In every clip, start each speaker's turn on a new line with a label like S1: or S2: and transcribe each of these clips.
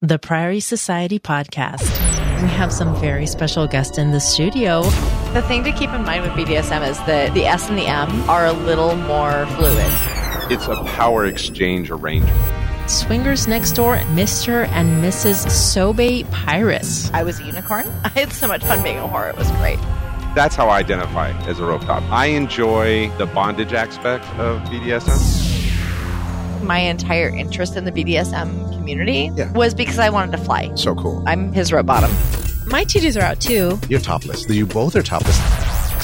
S1: the Priory Society podcast. We have some very special guests in the studio.
S2: The thing to keep in mind with BDSM is that the S and the M are a little more fluid.
S3: It's a power exchange arrangement.
S1: Swingers next door, Mr. and Mrs. Sobe Pirates.
S2: I was a unicorn. I had so much fun being a whore. It was great.
S3: That's how I identify as a rope top. I enjoy the bondage aspect of BDSM.
S2: My entire interest in the BDSM community
S4: Yeah.
S2: was because I wanted to fly.
S4: So cool.
S2: I'm his rope bottom.
S1: My titties are out too.
S4: You're topless. You both are topless.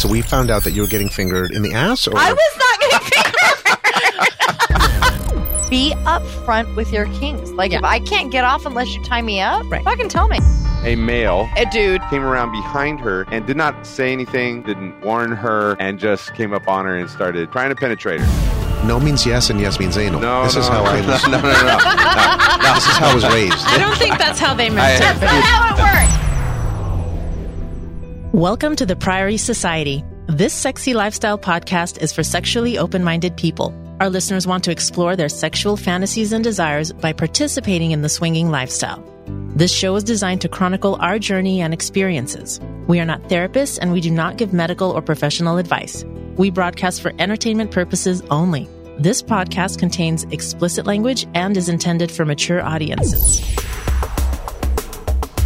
S4: So we found out that you were getting fingered in the ass, or
S2: I was not going to finger. Be upfront with your kinks. Like if I can't get off unless you tie me up,
S1: Right.
S2: fucking tell me.
S3: A male
S2: A dude.
S3: came around behind her and did not say anything, didn't warn her, and just came up on her and started trying to penetrate her.
S4: no means yes and yes means anal.
S3: No,
S4: this
S3: no,
S4: is how I was.
S3: no, no, no, no, no.
S4: this is how I was raised.
S5: I don't think that's how they meant
S3: I-
S5: it.
S2: That's not how it works.
S1: Welcome to the Priory Society. This sexy lifestyle podcast is for sexually open minded people. Our listeners want to explore their sexual fantasies and desires by participating in the swinging lifestyle. This show is designed to chronicle our journey and experiences. We are not therapists and we do not give medical or professional advice. We broadcast for entertainment purposes only. This podcast contains explicit language and is intended for mature audiences.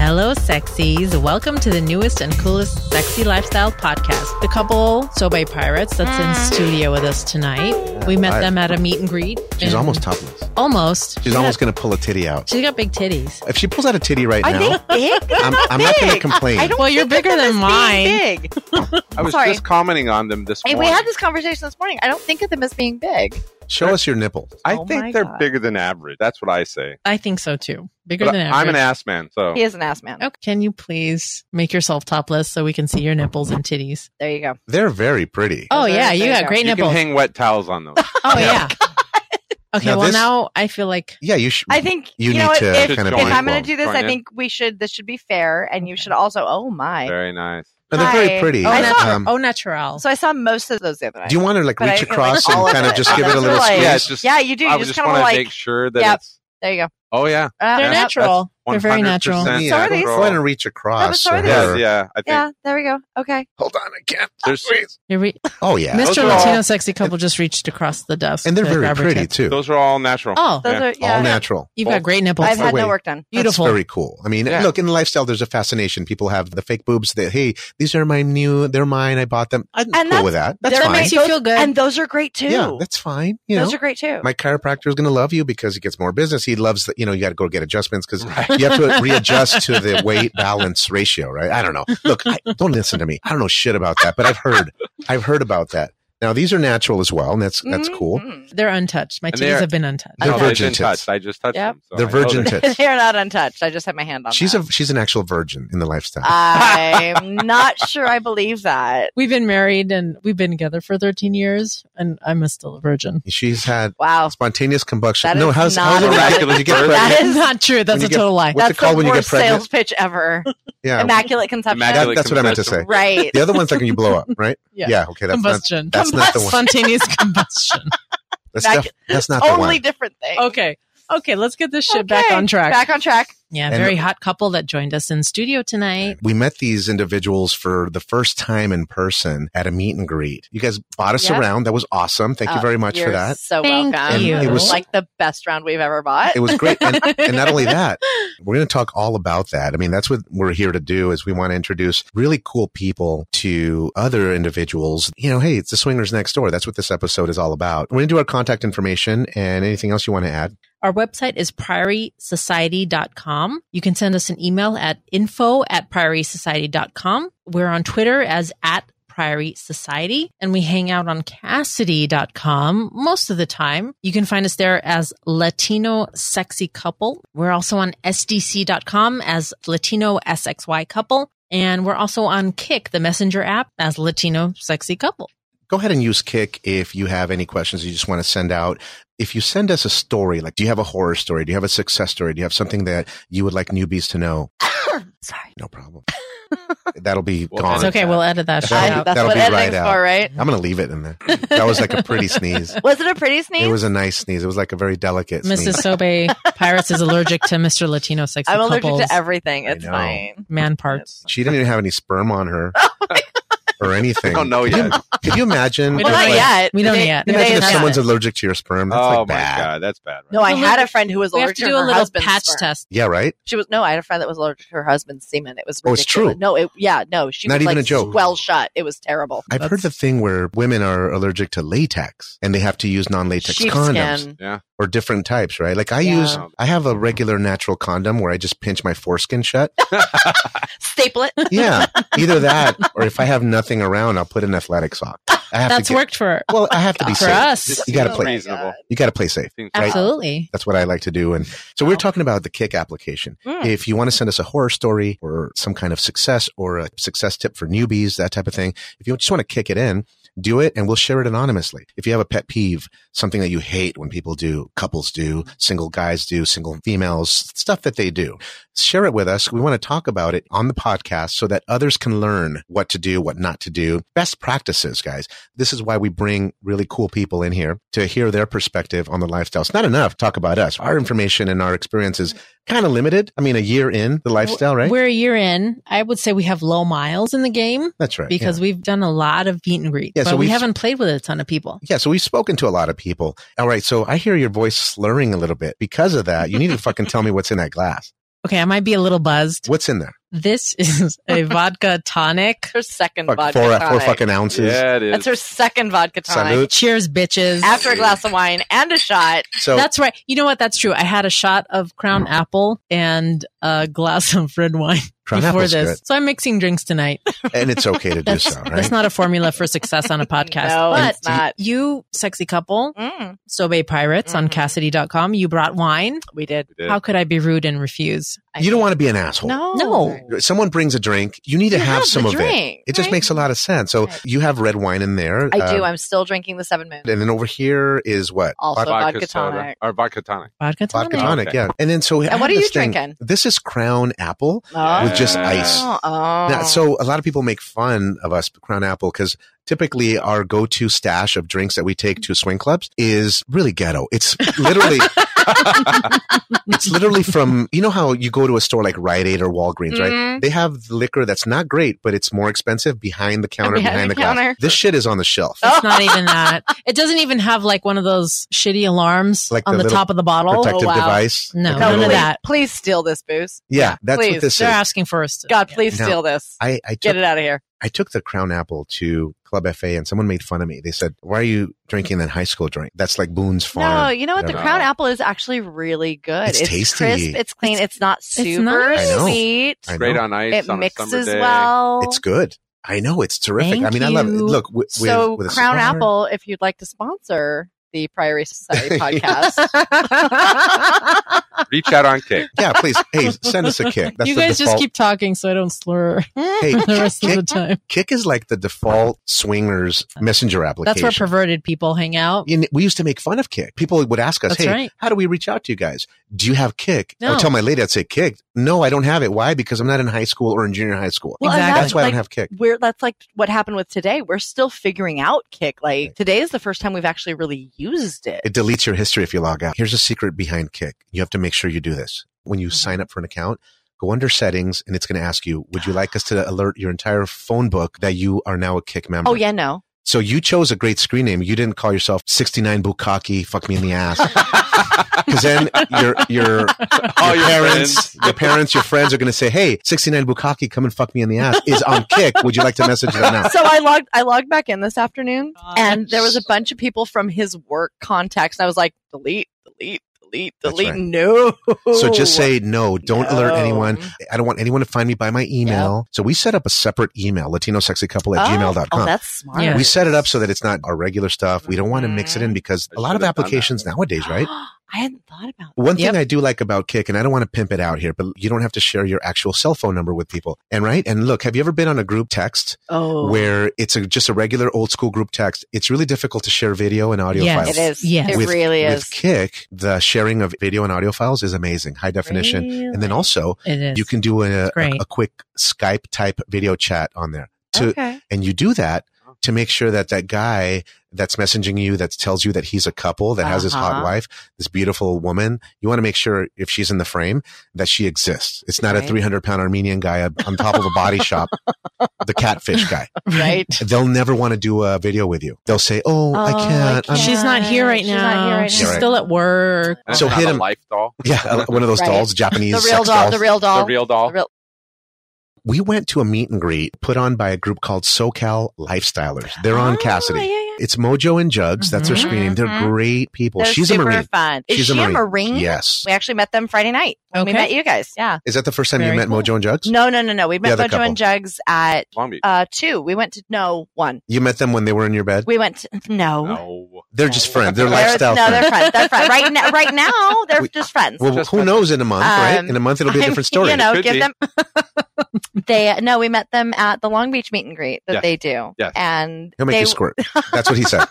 S1: Hello, sexies. Welcome to the newest and coolest sexy lifestyle podcast. The couple, Sobe Pirates, that's in studio with us tonight. We met
S4: I-
S1: them at a meet and greet.
S4: She's
S1: and-
S4: almost topless.
S1: Almost.
S4: She's almost going to pull a titty out.
S1: She's got big titties.
S4: If she pulls out a titty right
S2: Are
S4: now,
S2: they big?
S4: I'm, I'm not going to
S2: big?
S4: complain.
S2: I don't
S1: Well, you're
S2: think
S1: bigger
S2: of them
S1: than
S2: as being
S1: mine.
S2: Big.
S3: I was
S2: Sorry.
S3: just commenting on them this
S2: Hey,
S3: morning.
S2: we had this conversation this morning. I don't think of them as being big.
S4: Show us your nipple.
S3: I
S2: Oh my
S3: think they're
S2: God.
S3: bigger than average. That's what I say.
S1: I think so too. Bigger
S3: But
S1: than
S3: I- I'm
S1: average.
S3: an ass man, so
S2: He is an ass man.
S1: Okay. Can you please make yourself topless so we can see your nipples and titties?
S2: There you go.
S4: They're very pretty.
S1: Oh
S2: there-
S1: yeah, you
S2: there you
S1: got
S2: go.
S1: great
S3: you can
S1: nipples.
S3: hang wet towels on them.
S1: oh yeah. Okay,
S4: Now
S1: well
S4: this-
S1: now I feel like
S4: Yeah, you should.
S2: I think
S4: you,
S2: you,
S4: need
S2: know what?
S4: to
S2: If,
S3: Should
S4: kind of.
S3: join
S2: if
S3: join
S2: I'm going to do this,
S3: Join
S2: I
S3: in.
S2: think we should. This should be fair, and you should also. Oh my!
S3: Very nice.
S4: No, they're
S2: Hi.
S4: very pretty. Um,
S1: oh,
S2: I
S1: natu-
S4: Hmm.
S2: saw-
S1: oh natural.
S2: So I saw most of those the other night.
S4: do you want to like
S2: But I
S4: reach
S2: feel
S4: across
S2: like all
S4: and
S2: of
S4: kind of
S2: it-
S4: just
S2: all
S4: give it
S2: of
S4: a
S2: it
S4: little
S2: was-
S4: squeeze?
S3: Yeah, it's just.
S2: yeah, you do.
S3: I
S2: You
S3: was
S2: just,
S3: just
S2: kind
S3: want
S2: of
S3: to
S2: like.
S3: make sure that
S2: Yep.
S3: it's.
S2: there you go.
S3: Oh yeah,
S2: Uh,
S1: They're
S2: yep.
S1: natural. They're very
S3: 100%
S1: natural.
S2: So are these.
S3: natural.
S4: Go ahead and reach
S2: No, but
S4: across.
S2: so are
S4: or
S2: these.
S3: Yeah,
S4: whatever.
S3: yeah. I think
S2: Yeah, there we go. Okay.
S4: Hold on, I can't.
S3: there's
S1: You re-
S4: Oh yeah,
S3: Those
S1: Mr.
S3: are all-
S1: Latino sexy couple just reached across the desk.
S4: and they're
S1: to
S4: very
S1: grab her
S4: pretty
S1: tits.
S4: too.
S3: those are all natural.
S1: Oh,
S2: Those
S3: Yeah.
S2: are yeah.
S4: All natural.
S1: you've got great nipples.
S2: I've had
S4: Wait.
S2: no work done.
S1: Beautiful.
S4: That's very cool. I mean,
S3: Yeah.
S4: look, in the lifestyle, there's a fascination. People have the fake boobs that, hey, these are my new, they're mine. I bought them. I'm
S2: And
S4: cool with that. That's
S2: that
S4: fine.
S2: makes
S1: you feel good.
S2: And those are great too.
S4: yeah, that's fine. You
S2: those
S4: know,
S2: are great too.
S4: my chiropractor is going to love you because he gets more business. He loves that, you know, you got to go get adjustments because you have to readjust to the weight balance ratio, right? I don't know. Look, I, don't listen to me. I don't know shit about that, but I've heard, I've heard about that. Now, these are natural as well. And that's, that's cool.
S2: Mhm.
S1: They're untouched. My
S3: And
S1: titties
S3: they're-
S1: have been untouched.
S4: They're
S3: No,
S4: virgin
S3: I didn't
S4: tits.
S3: touch. I just touched
S2: Yep.
S3: them. so
S4: They're
S3: I know
S4: virgin
S3: that-
S4: tits.
S2: they are not untouched. I just had my hand on.
S4: She's
S2: that.
S4: a, she's an actual virgin in the lifestyle.
S2: I'm not sure I believe that.
S1: We've been married and we've been together for 13 years, and I'm a still a virgin.
S4: she's had
S2: Wow.
S4: spontaneous combustion.
S2: Oh. That
S4: no,
S2: is
S4: how's,
S2: not
S4: how's it
S2: a
S4: when you
S3: miraculous
S4: get- when you get
S3: birth.
S4: pregnant?
S2: That is-
S1: Not true. That's
S4: When
S1: a
S4: you get-
S1: total lie.
S4: What's it
S2: That's
S4: called
S2: the
S4: when you get
S2: worst
S4: pregnant?
S2: sales pitch ever.
S4: Yeah.
S2: Immaculate conception.
S3: Immaculate
S4: That- that's what I meant to say.
S2: Right.
S4: The other one's like when you blow up, right?
S1: Yeah.
S4: okay. That's not,
S1: Combustion.
S4: that's not the one.
S1: Spontaneous combustion.
S4: That's,
S2: Back-
S4: def- that's not the
S2: Only
S4: one.
S2: different thing.
S1: Okay. Okay. Let's get this shit back
S2: Okay,
S1: on track.
S2: Back on track.
S1: yeah.
S4: And-
S1: Very hot couple that joined us in studio tonight.
S4: We met these individuals for the first time in person at a meet and greet. You guys bought us
S2: Yep.
S4: around. That was awesome. Thank you
S2: Uh,
S4: very much for
S2: You're
S4: that.
S2: So
S1: Thank
S2: welcome.
S4: you.
S2: It
S4: It
S2: was
S4: was-
S2: like the best round we've ever bought.
S4: It was great. And, and not only that, we're going to talk all about that. I mean, that's what we're here to do is we want to introduce really cool people to other individuals. You know, hey, it's the swingers next door. That's what this episode is all about. We're going to do our contact information and anything else you want to add.
S1: Our website is priorysociety.com. You can send us an email at info at priorysociety.com. We're on Twitter as at Priory Society, and we hang out on Cassidy.com most of the time. You can find us there as Latino Sexy Couple. We're also on SDC.com as Latino SXY Couple. And we're also on Kick, the messenger app, as Latino Sexy Couple.
S4: go ahead and use Kick if you have any questions you just want to send out. If you send us a story, like do you have a horror story? Do you have a success story? Do you have something that you would like newbies to know?
S2: Sorry.
S4: No problem. That'll be
S3: Well,
S4: gone.
S1: It's okay. We'll edit that shit
S4: That'll-
S1: out.
S2: that's
S4: that'll
S2: what
S4: be right
S2: editing's
S4: out.
S2: for, right?
S4: I'm going to leave it in there. That was like a pretty sneeze.
S2: Was it a pretty sneeze?
S4: It was a nice sneeze. It was like a very delicate
S1: Mrs.
S4: sneeze.
S1: Sobe Pirates is allergic to Mr. Latino sexy
S2: I'm allergic
S1: couples,
S2: to everything.
S4: I
S2: It's
S4: know.
S2: fine.
S1: man parts.
S4: She didn't even have any sperm on her
S2: Oh
S4: or anything.
S3: I don't know
S4: Could you-
S3: yet.
S4: Could you imagine?
S1: We
S2: Well,
S1: don't
S2: not
S1: know
S4: like,
S2: yet.
S1: We don't
S2: Today-
S1: yet.
S4: can you
S2: today
S4: Imagine
S2: is
S4: if
S2: not.
S4: someone's allergic to your sperm. That's
S3: oh
S4: like
S3: my
S4: bad.
S3: god, that's bad. Right?
S2: No, I
S1: Well,
S2: had
S1: we-
S2: a friend who was
S1: We have
S2: allergic
S1: to do
S2: her
S1: a little
S2: husband's
S1: patch
S2: sperm.
S1: test.
S4: Yeah, right?
S2: She was no. I had a friend that was allergic to her husband's semen. It was
S4: Oh, it's
S2: ridiculous.
S4: true.
S2: No, it yeah, no. She
S4: Not
S2: was
S4: even
S2: like
S4: a joke.
S2: Well shut. It was terrible.
S4: I've heard the thing where women are allergic to latex and they have to use non-latex condoms
S2: Sheepskin.
S4: or different types, right? Like I
S2: Yeah.
S4: use, I have a regular natural condom where I just pinch my foreskin shut.
S2: Staple it.
S4: Yeah, either that or if I have nothing around, I'll put an athletic sock. I have
S1: That's
S4: to get,
S1: worked for
S4: Well, I have to be
S1: for
S4: safe.
S1: us.
S4: You gotta
S2: Oh
S4: play.
S2: my
S3: Reasonable.
S2: God.
S4: You got to play safe.
S3: Seems right.
S1: Absolutely.
S4: That's what I like to do. And so we're
S2: Wow.
S4: talking about the kick application.
S2: Mm.
S4: If you want to send us a horror story or some kind of success or a success tip for newbies, that type of thing, if you just want to kick it in, do it and we'll share it anonymously. If you have a pet peeve, something that you hate when people do, couples do, single guys do, single females, stuff that they do, share it with us. We want to talk about it on the podcast so that others can learn what to do, what not to do, best practices, guys this is why we bring really cool people in here to hear their perspective on the lifestyle. It's not enough to talk about us. Our information and our experience is kind of limited. I mean, a year in the lifestyle, right?
S1: We're a year in. I would say we have low miles in the game
S4: That's right.
S1: because we've done a lot of meet and greets,
S4: Yeah,
S1: but
S4: so
S1: we
S4: we've-
S1: haven't played with a ton of people.
S4: yeah. yeah, so we've spoken to a lot of people. All right, so I hear your voice slurring a little bit because of that. You need to fucking tell me what's in that glass.
S1: Okay, I might be a little buzzed.
S4: What's in there?
S1: This is a vodka tonic.
S2: It's her second
S4: Fuck,
S2: vodka
S4: four,
S2: tonic.
S4: four fucking ounces.
S3: Yeah, it is.
S2: That's her second vodka tonic.
S4: Salute.
S1: Cheers, bitches.
S2: After a glass of wine and a shot.
S4: So
S1: That's right. You know what? That's true. I had a shot of Crown Apple and a glass of red wine
S4: Crown
S1: before
S4: Apple's
S1: this. So I'm mixing drinks tonight.
S4: good, and it's okay to do
S1: That's,
S4: so, right?
S1: that's not a formula for success on a podcast.
S2: No,
S1: but
S2: it's not.
S1: you, sexy couple,
S2: Mm,
S1: Sobe Pirates on
S2: Mhm.
S1: Cassidy.com, you brought wine.
S2: we did.
S3: It is.
S1: How could I be rude and refuse?
S2: I
S4: you don't
S2: think.
S4: want to be an asshole.
S2: No.
S1: No.
S4: Someone brings a drink. You need to
S2: You
S4: have, some
S2: the
S4: of it.
S2: drink,
S4: It just
S2: right?
S4: makes a lot of sense. So
S2: Right.
S4: you have red wine in there.
S2: I
S4: uh,
S2: do. I'm still drinking the Seven Moon.
S4: And then over here is what?
S2: Also
S4: Vod-
S2: vodka,
S3: soda.
S2: tonic.
S3: or vodka tonic.
S1: Vodka tonic.
S4: vodka tonic,
S3: Okay.
S4: yeah. And then so I
S2: And what are
S4: had
S2: you
S4: this thing-
S2: drinking?
S4: This is Crown Apple.
S3: With just ice.
S2: Oh. oh.
S4: Now, so a lot of people make fun of us, Crown Apple, because typically our go-to stash of drinks that we take to swing clubs is really ghetto. It's literally, it's literally from you know how you go to a store like Rite Aid or Walgreens, right?
S2: Mhm.
S4: They have liquor that's not great, but it's more expensive behind the counter, behind,
S2: behind
S4: the,
S2: the
S4: glass.
S2: counter. Oh,
S4: This shit is on the shelf.
S1: It's not even that. It doesn't even have like one of those shitty alarms
S4: Like
S1: on
S4: the
S1: the,
S4: little
S1: top of the bottle.
S4: Protective
S2: wow.
S4: device.
S1: No,
S4: Like a
S2: no,
S1: none
S4: little-
S1: of
S2: please,
S1: that.
S2: please steal this booze.
S4: Yeah, that's
S2: Please.
S4: what this
S1: They're
S4: is.
S1: asking for us. to-
S2: Oh. God, please
S4: No.
S2: steal this.
S4: I, I took
S2: Get it out of here.
S4: I took the Crown Apple to Club FA and someone made fun of me. They said, Why are you drinking that high school drink? That's like Boone's Farm.
S2: No, you know what? The
S4: whatever.
S2: Crown Apple is actually really good.
S4: It's
S2: It's,
S4: tasty.
S2: crisp. It's clean. It's, not super
S1: nice.
S4: I know.
S2: sweet.
S4: I
S3: Great
S4: know.
S3: on ice.
S2: It
S3: on a summer
S2: mixes
S3: day.
S2: well.
S4: It's good. I know. It's terrific.
S1: Thank
S4: I mean, I love it.
S1: you.
S4: Look, with,
S2: so
S4: with, with a
S2: Crown
S4: cigar-
S2: Apple, if you'd like to sponsor the Priory Society podcast,
S3: Reach out on kick.
S4: Yeah, please. Hey, send us a kick. That's
S1: you
S4: the
S1: guys just
S4: default.
S1: keep talking so I don't slur the
S4: Hey,
S1: rest of the time.
S4: kick is like the default swingers messenger
S1: That's
S4: application.
S1: where perverted people hang out.
S4: You kn- we used to make fun of Kick. People would ask us,
S1: That's
S4: "Hey,
S1: right.
S4: how do we reach out to you guys? Do you have Kick?" I would
S1: No.
S4: tell my lady, "I'd say Kick. No, I don't have it. Why? Because I'm not in high school or in junior high school.
S2: Well, and
S1: Exactly.
S4: That's why I
S2: like,
S4: don't have Kick."
S2: we're that's like what happened with today. We're still figuring out Kick. Like today is the first time we've actually really used it.
S4: It deletes your history if you log out. Here's a secret behind Kick. You have to make sure you do this. When you
S1: Mm-hmm.
S4: sign up for an account, go under settings and it's going to ask you, would you like us to alert your entire phone book that you are now a Kick member?
S2: oh yeah, no.
S4: So you chose a great screen name. You didn't call yourself 69 Bukaki, fuck me in the ass. Cause then your, your,
S3: All your
S4: parents,
S3: friends.
S4: your parents, your friends are going to say, Hey, 69 Bukaki, come and fuck me in the ass is on Kick. Would you like to message them now?
S2: So I logged I logged back in this afternoon and there was a bunch of people from his work contacts and I was like, delete, delete, delete,
S4: That's
S2: delete.
S4: right.
S2: No.
S4: So just say no. Don't alert
S2: No.
S4: anyone. I don't want anyone to find me by my email. So we set up a separate email, latinosexycouple at
S2: oh,
S4: gmail.com.
S2: oh, that's smart.
S1: Yeah.
S2: Mm.
S4: We set it up so that it's not our regular stuff. We don't want to mix it in because
S3: I
S4: a lot
S3: should've done
S4: of
S3: that.
S4: applications nowadays, right?
S2: I hadn't thought about that.
S4: One
S2: Yep.
S4: thing I do like about Kick, and I don't want to pimp it out here, but you don't have to share your actual cell phone number with people. And right? And look, have you ever been on a group text
S2: Oh,
S4: where it's a, just a regular old school group text? It's really difficult to share video and audio
S1: Yes.
S4: files.
S2: it is.
S1: Yes.
S2: It really
S4: with
S2: is.
S4: Kick, the sharing of video and audio files is amazing, high definition. And then
S2: Really?
S4: also,
S1: It is.
S4: you can do a, a,
S1: great.
S4: a quick Skype type video chat on there. To,
S2: okay.
S4: And you do that to make sure that that guy that's messaging you that tells you that he's a couple that has his hot
S2: Uh-huh.
S4: wife, this beautiful woman, you want to make sure if she's in the frame that she exists. It's not a
S2: Right.
S4: 300 pound Armenian guy up on top of a body shop, the catfish guy.
S2: Right.
S4: They'll never want to do a video with you. They'll say, Oh, I
S2: Oh, I
S4: can't. I'm-
S2: can't.
S1: She's not here right
S2: She's
S1: now.
S2: not here right
S1: She's
S4: now.
S1: still at work.
S3: And it's
S4: So
S3: not
S4: hit
S3: a
S4: him.
S3: life doll.
S4: yeah, uh, one of those
S2: Right.
S4: dolls, Japanese
S2: The real
S4: sex
S2: doll.
S4: dolls.
S2: The real doll.
S3: The real doll.
S4: Oh,
S2: The real-
S4: we went to a meet and greet put on by a group called SoCal Lifestylers. They're on
S2: Oh,
S4: Cassidy.
S2: yeah, yeah.
S4: It's Mojo and Jugs. That's their
S1: Mhm.
S4: screening. They're
S2: Mhm.
S4: great people.
S2: They're
S4: She's a
S2: super
S4: Marine.
S2: fun. Is
S4: She's a
S2: she
S4: Marine.
S2: a Marine?
S4: Yes.
S2: We actually met them Friday night. when We
S1: Okay.
S2: met you guys. Yeah.
S4: Is that the first time
S1: Very
S4: you met
S1: cool.
S4: Mojo and Jugs?
S2: No, no, no, no. We
S4: The
S2: met
S4: other
S2: Mojo
S4: couple.
S2: and Jugs at
S3: Long Beach.
S2: uh two. We went to no one.
S4: You met them when they were in your bed?
S2: We went to, no.
S3: no.
S4: They're just friends. They're
S3: They're-
S4: lifestyle
S2: no,
S4: friends.
S2: they're friends. They're friends. Right now, right now, they're
S4: We-
S2: just friends.
S4: Well,
S3: Just
S4: who
S3: friends.
S4: knows in a month, right?
S2: Um,
S4: In a month, it'll be a
S2: I
S4: different
S2: mean,
S4: story.
S2: You know,
S3: Could
S2: give
S3: be.
S2: them. they no, we met them at the Long Beach meet and greet that
S3: Yes.
S2: they do,
S3: Yes.
S2: and
S4: He'll make
S2: they
S4: you squirt. That's what he said.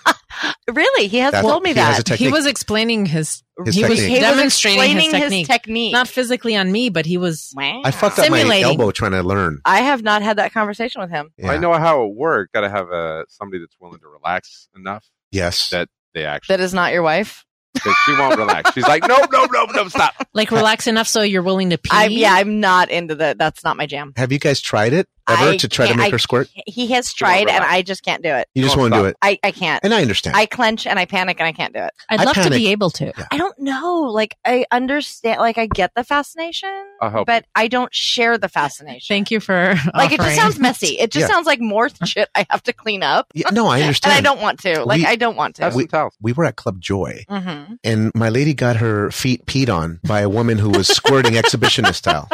S2: really he has
S4: That's-
S2: told me
S4: he has a
S2: that
S4: technique.
S1: He was explaining his,
S4: his
S1: he was
S4: technique.
S2: he
S1: demonstrating
S2: was
S1: his
S2: explaining
S1: technique. not physically on me, but he was.
S2: wow.
S4: I fucked up my
S1: Simulating.
S4: elbow trying to learn.
S2: I have not had that conversation with him.
S4: Yeah.
S3: I know how it worked. Got to have uh, somebody that's willing to relax enough.
S4: Yes.
S3: That- They actually.
S2: That is not your wife.
S3: that she won't relax. She's like, no, no, no, no, stop.
S1: Like relax enough so you're willing to pee.
S2: I'm yeah, I'm not into that. That's not my jam.
S4: Have you guys tried it ever
S2: I
S4: to try to
S2: can't-
S4: make
S2: I
S4: her squirt?
S2: He has tried, and
S3: relax.
S2: I just can't do it.
S4: You just
S3: Don't
S4: won't do
S3: stop.
S4: it.
S2: I I can't.
S4: And I understand.
S2: I clench and I panic and I can't do it.
S1: I'd
S4: I
S1: love to
S4: panic.
S1: be able to.
S2: I don't know. Like I understand. Like I get the fascination,
S3: I'll Oh, help.
S2: but I don't share the fascination.
S1: Thank you for
S2: Like it just
S1: offering.
S2: sounds messy. It just
S4: Yeah.
S2: sounds like more shit I have to clean up,
S4: Yeah, no, I
S2: and
S4: understand.
S2: I don't want to. Like
S4: We-
S2: I don't want
S3: you. Have
S2: to.
S4: We-
S3: some towels.
S4: we were at Club Joy
S2: hmm
S4: and my lady got her feet peed on by a woman who was squirting exhibitionist style.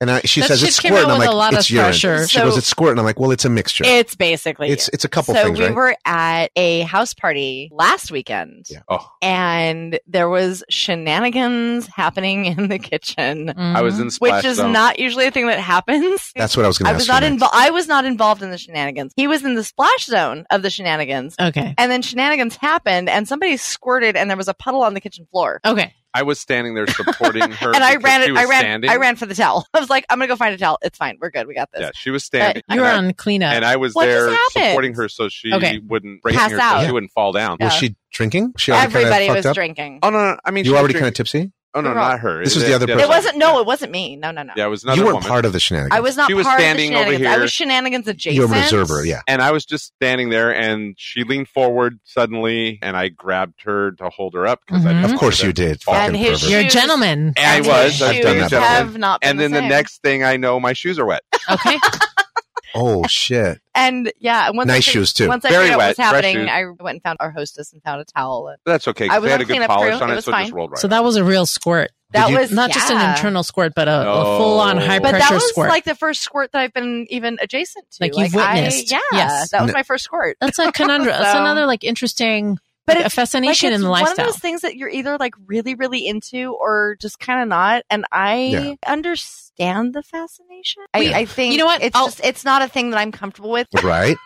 S4: And I, she
S1: That
S4: says it's
S1: shit came out
S4: squirt, and I'm
S1: with
S4: like,
S1: a lot of
S4: it's urine.
S1: pressure.
S4: she
S2: So-
S4: goes, it's squirt, and I'm like, well, it's a mixture.
S2: It's basically
S4: it's it's a couple
S2: so
S4: things,
S2: we
S4: right?
S2: were at a house party last weekend,
S4: Yeah.
S3: Oh,
S2: and there was shenanigans happening in the kitchen,
S1: Mhm.
S3: I was
S2: Mm-hmm.
S3: in
S2: which
S3: splash
S2: is
S3: zone.
S2: not usually a thing that happens.
S4: That's what I was going
S2: I
S4: to
S2: was
S4: ask.
S2: not
S4: you next.
S2: involved. I was not involved in the shenanigans. He was in the splash zone of the shenanigans,
S1: Okay.
S2: and then shenanigans happened, and somebody squirted, and there was a puddle on the kitchen floor.
S1: Okay.
S3: I was standing there supporting her.
S2: and I
S3: because
S2: ran
S3: she
S2: it.
S3: was
S2: I ran.
S3: Standing.
S2: I ran for the towel. I was like, I'm gonna go find a towel. It's fine. We're good. We got this.
S3: Yeah, she was standing.
S1: You were
S3: and I-
S1: on cleanup.
S3: and I was
S2: What
S3: there
S2: just happened?
S3: supporting her so she
S1: Okay.
S3: wouldn't break
S2: Pass
S3: her,
S2: out.
S3: so she wouldn't fall down.
S2: Yeah.
S4: Was she drinking? She already kinda
S2: Everybody
S4: fucked
S2: was
S4: up?
S2: drinking.
S3: Oh no, no, I mean, she
S4: You
S3: was
S4: already kind of
S3: drinking-
S4: tipsy.
S3: Oh no,
S2: You're wrong.
S3: not her.
S4: This was the other
S2: It
S4: person.
S2: wasn't. No, it wasn't me. No, no, no.
S3: Yeah, it was another
S4: you weren't
S3: woman.
S4: part of the shenanigans.
S2: I was not
S3: She was
S2: part
S3: standing
S2: of the
S3: over
S2: shenanigans. I
S3: here.
S2: was shenanigans adjacent.
S4: you were an observer. Yeah.
S3: and I was just standing there, and she leaned forward suddenly, and I grabbed her to hold her up because
S2: Mm-hmm.
S1: Mhm.
S3: I
S4: Of course you did.
S3: Fucking
S2: And
S4: Fucking
S2: his
S4: pervert.
S1: you're a
S2: shoes-
S1: gentleman.
S3: I
S2: And
S3: was.
S2: his
S4: I've done
S2: shoes
S4: that before.
S2: have not been
S3: And then the,
S2: same.
S3: next thing I know, my shoes are wet.
S1: Okay.
S4: oh shit!
S2: and yeah, and once I
S4: Nice
S2: fig-
S4: shoes too.
S2: Once I
S3: Very
S2: figured out what was
S3: wet, fresh
S2: happening,
S3: shoes.
S2: I went and found our hostess and found a towel. And
S3: That's okay. 'cause
S2: I was
S3: they had
S2: on
S3: a good
S2: cleanup
S3: polish
S2: crew.
S3: on
S2: It
S3: it,
S2: was
S3: so it just
S2: fine.
S3: rolled right.
S1: So
S3: off.
S1: that was a real squirt.
S2: that
S4: you-
S2: was
S1: Not just an
S2: yeah.
S1: internal squirt, but a, a
S3: No.
S1: full on high
S2: But that
S1: pressure
S2: was
S1: squirt.
S2: like the first squirt that I've been even adjacent to.
S1: Like you've
S2: I-
S1: witnessed.
S2: yeah,
S1: Yes.
S2: that was
S4: No.
S2: my first squirt.
S1: That's a conundrum. That's
S2: So-
S1: another like interesting
S2: But
S1: like, a
S2: it's like
S1: fascination
S2: it's
S1: in the
S2: one of
S1: lifestyle.
S2: those things that you're either like really, really into or just kind of not. And I
S4: Yeah.
S2: understand the fascination.
S4: Yeah.
S2: I, I think
S1: You know what?
S2: It's
S1: I'll-
S2: just it's not a thing that I'm comfortable with.
S4: Right.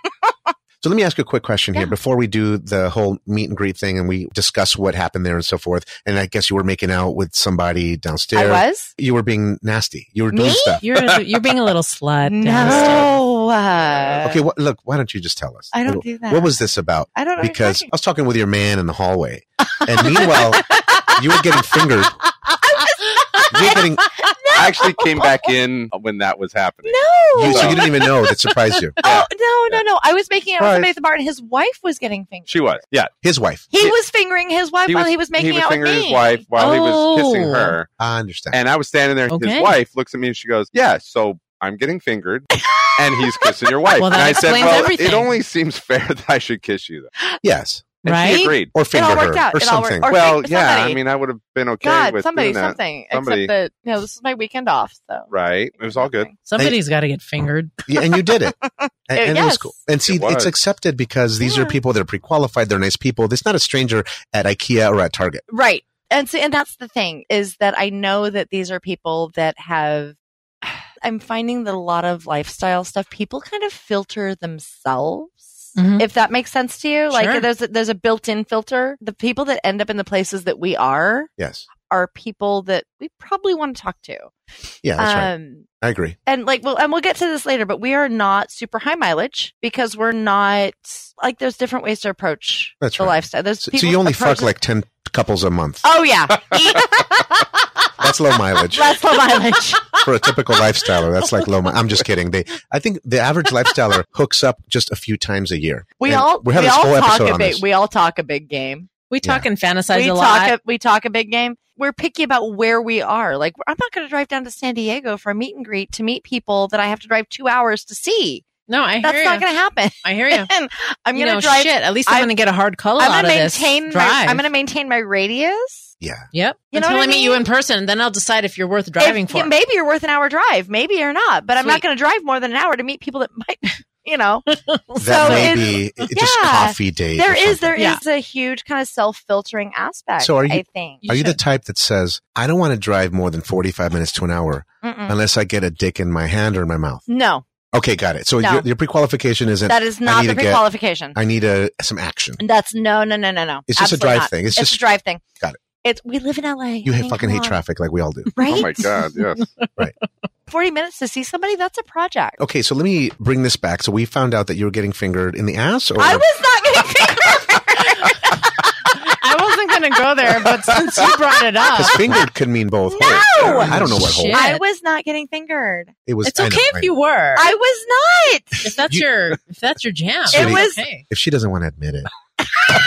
S4: So let me ask you a quick question here
S2: Yeah.
S4: before we do the whole meet and greet thing and we discuss what happened there and so forth. And I guess you were making out with somebody downstairs.
S2: I was
S4: You were being nasty. You were
S2: Me?
S4: doing stuff.
S1: You're you're being a little slut. Dennis.
S2: no. uh,
S4: Okay, wh- look, why don't you just tell us?
S2: I don't
S4: What-
S2: do that.
S4: What was this about?
S2: I don't know. what you're
S4: Because I
S2: talking-
S4: was talking with your man in the hallway, and meanwhile, you were getting fingered. You were getting
S3: I actually came back in when that was happening.
S2: no.
S4: you, so you didn't even know that surprised you.
S2: oh no, no, no! I was making out with
S4: Right.
S2: somebody at the bar, and his wife was getting fingered.
S3: She was. Yeah.
S4: His wife.
S2: He
S3: He-
S2: was fingering his wife
S3: He
S2: while
S3: was-
S2: he was making
S3: he was
S2: out with
S3: fingering
S2: me.
S3: his wife while he was kissing
S1: Oh.
S3: her.
S4: I understand.
S3: And I was standing there.
S1: Okay.
S3: His wife looks at me and she goes, Yeah, so I'm getting fingered and he's kissing your wife.
S1: Well, that
S3: and I said,
S1: explains
S3: Well,
S1: everything."
S3: it only seems fair that I should kiss you, though.
S4: yes,
S3: And she
S1: Right?
S3: agreed.
S4: or
S2: It
S4: finger
S2: all worked
S4: her
S2: out.
S4: or
S2: it all
S4: something.
S2: worked. Or
S3: well,
S2: somebody.
S3: yeah, I mean, I would have been okay
S2: God,
S3: with
S2: somebody,
S3: doing that.
S2: something.
S3: Somebody.
S2: Except that you know, this was my weekend off, so
S3: Right. It was all good.
S1: Somebody's got to get fingered.
S4: Yeah, and you did it, and, and it was
S2: yes.
S4: cool. And see,
S3: It was.
S4: it's accepted because these
S2: Yeah.
S4: are people that are pre-qualified. They're nice people. It's not a stranger at IKEA or at Target.
S2: Right. And see, and that's the thing is that I know that these are people that have. I'm finding that a lot of lifestyle stuff people kind of filter themselves.
S4: Mm-hmm.
S1: Mhm.
S2: If that makes sense to
S1: Sure.
S2: you, like there's a, there's a built-in filter. The people that end up in the places that we are
S4: Yes.
S2: are people that we probably want to talk to.
S4: Yeah, that's right.
S2: um,
S4: I agree.
S2: and like well and we'll get to this later but we are not super high mileage because we're not like there's different ways to approach
S4: That's
S2: the
S4: right.
S2: lifestyle there's
S4: So, so
S2: people
S4: you only
S2: approach
S4: fuck
S2: this-
S4: like 10 couples a month.
S2: oh yeah
S4: That's low mileage
S2: less low mileage
S4: for a typical lifestyler. That's like low. Mi- I'm just kidding. They, I think the average lifestyler hooks up just a few times a year.
S2: we
S4: And
S2: all
S4: we
S2: we,
S4: have this
S2: all
S4: whole
S2: talk
S4: episode
S2: a
S4: on
S2: big
S4: this.
S2: we all talk a big game
S1: We talk and fantasize
S2: we
S1: a
S2: talk
S1: lot.
S2: a, we talk a big game we're picky about where we are like i'm not going to drive down to san diego for a meet and greet to meet people that i have to drive two hours to see
S1: no, I
S2: that's
S1: hear
S2: not
S1: you.
S2: going to happen
S1: I hear you.
S2: i'm
S1: You
S2: going to
S1: know,
S2: drive
S1: Shit, at least I'm,
S2: I'm-
S1: going to get a hard color
S2: i'm
S1: out
S2: going
S1: of
S2: to
S1: this
S2: maintain my,
S1: drive.
S2: i'm going to maintain my radius
S4: Yeah.
S1: Yep.
S2: You know
S1: Until
S2: what
S1: I,
S2: I
S1: meet
S2: mean?
S1: you in person, then I'll decide if you're worth driving
S2: If-
S1: for.
S2: yeah, maybe you're worth an hour drive, maybe you're not. But I'm
S1: Sweet.
S2: not going to drive more than an hour to meet people that might, you know.
S4: That
S2: So
S4: may
S2: it's-
S4: be it- just
S2: yeah.
S4: coffee date.
S2: there
S4: or
S2: is there
S4: something.
S2: is
S1: Yeah.
S2: a huge kind of self filtering aspect.
S4: So are you-
S2: I think.
S4: Are you the
S1: should.
S4: type that says, I don't want to drive more than 45 minutes to an hour
S2: Mm-mm.
S4: unless I get a dick in my hand or in my mouth?
S2: No,
S4: Okay, got it. So
S2: No.
S4: your, your pre-qualification isn't,
S2: that is not
S4: need
S2: the
S4: to get-
S2: pre-qualification.
S4: I need a, some action.
S2: That's no, no, no, no, no.
S4: It's just a
S2: Absolutely
S4: drive
S2: not.
S4: thing. It's
S2: It's,
S4: just-
S2: a drive thing.
S4: Got it.
S2: It's we live in LA.
S4: You
S2: I
S4: ha-
S2: mean, come
S4: fucking hate
S2: on.
S4: traffic like we all do.
S2: right?
S3: Oh my god, yes.
S2: Forty minutes to see somebody. That's a project.
S4: Okay, so let me bring this back. So we found out that you were getting fingered in the ass or
S2: I was not going to
S1: I wasn't going to go there, but since you brought it up,
S4: because fingered could mean both.
S2: No!
S4: holes. I don't know what
S1: Oh, Shit.
S4: hole.
S2: I was not getting fingered.
S4: It was
S1: it's
S4: I know,
S1: okay
S4: I
S1: if
S4: know.
S1: you were.
S2: I was not.
S1: if that's
S4: You-
S1: your if that's your jam,
S4: It
S2: was-
S1: okay.
S4: if she doesn't want to admit it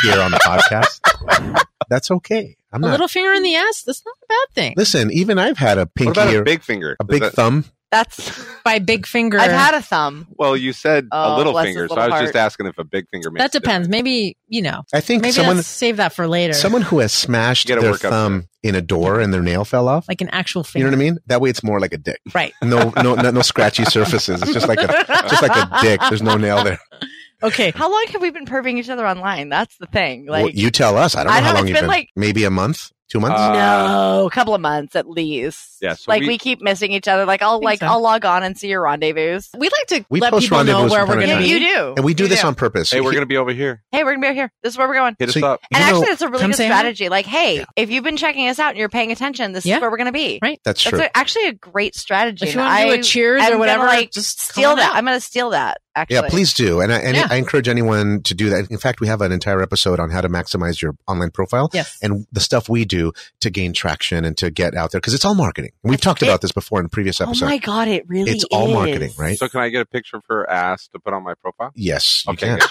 S4: here on the podcast. That's okay. I'm
S1: a
S4: not
S1: little finger in the ass. That's not a bad thing.
S4: Listen, even I've had a
S3: What
S4: pinky
S3: about
S4: or
S3: a big finger?
S4: a
S3: Is
S4: big
S3: that-
S4: thumb.
S2: That's.
S1: By big finger,
S2: I've had a thumb.
S3: well, you said
S2: Oh,
S3: a little
S2: bless his
S3: finger, so
S2: little
S3: I was just
S2: heart.
S3: asking if a big finger. Makes
S1: that
S3: a
S1: depends.
S3: difference.
S1: Maybe you know.
S4: I think
S1: Maybe
S4: someone
S1: let's save that for later.
S4: someone who has smashed
S3: You gotta
S4: their
S3: work up
S4: thumb in a door and their nail fell off.
S1: like an actual finger.
S4: you know what I mean? That way, it's more like a dick.
S1: Right.
S4: No, no, no, no scratchy surfaces. It's just like a just like a dick. There's no nail there.
S1: Okay.
S2: How long have we been perving each other online? That's the thing.
S4: Well,
S2: Like,
S4: you tell us. I don't know
S2: I
S4: how
S2: know,
S4: long
S2: it's
S4: you've been.
S2: been like-
S4: Maybe a month, two months.
S3: Uh,
S2: no, a couple of months at least.
S3: Yeah, so
S2: like
S3: we-
S2: we, keep missing each other. Like I'll
S1: think
S2: like
S1: so.
S2: I'll log on and see your rendezvous.
S1: We like to
S4: We
S1: let
S4: post
S1: people know
S4: rendezvous
S1: where
S4: from
S1: we're
S4: time to
S1: going to
S2: Yeah,
S4: time.
S1: be.
S2: you do,
S4: and we do
S2: You
S4: this on purpose.
S3: Hey, we're gonna be over here.
S2: Hey, we're gonna be over here. This is where we're going.
S3: Hit
S4: So-
S3: us up.
S4: You
S2: And
S4: know-
S2: actually, that's a really
S1: come
S2: good
S1: say hi.
S2: strategy. Like, hey, if you've been checking us out and you're paying attention, this
S1: Yeah.
S2: is where we're gonna be.
S1: Right.
S4: That's
S2: That's
S4: true.
S2: a- actually a great strategy.
S1: If you
S2: and
S1: want to do
S2: I
S1: a cheers
S2: am
S1: or
S2: gonna,
S1: whatever,
S2: like
S1: just
S2: steal
S1: call it
S2: that.
S1: out.
S2: I'm gonna steal that. Actually,
S4: yeah, please do. And I, and
S1: Yeah.
S4: I encourage anyone to do that. In fact, we have an entire episode on how to maximize your online profile
S1: Yes.
S4: and the stuff we do to gain traction and to get out there because it's all marketing. We've talked
S2: It-
S4: about this before in previous
S2: Oh
S4: episodes.
S2: my god, it really
S4: It's all
S2: is.
S4: marketing, right?
S3: So can I get a picture of her ass to put on my profile?
S4: yes. you
S3: Okay.
S4: can.
S3: good.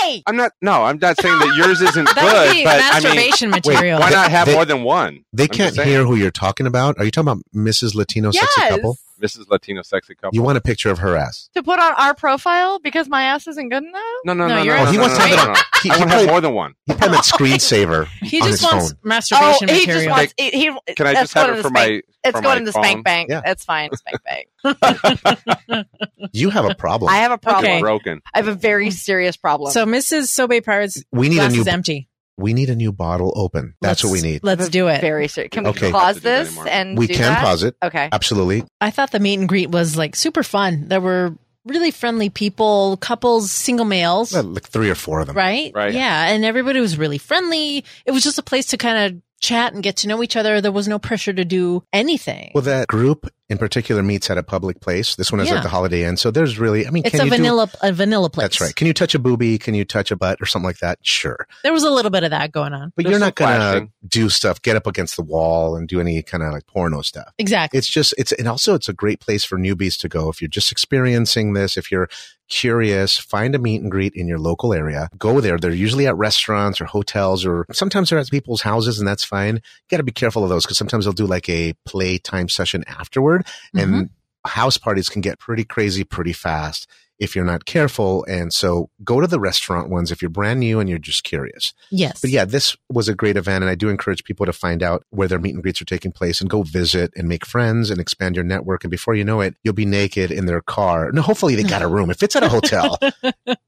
S2: Hey,
S3: I'm not. No, I'm not saying that yours isn't good,
S1: That would be
S3: but I mean,
S1: masturbation
S4: wait,
S1: material.
S3: why not have
S4: They-
S3: more than one?
S4: They
S3: I'm just
S4: can't
S3: saying.
S4: hear who you're talking about. Are you talking about Mrs. Latino Sexy
S2: Yes.
S4: Couple?
S3: Mrs. Latino sexy couple.
S4: You want a picture of her ass.
S2: to put on our profile because my ass isn't good enough.
S3: no,
S1: No,
S3: no, no, no.
S1: you're
S3: no,
S4: Oh, he
S3: no,
S4: wants
S3: no,
S4: to have
S3: no,
S4: it on.
S3: no.
S4: He,
S3: I
S4: he
S3: want to have
S4: played,
S3: more than one.
S4: he played that screensaver
S1: he
S4: on
S1: just
S4: his
S1: wants
S4: phone.
S2: Oh,
S1: masturbation
S2: he
S1: material.
S2: just wants. He, he,
S3: Can I
S2: that's
S3: just have
S2: going
S3: it
S2: in
S3: for
S2: the spank-
S3: my?
S2: It's
S3: for
S2: going
S3: my
S2: in the
S3: phone?
S2: spank bank.
S4: Yeah.
S2: It's fine. Spank bank.
S4: You have a problem.
S2: I have a problem.
S1: Okay.
S3: Broken.
S2: I have a very serious problem.
S1: so Mrs. Sobe Pirates
S4: we need a
S1: glass
S4: new.
S1: is empty.
S4: We need a new bottle open. That's what we
S1: Let's-
S4: need.
S1: Let's do it.
S2: very serious. Can we
S4: Okay.
S2: pause
S3: Have to do that
S2: this
S3: anymore.
S2: and
S4: We
S2: do
S4: can
S2: that?
S4: pause it.
S2: Okay.
S4: Absolutely.
S1: I thought the meet and greet was like super fun. There were really friendly people, couples, single males,
S4: Well, like three or four of them.
S1: right?
S3: Right.
S1: Yeah, and everybody was really friendly. It was just a place to kind of chat and get to know each other. There was no pressure to do anything.
S4: Well, that group in particular meets at a public place. This one is
S1: Yeah.
S4: at the Holiday Inn. So there's really, I mean,
S1: it's
S4: can
S1: a
S4: you do-
S1: vanilla a vanilla place.
S4: That's right. Can you touch a booby? Can you touch a butt or something like that? Sure.
S1: There was a little bit of that going on.
S4: But
S3: There's
S4: you're
S3: some
S4: not going to
S3: flashing.
S4: do stuff, get up against the wall and do any kind of like porno stuff.
S1: Exactly.
S4: It's just, it's, and also it's a great place for newbies to go. If you're just experiencing this, if you're curious, find a meet and greet in your local area. Go there. They're usually at restaurants or hotels or sometimes they're at people's houses and that's fine. You got to be careful of those because sometimes they'll do like a playtime session afterward
S1: Mhm.
S4: and house parties can get pretty crazy pretty fast if you're not careful. And so go to the restaurant ones if you're brand new and you're just curious.
S1: Yes.
S4: But yeah, this was a great event. And I do encourage people to find out where their meet and greets are taking place and go visit and make friends and expand your network. And before you know it, you'll be naked in their car. No, hopefully they got a room. If it's at a hotel,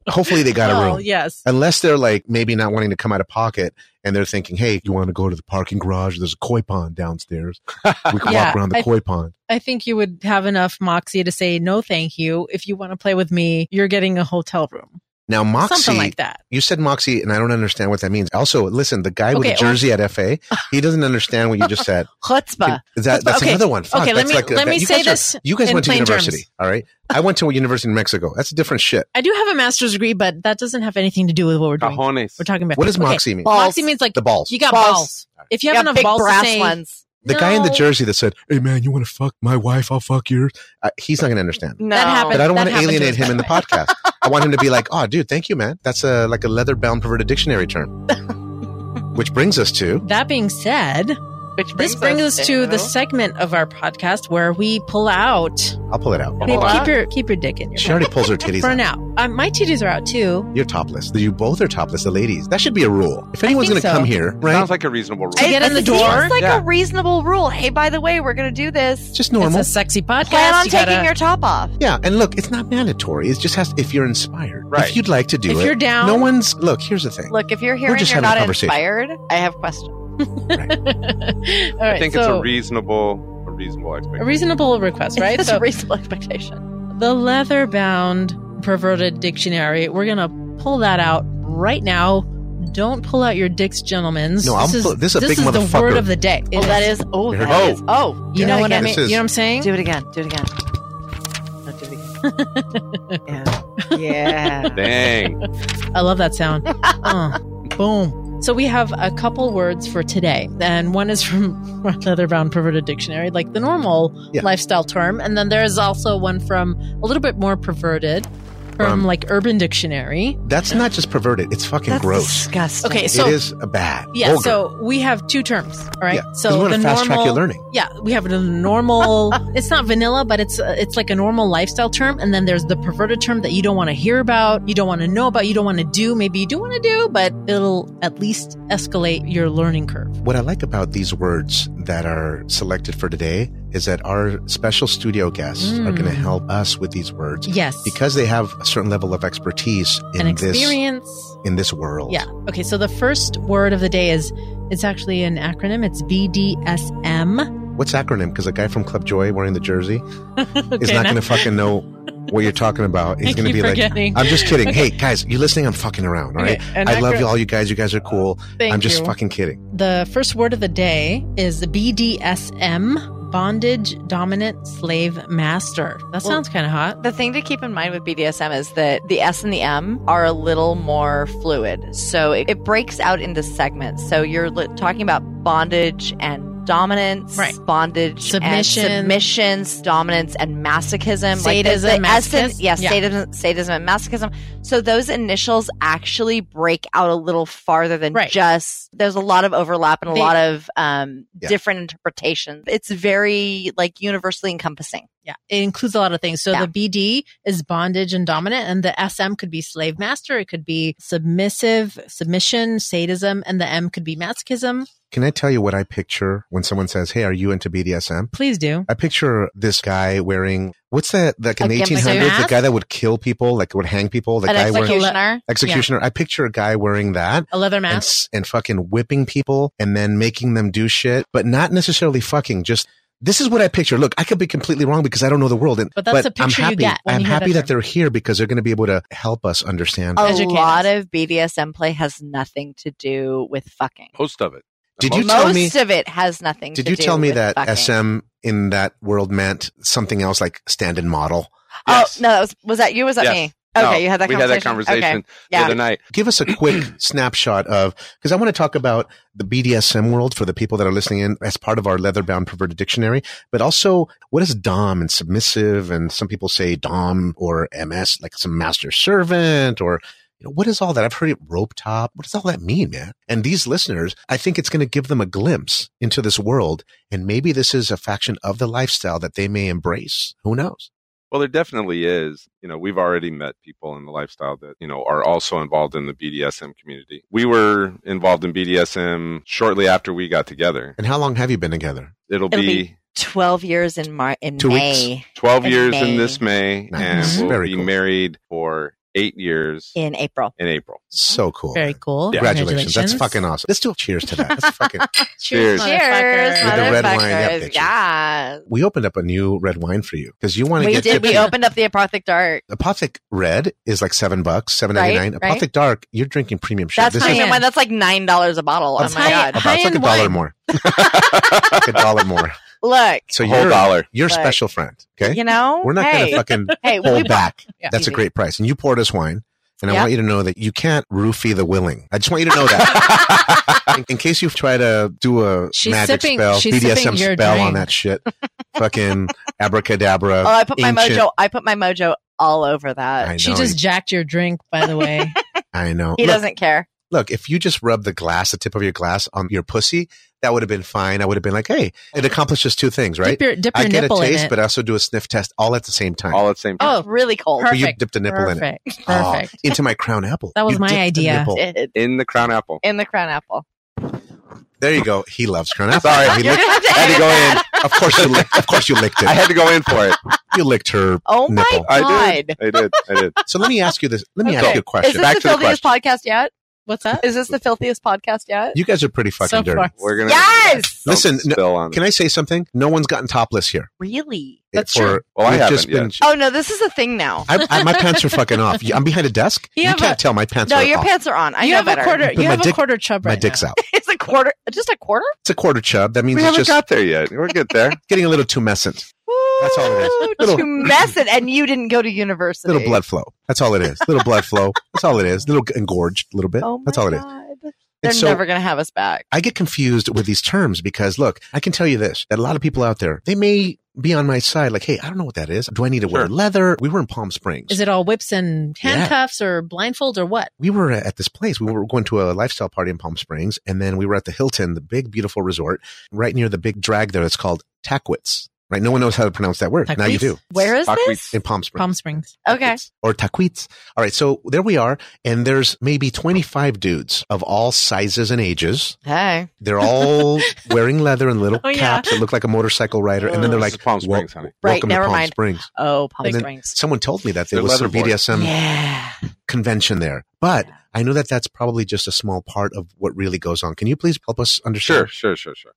S4: hopefully they got a
S1: oh,
S4: room.
S1: yes.
S4: Unless they're like maybe not wanting to come out of pocket and they're thinking, hey, you want to go to the parking garage? There's a koi pond downstairs. We can
S2: Yeah,
S4: walk around the
S1: I-
S4: koi pond.
S1: I think you would have enough moxie to say, no, thank you. If you want to play with me, you're getting a hotel room.
S4: Now, Moxie,
S1: Something like that.
S4: you said Moxie, and I don't understand what that means. Also, listen, the guy with
S1: Okay,
S4: the jersey at FA, he doesn't understand what you just said.
S2: Chutzpah.
S4: That, that's
S1: Okay.
S4: another one. Fuck,
S1: Okay, let
S4: that's
S1: me-
S4: like a-
S1: let me
S4: you
S1: say
S4: guys are-
S1: this
S4: you guys
S1: in
S4: went to
S1: plain
S4: university,
S1: terms.
S4: all right? I went to a university in Mexico. That's a different shit.
S1: I do have a master's degree, but that doesn't have anything to do with what we're doing.
S3: Cajones.
S1: We're talking about
S4: What does
S1: Okay,
S4: Moxie mean?
S2: Balls.
S1: Moxie means like
S4: The balls.
S1: you got balls.
S2: Balls.
S1: If you have
S2: yeah,
S1: enough
S2: big
S1: balls to
S2: brass
S1: say,
S2: ones.
S4: the guy in the
S1: No.
S4: jersey that said, "Hey man, you want to fuck my wife? I'll fuck yours." Uh, he's not going to understand.
S2: No.
S1: That happened.
S4: But I don't
S1: that
S4: want to
S1: happened to
S4: alienate
S1: us,
S4: him
S1: by
S4: in
S1: the
S4: the podcast. I want him to be like, "Oh, dude, thank you, man. That's a like a leather-bound perverted dictionary term." Which brings us to
S1: that being said,
S2: Which
S1: this brings us to the segment of our podcast where we pull out.
S4: I'll pull it out.
S2: Pull
S1: Babe,
S2: out.
S1: keep your keep your dick in your
S4: She already pulls her titties.
S1: for
S4: out.
S1: now. Um, my titties are out too.
S4: You're topless. You both are topless. The ladies. That should be a rule. If anyone's
S1: think
S4: going to
S1: so.
S4: come here, right?
S3: Sounds like a reasonable rule.
S1: To get in the door.
S2: Seems like
S3: Yeah.
S2: a reasonable rule. Hey, by the way, we're going to do this.
S4: just normal.
S1: It's a sexy podcast.
S2: Plan on
S1: You
S2: taking
S1: gotta-
S2: your top off.
S4: Yeah, and look, it's not mandatory. It just has if you're inspired.
S3: Right.
S4: If you'd like to do
S1: If
S4: it.
S1: you're down.
S4: No one's look, here's the thing.
S2: Look, if you're here and
S4: just
S2: you're
S4: having a
S2: not
S4: conversation.
S2: inspired, I have questions.
S1: All right,
S3: I think it's
S1: so
S3: a reasonable, a reasonable
S1: a
S3: expectation.
S1: reasonable request, right?
S2: It's
S1: So-
S2: a reasonable expectation.
S1: the leather bound perverted dictionary. We're going to pull that out right now. Don't pull out your dicks, gentlemen.
S4: No, I'll pull- this is a big
S1: is the
S4: motherfucker.
S1: word of the day.
S2: Oh, that is. Oh,
S4: Here it
S2: that
S3: goes.
S2: is. Oh,
S1: You know
S2: Yeah,
S1: what I
S2: yeah,
S1: mean?
S4: this is-
S1: you know what I'm saying?
S2: do it again. Do it again. No, do it again. yeah. Yeah.
S3: Dang.
S1: I love that sound. Uh, boom. So we have a couple words for today, and one is from our leather-bound perverted dictionary, like the normal
S4: Yeah.
S1: lifestyle term, and then there is also one from a little bit more perverted, from
S4: From-
S1: like Urban Dictionary.
S4: That's not just perverted, it's fucking
S2: That's
S4: gross.
S2: disgusting.
S1: Okay, so
S4: it is a bad.
S1: yeah,
S4: vulgar.
S1: so we have two terms, all right?
S4: yeah. 'cause we
S1: so
S4: want
S1: the
S4: to fast track your
S1: normal
S4: learning.
S1: Yeah, we have a normal. it's not vanilla, but it's uh, it's like a normal lifestyle term. And then there's the perverted term that you don't want to hear about, you don't want to know about, you don't want to do. Maybe you do want to do, but it'll at least escalate your learning curve.
S4: What I like about these words that are selected for today is that our special studio guests are
S1: Mm.
S4: going to help us with these words
S1: Yes,
S4: because they have a certain level of expertise in
S1: an
S4: this
S1: experience.
S4: in this world.
S1: Yeah. Okay. So the first word of the day is it's actually an acronym. It's BDSM.
S4: What's acronym? Because a guy from Club Joy wearing the jersey is
S1: okay,
S4: not
S1: now-
S4: going to fucking know what you're talking about.
S1: I
S4: He's going to
S1: keep
S4: be like,
S1: forgetting.
S4: I'm just kidding. Hey guys, you're listening. I'm fucking around. All right.
S1: Okay, an
S4: I love
S1: acro-
S4: you all. You guys. You guys are cool.
S1: Thank
S4: I'm just
S1: you.
S4: fucking kidding.
S1: The first word of the day is BDSM. Bondage, dominant, slave, master. That
S2: Well-
S1: sounds kind of hot.
S2: The thing to keep in mind with BDSM is that the S and the M are a little more fluid. So it, it breaks out into segments. So you're li- talking about bondage and dominance,
S1: Right.
S2: bondage,
S1: Submission.
S2: and submissions, dominance, and masochism.
S1: Sadism,
S2: S and-
S1: masochist?
S2: yeah,
S1: Yeah.
S2: Sadism, sadism and masochism. So those initials actually break out a little farther than
S1: Right.
S2: just, there's a lot of overlap and a
S1: They-
S2: lot of um,
S4: Yeah.
S2: different interpretations. It's very like universally encompassing.
S1: Yeah, it includes a lot of things. So
S2: Yeah.
S1: the BD is bondage and dominant, and the SM could be slave master, it could be submissive, submission, sadism, and the M could be masochism.
S4: Can I tell you what I picture when someone says, "Hey, are you into BDSM?"
S1: Please do.
S4: I picture this guy wearing what's that? Like in the
S2: A gimp
S4: 1800s, the
S1: mask?
S4: guy that would kill people, like would hang people, the
S2: An
S4: guy wearing
S2: executioner.
S4: executioner. I picture a guy wearing that.
S1: A leather
S4: And,
S1: mask.
S4: s- and fucking whipping people and then making them do shit, but not necessarily fucking. Just this is what I picture. Look, I could be completely wrong because I don't know the world. And
S1: But that's the
S4: I'm
S1: picture you
S4: happy.
S1: get when
S4: I'm
S1: you hear that
S4: happy
S1: term.
S4: that, they're here because they're going to be able to help us understand.
S2: a
S1: Educate
S2: lot
S1: us.
S2: of BDSM play has nothing to do with fucking.
S3: Most of it.
S4: Did you
S3: Most-
S4: tell
S2: Most
S4: me-
S2: of it has nothing.
S4: Did
S2: to
S4: you
S2: do
S4: tell me
S2: with
S4: that
S2: fucking.
S4: SM in that world meant something else like stand and model?
S3: Yes.
S2: Oh no, that was was that you? or Was that
S3: Yes.
S2: me?
S3: No,
S2: Okay, you had that.
S3: We had
S2: conversation?
S3: that conversation
S2: Okay.
S3: the
S2: Yeah.
S3: other night.
S4: Give us a quick snapshot of because I want to talk about the BDSM world for the people that are listening in as part of our leatherbound perverted dictionary, but also what is dom and submissive and some people say dom or MS like some master servant or you know, what is all that? I've heard it rope top. What does all that mean, man? And these listeners, I think it's going to give them a glimpse into this world. And maybe this is a faction of the lifestyle that they may embrace. Who knows?
S3: Well, there definitely is. You know, we've already met people in the lifestyle that, you know, are also involved in the BDSM community. We were involved in BDSM shortly after we got together.
S4: And how long have you been together?
S3: It'll,
S2: It'll
S3: be,
S2: be- 12 years in, Mar- in
S4: Two
S2: May.
S4: weeks.
S3: 12
S2: in
S3: years
S2: May.
S3: in this May,
S4: Nice.
S3: and we'll
S4: Very
S3: be
S4: cool.
S3: married for eight years
S2: In April.
S3: in April.
S4: So cool.
S1: Very cool.
S3: Yeah.
S4: Congratulations. That's fucking awesome. Let's do a cheers to that. That's fucking.
S1: Cheers,
S3: Cheers.
S1: motherfucker.
S4: With the red wine, yeah, bitches.
S2: yeah.
S4: we opened up a new red wine for you because you want to
S2: We
S4: get
S2: did.
S4: tipsy.
S2: We opened up the Apothic Dark.
S4: Apothic Red is like seven bucks, seven ninety nine.
S2: Right, right.
S4: Apothic Dark, you're drinking premium shit.
S2: That's
S4: this
S2: high
S4: is
S1: high-end.
S2: end wine. That's like nine dollars a bottle. Oh
S4: That's
S2: my
S1: high-
S2: god!
S4: about it's like a
S1: high-end
S4: dollar
S1: wine.
S4: more, like a dollar more.
S2: Look,
S4: So
S3: A whole
S4: you're
S3: dollar.
S4: you're
S2: Like,
S4: special friend. Okay,
S2: you know,
S4: we're not
S2: hey,
S4: gonna fucking
S2: hey, we
S4: hold back.
S1: Yeah.
S4: That's a
S2: Easy.
S4: great price, and you poured us wine. And I
S2: Yeah.
S4: want you to know that you can't roofie the willing. I just want you to know that. in, in case you try to do a
S1: She's
S4: magic
S1: sipping-
S4: spell,
S1: she's
S4: BDSM
S1: sipping your
S4: spell on
S1: drink.
S4: that shit, fucking abracadabra.
S2: Oh, I put my
S4: ancient-
S2: mojo. I put my mojo all over that.
S4: I
S1: She
S4: know,
S1: just jacked your drink, by the way.
S4: I know.
S2: He
S4: Look,
S2: doesn't care.
S4: look, if you just rubbed the glass, the tip of your glass on your pussy, that would have been fine. I would have been like, hey, it accomplishes two things, right?
S1: Dip your, dip
S4: I
S1: your
S4: get a
S1: nipple in
S4: taste,
S1: it.
S4: but I also do a sniff test all at the same time.
S3: All at the same time.
S1: Oh,
S2: It's really cold.
S4: But you
S1: perfect.
S4: dipped a nipple in it.
S1: perfect.
S4: Oh,
S1: Perfect.
S4: into my crown apple.
S1: That was
S4: You
S1: my
S4: dipped the
S1: idea.
S4: nipple.
S2: It-
S3: In the crown apple.
S2: in the crown apple.
S4: There you go. He loves crown apple.
S3: Sorry.
S4: He
S2: You're
S4: licked,
S2: gonna have to
S3: I had
S2: edit
S3: to go
S2: that.
S3: in.
S4: of course you licked. Of course you licked
S3: I
S4: it.
S3: had to go in for it.
S4: You licked her.
S2: Oh my
S4: Nipple.
S2: god!
S3: I did. I did. I did.
S4: So let me ask you this. Let me
S2: Okay.
S4: ask you a
S2: Is
S4: question.
S2: this
S3: Back
S2: the
S3: to the
S2: filthiest podcast yet?
S1: What's that?
S2: Is this the filthiest podcast yet?
S4: You guys are pretty fucking
S1: So
S4: dirty.
S1: far.
S3: We're gonna
S2: Yes.
S3: don't
S4: Listen, no-
S3: spill on
S4: Can
S3: it.
S4: I say something? No one's gotten topless here.
S2: Really?
S1: That's
S4: For-
S1: true.
S3: Well, I
S4: we've
S3: haven't
S4: just been-
S2: Oh no, this is a thing now.
S4: I, I, my pants are fucking off. You- I'm behind a desk.
S1: You
S4: You,
S1: have
S4: can't
S1: a-
S4: tell my pants
S2: No,
S4: are
S2: your
S4: off.
S2: pants are on. I
S1: you
S2: know
S1: have
S2: better.
S1: a quarter. You
S4: But my
S1: have a
S4: dick-
S1: quarter chub
S4: my
S1: right
S4: dick's
S1: now.
S4: out.
S2: It's a quarter. Just a quarter.
S4: It's a quarter chub. That means
S3: we
S4: it's
S3: haven't
S4: just
S3: got there yet. We're good there.
S4: getting a little tumescent, That's all it is.
S2: Ooh,
S4: Little-
S2: to mess it, and you didn't go to university.
S4: little blood flow. That's all it is. Little blood flow. That's all it is. Little engorged, a little bit.
S2: Oh my
S4: That's all it is.
S2: God. They're
S4: And so
S2: never gonna have us back.
S4: I get confused with these terms because look, I can tell you this: that a lot of people out there they may be on my side, like, hey, I don't know what that is. Do I need to wear
S3: Sure.
S4: leather? We were in Palm Springs.
S1: Is it all whips and
S4: Yeah.
S1: handcuffs or blindfold or what?
S4: we were at this place. We were going to a lifestyle party in Palm Springs, and then we were at the Hilton, the big, beautiful resort right near the big drag there. It's called Taquitz. Right? No one knows how to pronounce that word. Now you
S1: Taquitz?
S4: do.
S2: Where is
S3: Fuck, we-
S2: this?
S4: In Palm Springs.
S1: Palm Springs.
S2: Okay.
S4: Or Taquitz. All right. So there we are. And there's maybe 25 dudes of all sizes and ages.
S2: Hey.
S4: They're all wearing leather and little
S1: Oh, yeah.
S4: caps that look like a motorcycle rider. And then they're
S3: This
S4: like,
S3: is Palm
S4: "Wel-
S3: Springs, honey.
S2: Right,
S4: Welcome
S2: never
S4: to Palm
S2: mind.
S4: Springs.
S2: Oh, Palm
S4: And then-
S2: Springs.
S4: Someone told me that there
S3: They're
S4: was some
S3: leatherboard.
S4: BDSM
S2: yeah.
S4: convention there. But
S2: Yeah.
S4: I know that that's probably just a small part of what really goes on. Can you please help us
S3: Sure,
S4: understand?
S3: sure, sure, sure.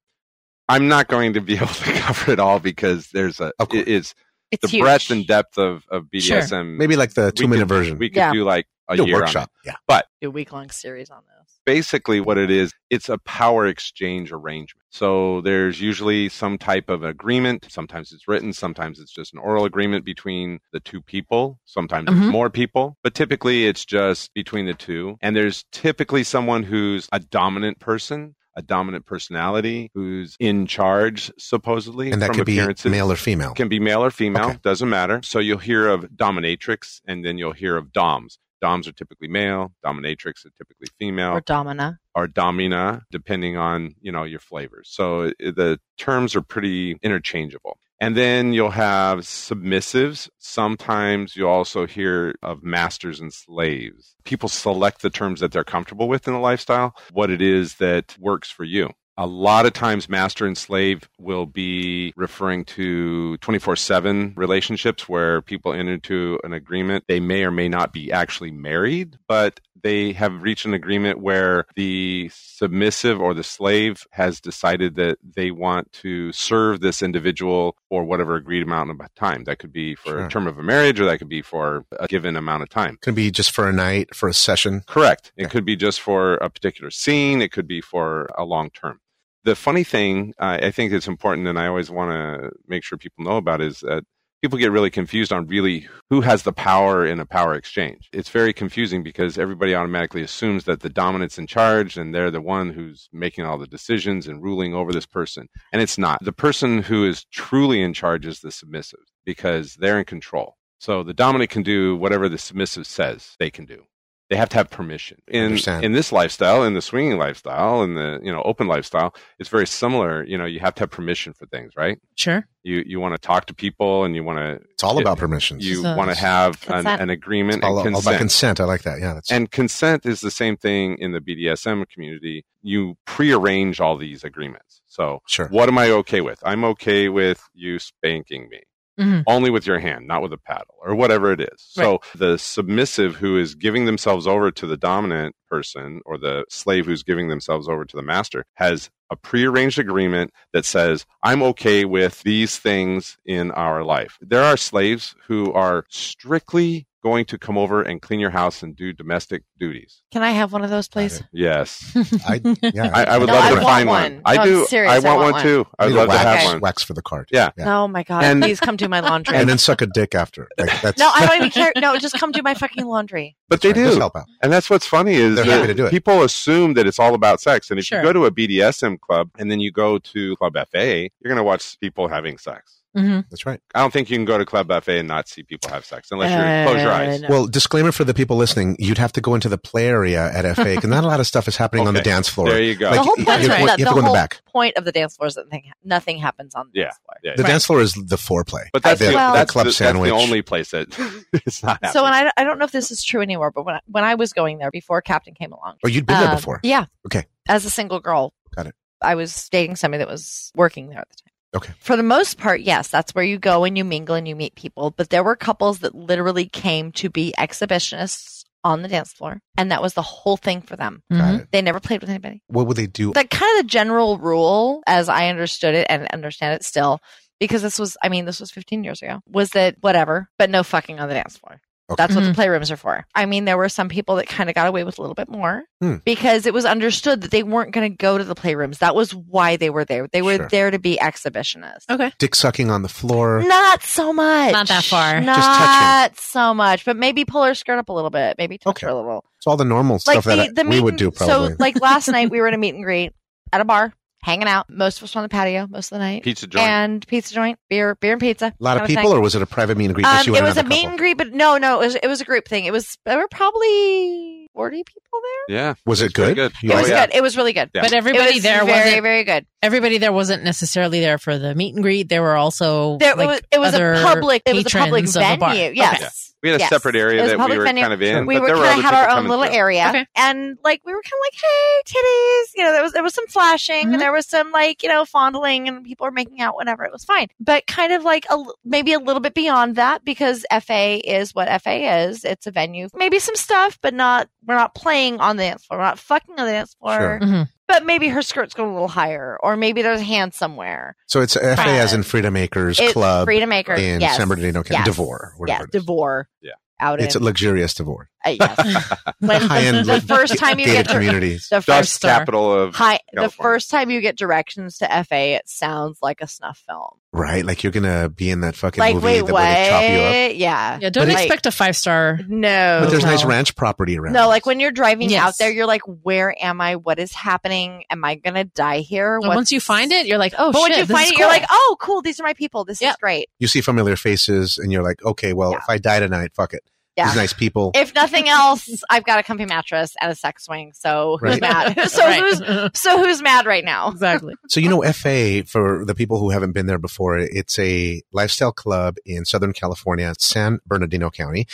S3: I'm not going to be able to cover it all because there's a
S4: Of course.
S3: it- it's
S2: It's
S3: the
S2: huge.
S3: breadth and depth of of BDSM.
S4: Maybe like the two
S3: we
S4: minute
S3: could-
S4: version.
S3: We could
S2: Yeah.
S3: do like a
S4: Do
S3: year on it.
S4: workshop. Yeah.
S2: Do a week long series on this.
S3: basically what it is it's a power exchange arrangement so there's usually some type of agreement sometimes it's written sometimes it's just an oral agreement between the two people sometimes
S1: Mhm.
S3: it's more people but typically it's just between the two and there's typically someone who's a dominant person a dominant personality who's in charge supposedly
S4: And that
S3: from
S4: could be
S3: appearances
S4: male or female.
S3: can be male or female
S4: Okay.
S3: doesn't matter so you'll hear of dominatrix and then you'll hear of doms doms are typically male dominatrix are typically female
S4: Oh.
S2: Or Domina.
S3: or domina, depending on you know your flavors. So i- the terms are pretty interchangeable. And then you'll have submissives. Sometimes you also hear of masters and slaves. People select the terms that they're comfortable with in the lifestyle, what it is that works for you. A lot of times, master and slave will be referring to 24 7 relationships where people enter into an agreement. They may or may not be actually married, but they have reached an agreement where the submissive or the slave has decided that they want to serve this individual for whatever agreed amount of time. That could be for
S4: Sure.
S3: a term of a marriage or that could be for a given amount of time.
S4: Could be just for a night, for a session.
S3: Correct. It
S4: Okay.
S3: could be just for a particular scene, it could be for a long term. The funny thing uh, I think it's important, and I always want to make sure people know about, is that people get really confused on really who has the power in a power exchange. It's very confusing because everybody automatically assumes that the dominant's in charge and they're the one who's making all the decisions and ruling over this person. And it's not. The person who is truly in charge is the submissive because they're in control. So the dominant can do whatever the submissive says they can do they have to have permission in
S4: Understand.
S3: in this lifestyle in the swinging lifestyle in the you know open lifestyle it's very similar you know you have to have permission for things right
S1: Sure.
S3: you you want to talk to people and you want to
S4: It's all
S3: It-
S4: about permissions.
S3: you
S1: So-
S3: want to have an,
S2: Consent.
S3: an
S4: it's
S3: agreement
S4: all,
S3: and
S4: all
S3: consent.
S4: about consent. I like that. Yeah, that's
S3: and consent is the same thing in the BDSM community. You prearrange all these agreements. So,
S4: sure.
S3: what am I okay with? I'm okay with you spanking me
S1: Mhm.
S3: only with your hand, not with a paddle or whatever it is. So the submissive who is giving themselves over to the dominant person or the slave who's giving themselves over to the master has a prearranged agreement that says, I'm okay with these things in our life. There are slaves who are strictly going to come over and clean your house and do domestic duties.
S2: Can I have one of those, please?
S3: Yes.
S4: I, yeah,
S3: I, I would
S2: No,
S3: love
S2: I
S3: to
S2: want
S3: find
S2: one.
S3: one. I
S2: No, I'm
S3: do.
S2: serious,
S3: I, want one, too. I would
S4: Need a
S3: love to
S4: wax,
S3: have
S2: Okay.
S3: one.
S4: wax for the card.
S3: Yeah.
S4: yeah.
S2: Oh my god!
S3: And-
S2: please come do my laundry.
S4: and then suck a dick after. Like, that's,
S2: no, I don't even care. No, just come do my fucking laundry.
S3: But they
S4: right. Just
S3: do.
S4: help out.
S3: And that's what's funny is
S4: They're
S3: that
S4: happy to do it.
S3: people assume that it's all about sex. And if
S1: Sure.
S3: you go to a BDSM club and then you go to Club FA, you're going to watch people having sex.
S1: Mhm.
S4: That's right.
S3: I don't think you can go to Club FA and not see people have sex unless you close your eyes.
S2: Uh, no.
S4: Well, disclaimer for the people listening: you'd have to go into the play area at FA because not a lot of stuff is happening on the
S3: Okay.
S4: dance floor.
S3: There you go.
S4: Like,
S2: the whole
S4: you-
S2: point,
S1: you have to
S2: that-
S4: go- you have to
S2: the
S4: go in the
S2: whole
S4: back.
S2: point of the dance floor is that nothing, nothing happens on the dance floor.
S3: yeah.
S4: the
S3: yeah.
S4: dance floor is the foreplay.
S3: but that's,
S4: the,
S3: the,
S2: Well-
S3: that's,
S4: club
S3: the,
S4: sandwich.
S3: that's the only place that it's not happening.
S2: So, and I, I don't know if this is true anymore, but when I, when I was going there before Captain came along,
S4: oh, you'd been there
S2: um,
S4: before.
S2: Yeah.
S4: Okay.
S2: As a single girl.
S4: Got it.
S2: I was dating somebody that was working there at the time.
S4: Okay.
S2: For the most part, yes, that's where you go and you mingle and you meet people. But there were couples that literally came to be exhibitionists on the dance floor, and that was the whole thing for them.
S4: Got
S1: Mhm.
S4: it.
S2: They never played with anybody.
S4: What would they do?
S2: That kind of the general rule, as I understood it and understand it still, because this was, I mean, this was 15 years ago, was that whatever, but no fucking on the dance floor.
S4: Okay.
S2: That's what the
S1: Mhm.
S2: playrooms are for. I mean, there were some people that kind of got away with a little bit more
S4: Hmm.
S2: because it was understood that they weren't going to go to the playrooms. That was why they were there. They were
S4: Sure.
S2: there to be exhibitionists.
S1: Okay.
S4: Dick sucking on the floor.
S2: Not so much.
S1: Not that far.
S2: Not
S4: Just touching.
S2: so much, but maybe pull her skirt up a little bit. Maybe touch
S4: Okay.
S2: her a little
S4: It's all the normal stuff that I- we
S2: meet
S4: would do
S2: and-
S4: probably.
S2: So like last night we were at a meet and greet at a bar, hanging out. Most of us were on the patio most of the night.
S3: Pizza joint.
S2: And pizza joint, beer, beer and pizza.
S4: a lot of people, or was it a private meet and greet? just
S2: Oh, Um,
S4: you
S2: it
S4: and
S2: was a
S4: another
S2: meet
S4: couple?
S2: and greet, but no, no, it was it was a group thing. It was there were probably forty people there.
S3: yeah.
S4: Was it
S3: pretty
S4: good?
S3: good.
S4: You
S2: it
S3: Oh,
S2: was
S4: liked
S3: yeah.
S2: good. It was really good.
S3: Yeah.
S1: But
S2: It
S1: everybody
S2: was
S1: there
S2: very
S1: wasn't
S2: very good.
S1: everybody there wasn't necessarily there for the meet and greet. They were also
S2: There,
S1: like,
S2: it was, it was
S1: other
S2: a public. It was a
S1: patrons
S2: public
S1: of the bar.
S2: venue. Yes.
S1: Okay.
S3: We had a
S2: Yes.
S3: separate
S2: It
S3: area
S2: was a
S3: that we
S2: public
S3: were
S2: venue.
S3: kind of in.
S2: we
S3: but
S2: were
S3: there were
S2: kind of
S3: other
S2: had our
S3: people
S2: own
S3: coming
S2: little
S3: through.
S2: area,
S1: Okay.
S2: and like we were kind of like, "Hey, titties!" You know, there was there was some flashing,
S1: Mhm.
S2: and there was some like you know fondling, and people were making out. Whatever, it was fine, but kind of like a l- maybe a little bit beyond that because FA is what FA is. It's a venue, maybe some stuff, but not we're not playing on the dance floor, we're not fucking on the dance floor.
S4: Sure.
S1: Mhm.
S2: But maybe her skirt's going a little higher, or maybe there's a hand somewhere.
S4: So it's FA as in Freedom Acres
S2: It's
S4: Club
S2: Freedom Acre
S4: in
S2: yes.
S4: San Bernardino County,
S2: Yes.
S4: Devore.
S2: yes,
S4: whatever it is.
S2: Devore.
S3: Yeah.
S2: out
S4: It's a
S2: in
S4: luxurious Devore.
S2: uh, yes.
S4: The
S2: When-
S4: high-end
S2: the first time you get
S4: gated
S2: to
S4: communities.
S2: the first
S3: Dust
S1: store.
S3: capital of.
S2: Hi, the
S3: California.
S2: first time you get directions to FA, it sounds like a snuff film.
S4: Right? Like you're going to be in that fucking
S2: Like,
S4: movie
S2: wait,
S4: that would chop you up.
S2: what? Yeah.
S1: Yeah, don't
S4: But it-
S1: expect a five star.
S2: No.
S4: But there's nice
S1: Hotel.
S4: ranch property around.
S2: no, like when you're driving
S1: Yes.
S2: out there, you're like, where am I? What is happening? Am I going to die here? What's-
S1: Once you find it, you're like, oh
S2: but
S1: shit!
S2: when you
S1: this
S2: find
S1: is
S2: it, you're
S1: cool.
S2: like, oh, cool. These are my people. This is
S1: Yep.
S2: great.
S4: you see familiar faces and you're like, okay, well,
S2: Yeah.
S4: if I die tonight, fuck it.
S2: Yeah.
S4: These nice people.
S2: If nothing else, I've got a comfy mattress and a sex swing. So who's
S4: Right.
S2: mad? so
S1: Right.
S2: who's so who's mad right now?
S1: exactly?
S4: So you know, FA for the people who haven't been there before, it's a lifestyle club in Southern California, San Bernardino County,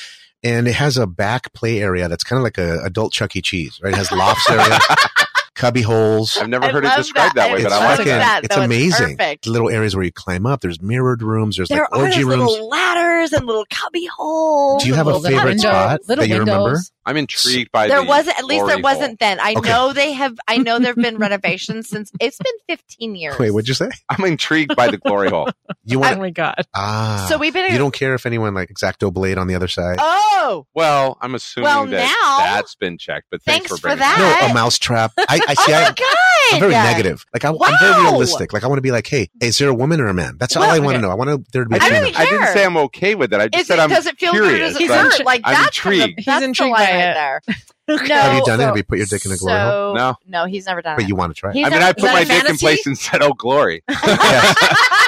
S4: and it has a back play area that's kind of like a adult Chuck E. Cheese, right? It has loft area, cubby holes,
S3: I've never
S2: I
S3: heard it
S2: love
S3: described that, way,
S2: I
S3: but
S2: love
S3: I like
S4: fucking-
S3: that.
S2: that.
S4: It's
S2: though.
S4: amazing.
S2: perfect.
S4: little areas where you climb up. There's mirrored rooms. There's
S2: there
S4: like
S2: are
S4: orgy
S2: those
S4: rooms.
S2: little ladders and little cubby holes.
S4: Do you have a
S2: and little
S4: favorite
S1: window-
S4: spot
S1: Little
S4: that you
S1: windows.
S4: remember?
S3: I'm intrigued by
S2: there
S3: the
S2: wasn't at least there
S3: glory hole.
S2: wasn't then i
S4: Okay.
S2: know they have i know there have been renovations since it's been 15 years
S4: Wait, what'd you say?
S3: I'm intrigued by the glory hole.
S4: You
S1: Oh
S4: want
S1: my god!
S4: ah?
S2: so we've been
S4: you don't care if anyone like exacto blade on the other side.
S2: oh
S3: Well, I'm assuming
S2: Well,
S3: that
S2: now-
S3: that's been checked. But thanks,
S2: Thanks for
S3: bringing
S2: that.
S3: it
S4: no,
S2: Oh, I-
S4: a mouse trap. I, I
S2: oh
S4: see. I,
S2: my god
S4: I'm very negative. Like I, I'm very
S2: Wow.
S4: realistic. Like I want to be like, hey, is there a woman or a man? That's all
S2: Well,
S4: I want to
S3: okay.
S4: know. I want to there to be.
S3: I
S4: a
S2: don't
S4: female.
S2: even
S3: up. I didn't
S2: Sure.
S3: say I'm okay with it. I just
S2: Is it,
S3: said I'm.
S2: does it feel
S3: curious,
S2: good or
S1: He's
S2: does it
S1: intri-
S2: hurt? Like
S3: I'm
S2: that's
S3: intrigued.
S2: The,
S1: He's
S2: that's
S1: intrigued
S2: the line
S1: by
S2: right
S1: it.
S2: there. No,
S4: Have you done it?
S2: so-
S4: Have you put your dick in a glory hole?
S2: so,
S3: No.
S2: No, he's never done
S4: But
S2: it.
S4: you want to try.
S2: He's
S3: I
S4: it.
S3: mean,
S2: never
S3: I put
S2: done
S3: my
S2: it.
S1: that a
S3: dick in
S1: fantasy?
S3: place and said, "Oh, glory."
S4: Yes.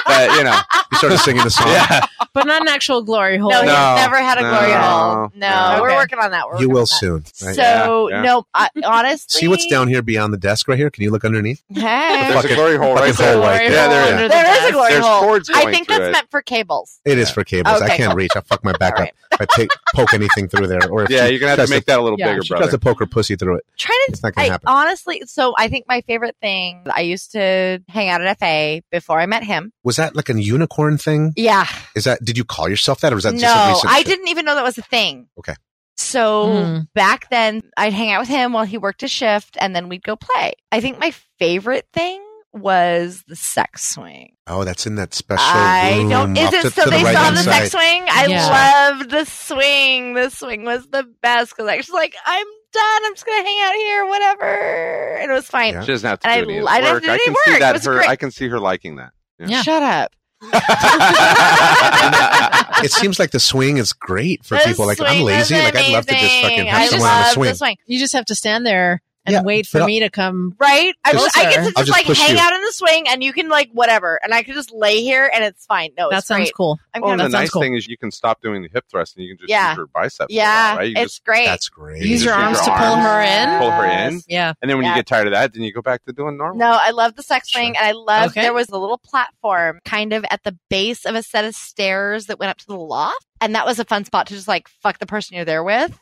S3: But you know,
S4: You started singing the song.
S3: Yeah.
S1: but not an actual glory hole.
S2: No, he's
S3: No.
S2: never had a glory
S3: No.
S2: hole. No,
S3: No.
S2: we're
S1: Okay.
S2: working on that. We're
S4: You
S2: working
S4: will
S2: on that.
S4: soon. right?
S2: So
S3: Yeah, yeah.
S2: no, I, honestly,
S4: See what's down here beyond the desk right here? Can you look underneath?
S2: Hey,
S3: There's a glory hole right
S4: Fucking
S3: there.
S4: hole right
S3: Yeah, there
S1: Under
S3: is.
S1: the
S2: there is a
S1: desk.
S2: glory
S3: There's
S2: hole.
S3: cords
S2: I
S3: going
S2: think
S3: through
S2: that's
S3: it.
S2: meant for cables.
S4: It is
S3: Yeah.
S4: for cables.
S2: Okay,
S4: I can't
S2: cool.
S4: reach. I fuck my back
S2: All right.
S4: up. If I take, poke anything through there, or if
S3: Yeah,
S4: she
S3: you're gonna have
S4: tries
S3: to make that a little
S1: Yeah,
S3: bigger,
S4: She
S3: brother.
S4: tries to poke her pussy through it.
S2: Trying to
S4: It's not gonna
S2: I,
S4: happen.
S2: honestly, so I think my favorite thing I used to hang out at FA before I met him.
S4: Was that like a unicorn thing?
S2: Yeah,
S4: Is that? Did you call yourself that, or was that
S2: no,
S4: just a recent?
S2: I
S4: shit?
S2: didn't even know that was a thing.
S4: Okay.
S2: So
S1: Mm.
S2: back then, I'd hang out with him while he worked his shift, and then we'd go play. I think my favorite thing was the sex swing.
S4: Oh, that's in that special
S2: I
S4: room.
S2: don't. Is
S4: up to-
S2: it so
S4: to
S2: they
S4: the
S2: saw
S4: right-hand
S2: the
S4: side.
S2: sex swing? I
S1: Mm. Yeah.
S2: loved the swing. The swing was the best because I was just like, I'm done. I'm just gonna hang out here, whatever, and it was fine.
S4: Yeah.
S3: She doesn't have to
S2: And I-
S3: do any of the
S2: I don't have
S3: work.
S2: to do
S3: I
S2: any
S3: can
S2: work.
S3: see
S2: It
S3: that
S2: was
S3: her.
S2: great.
S3: I can see her liking that. Yeah.
S2: Shut up.
S3: Yeah.
S4: It seems like the swing is great for
S2: The
S4: people. Like I'm
S2: swing was
S4: lazy. Like I'd love to just fucking
S2: amazing.
S4: have
S2: I
S4: someone on the
S2: love
S4: swing.
S1: You just have to stand there and
S4: Yeah,
S1: wait
S4: but
S1: for
S4: I-
S1: me to come.
S2: Right? I,
S4: Just-
S2: was, I get to
S1: I'll
S2: just,
S4: just
S2: like
S4: push
S2: hang
S4: you.
S2: out in the swing and you can like whatever. And I can just lay here and it's fine. No,
S1: That
S2: Oh, it's
S1: sounds
S2: great.
S1: cool.
S2: I'm
S3: Well,
S2: kind
S3: Oh, and
S2: of
S3: the
S1: That sounds
S3: nice
S1: cool.
S3: thing is you can stop doing the hip thrust and you can just
S2: Yeah.
S3: use her bicep. for
S2: Yeah.
S3: that, right? You
S2: it's
S3: just,
S2: great.
S4: That's great.
S1: Use your
S3: Use your
S1: arms to
S3: arms.
S1: pull her in.
S3: Pull her in.
S2: Yes.
S1: Yeah.
S3: and then when
S2: yeah.
S3: you get tired of that, then you go back to doing normal.
S2: No, I love the sex swing and I love
S1: Okay.
S2: there was a little platform kind of at the base of a set of stairs that went up to the loft. And that was a fun spot to just like fuck the person you're there with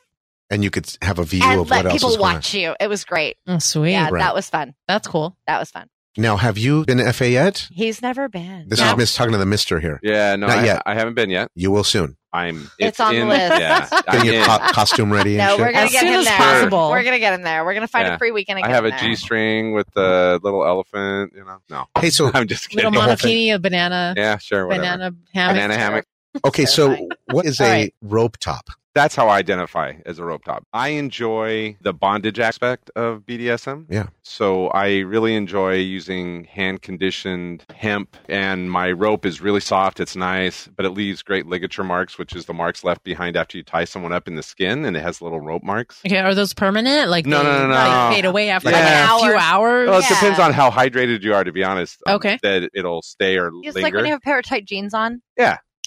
S4: and you could have a view
S2: and
S4: of what
S2: let
S4: else is
S2: people
S4: going on.
S2: watch you. It was great.
S1: Oh, sweet.
S2: Yeah,
S4: Right.
S2: that was fun.
S1: That's cool.
S2: That was fun.
S4: Now, have you been to FA yet?
S2: He's never been.
S4: This
S1: No.
S4: is Miss talking to the Mister here.
S3: Yeah, no,
S4: Not
S3: I,
S4: yet.
S3: I haven't been yet.
S4: You will soon.
S3: I'm.
S2: It's on the
S3: in-
S2: list.
S3: Yeah, I'm
S4: Getting your
S3: in.
S4: co- costume ready. And
S2: No,
S4: shit.
S2: we're gonna
S1: As
S2: get
S1: soon
S2: him
S1: as
S2: there.
S1: possible.
S2: We're gonna get him there. We're gonna find a
S3: Yeah.
S2: free weekend. And
S3: I
S2: get
S3: have
S2: him
S3: a
S2: there.
S3: G string with the little elephant. You know, no,
S4: Hey, so
S3: I'm just kidding.
S1: Little
S4: whole thing.
S1: monokini, a banana,
S3: Yeah, sure, whatever.
S1: banana hammock.
S3: Banana hammock.
S4: okay, so
S2: Terrifying.
S4: what is
S1: All
S4: a
S1: right.
S4: rope top?
S3: That's how I identify as a rope top. I enjoy the bondage aspect of BDSM.
S4: Yeah.
S3: So I really enjoy using hand conditioned hemp, and my rope is really soft. It's nice, but it leaves great ligature marks, which is the marks left behind after you tie someone up in the skin, and it has little rope marks.
S1: Okay, are those permanent? Like
S3: No,
S1: they,
S3: no, no,
S1: like,
S3: no.
S1: fade away after
S3: Like
S1: like a
S2: an
S1: few
S2: hour.
S1: hours.
S3: Well, it
S2: Yeah.
S3: depends on how hydrated you are, to be honest. um,
S1: Okay.
S3: That it'll stay or
S2: It's
S3: linger.
S2: like when you have a pair of tight jeans on.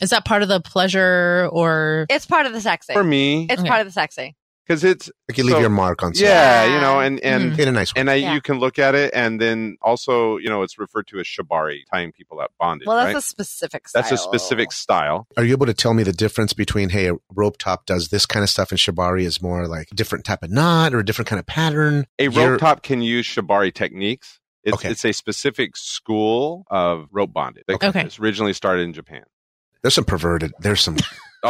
S1: Is that part of the pleasure or
S2: It's part of the sexy.
S3: For me,
S2: It's
S1: Okay.
S2: part of the sexy.
S3: because it's
S4: Like you leave
S3: So-
S4: your mark on something.
S3: yeah,
S2: Yeah. Mm-hmm.
S3: you know, and and
S1: Mhm.
S4: In a nice way.
S3: and I,
S2: Yeah.
S3: you can look at it, and then also, you know, it's referred to as shibari, tying people up bondage.
S2: Well, that's
S3: right?
S2: a specific. Style.
S3: That's a specific style.
S4: Are you able to tell me the difference between, hey, a rope top does this kind of stuff and shibari is more like different type of knot or a different kind of pattern?
S3: A rope
S4: You're-
S3: top can use shibari techniques. It's,
S4: Okay.
S3: it's a specific school of rope bondage. that
S1: Okay.
S3: It's originally started in Japan.
S4: There's some perverted. There's some,
S3: Oh,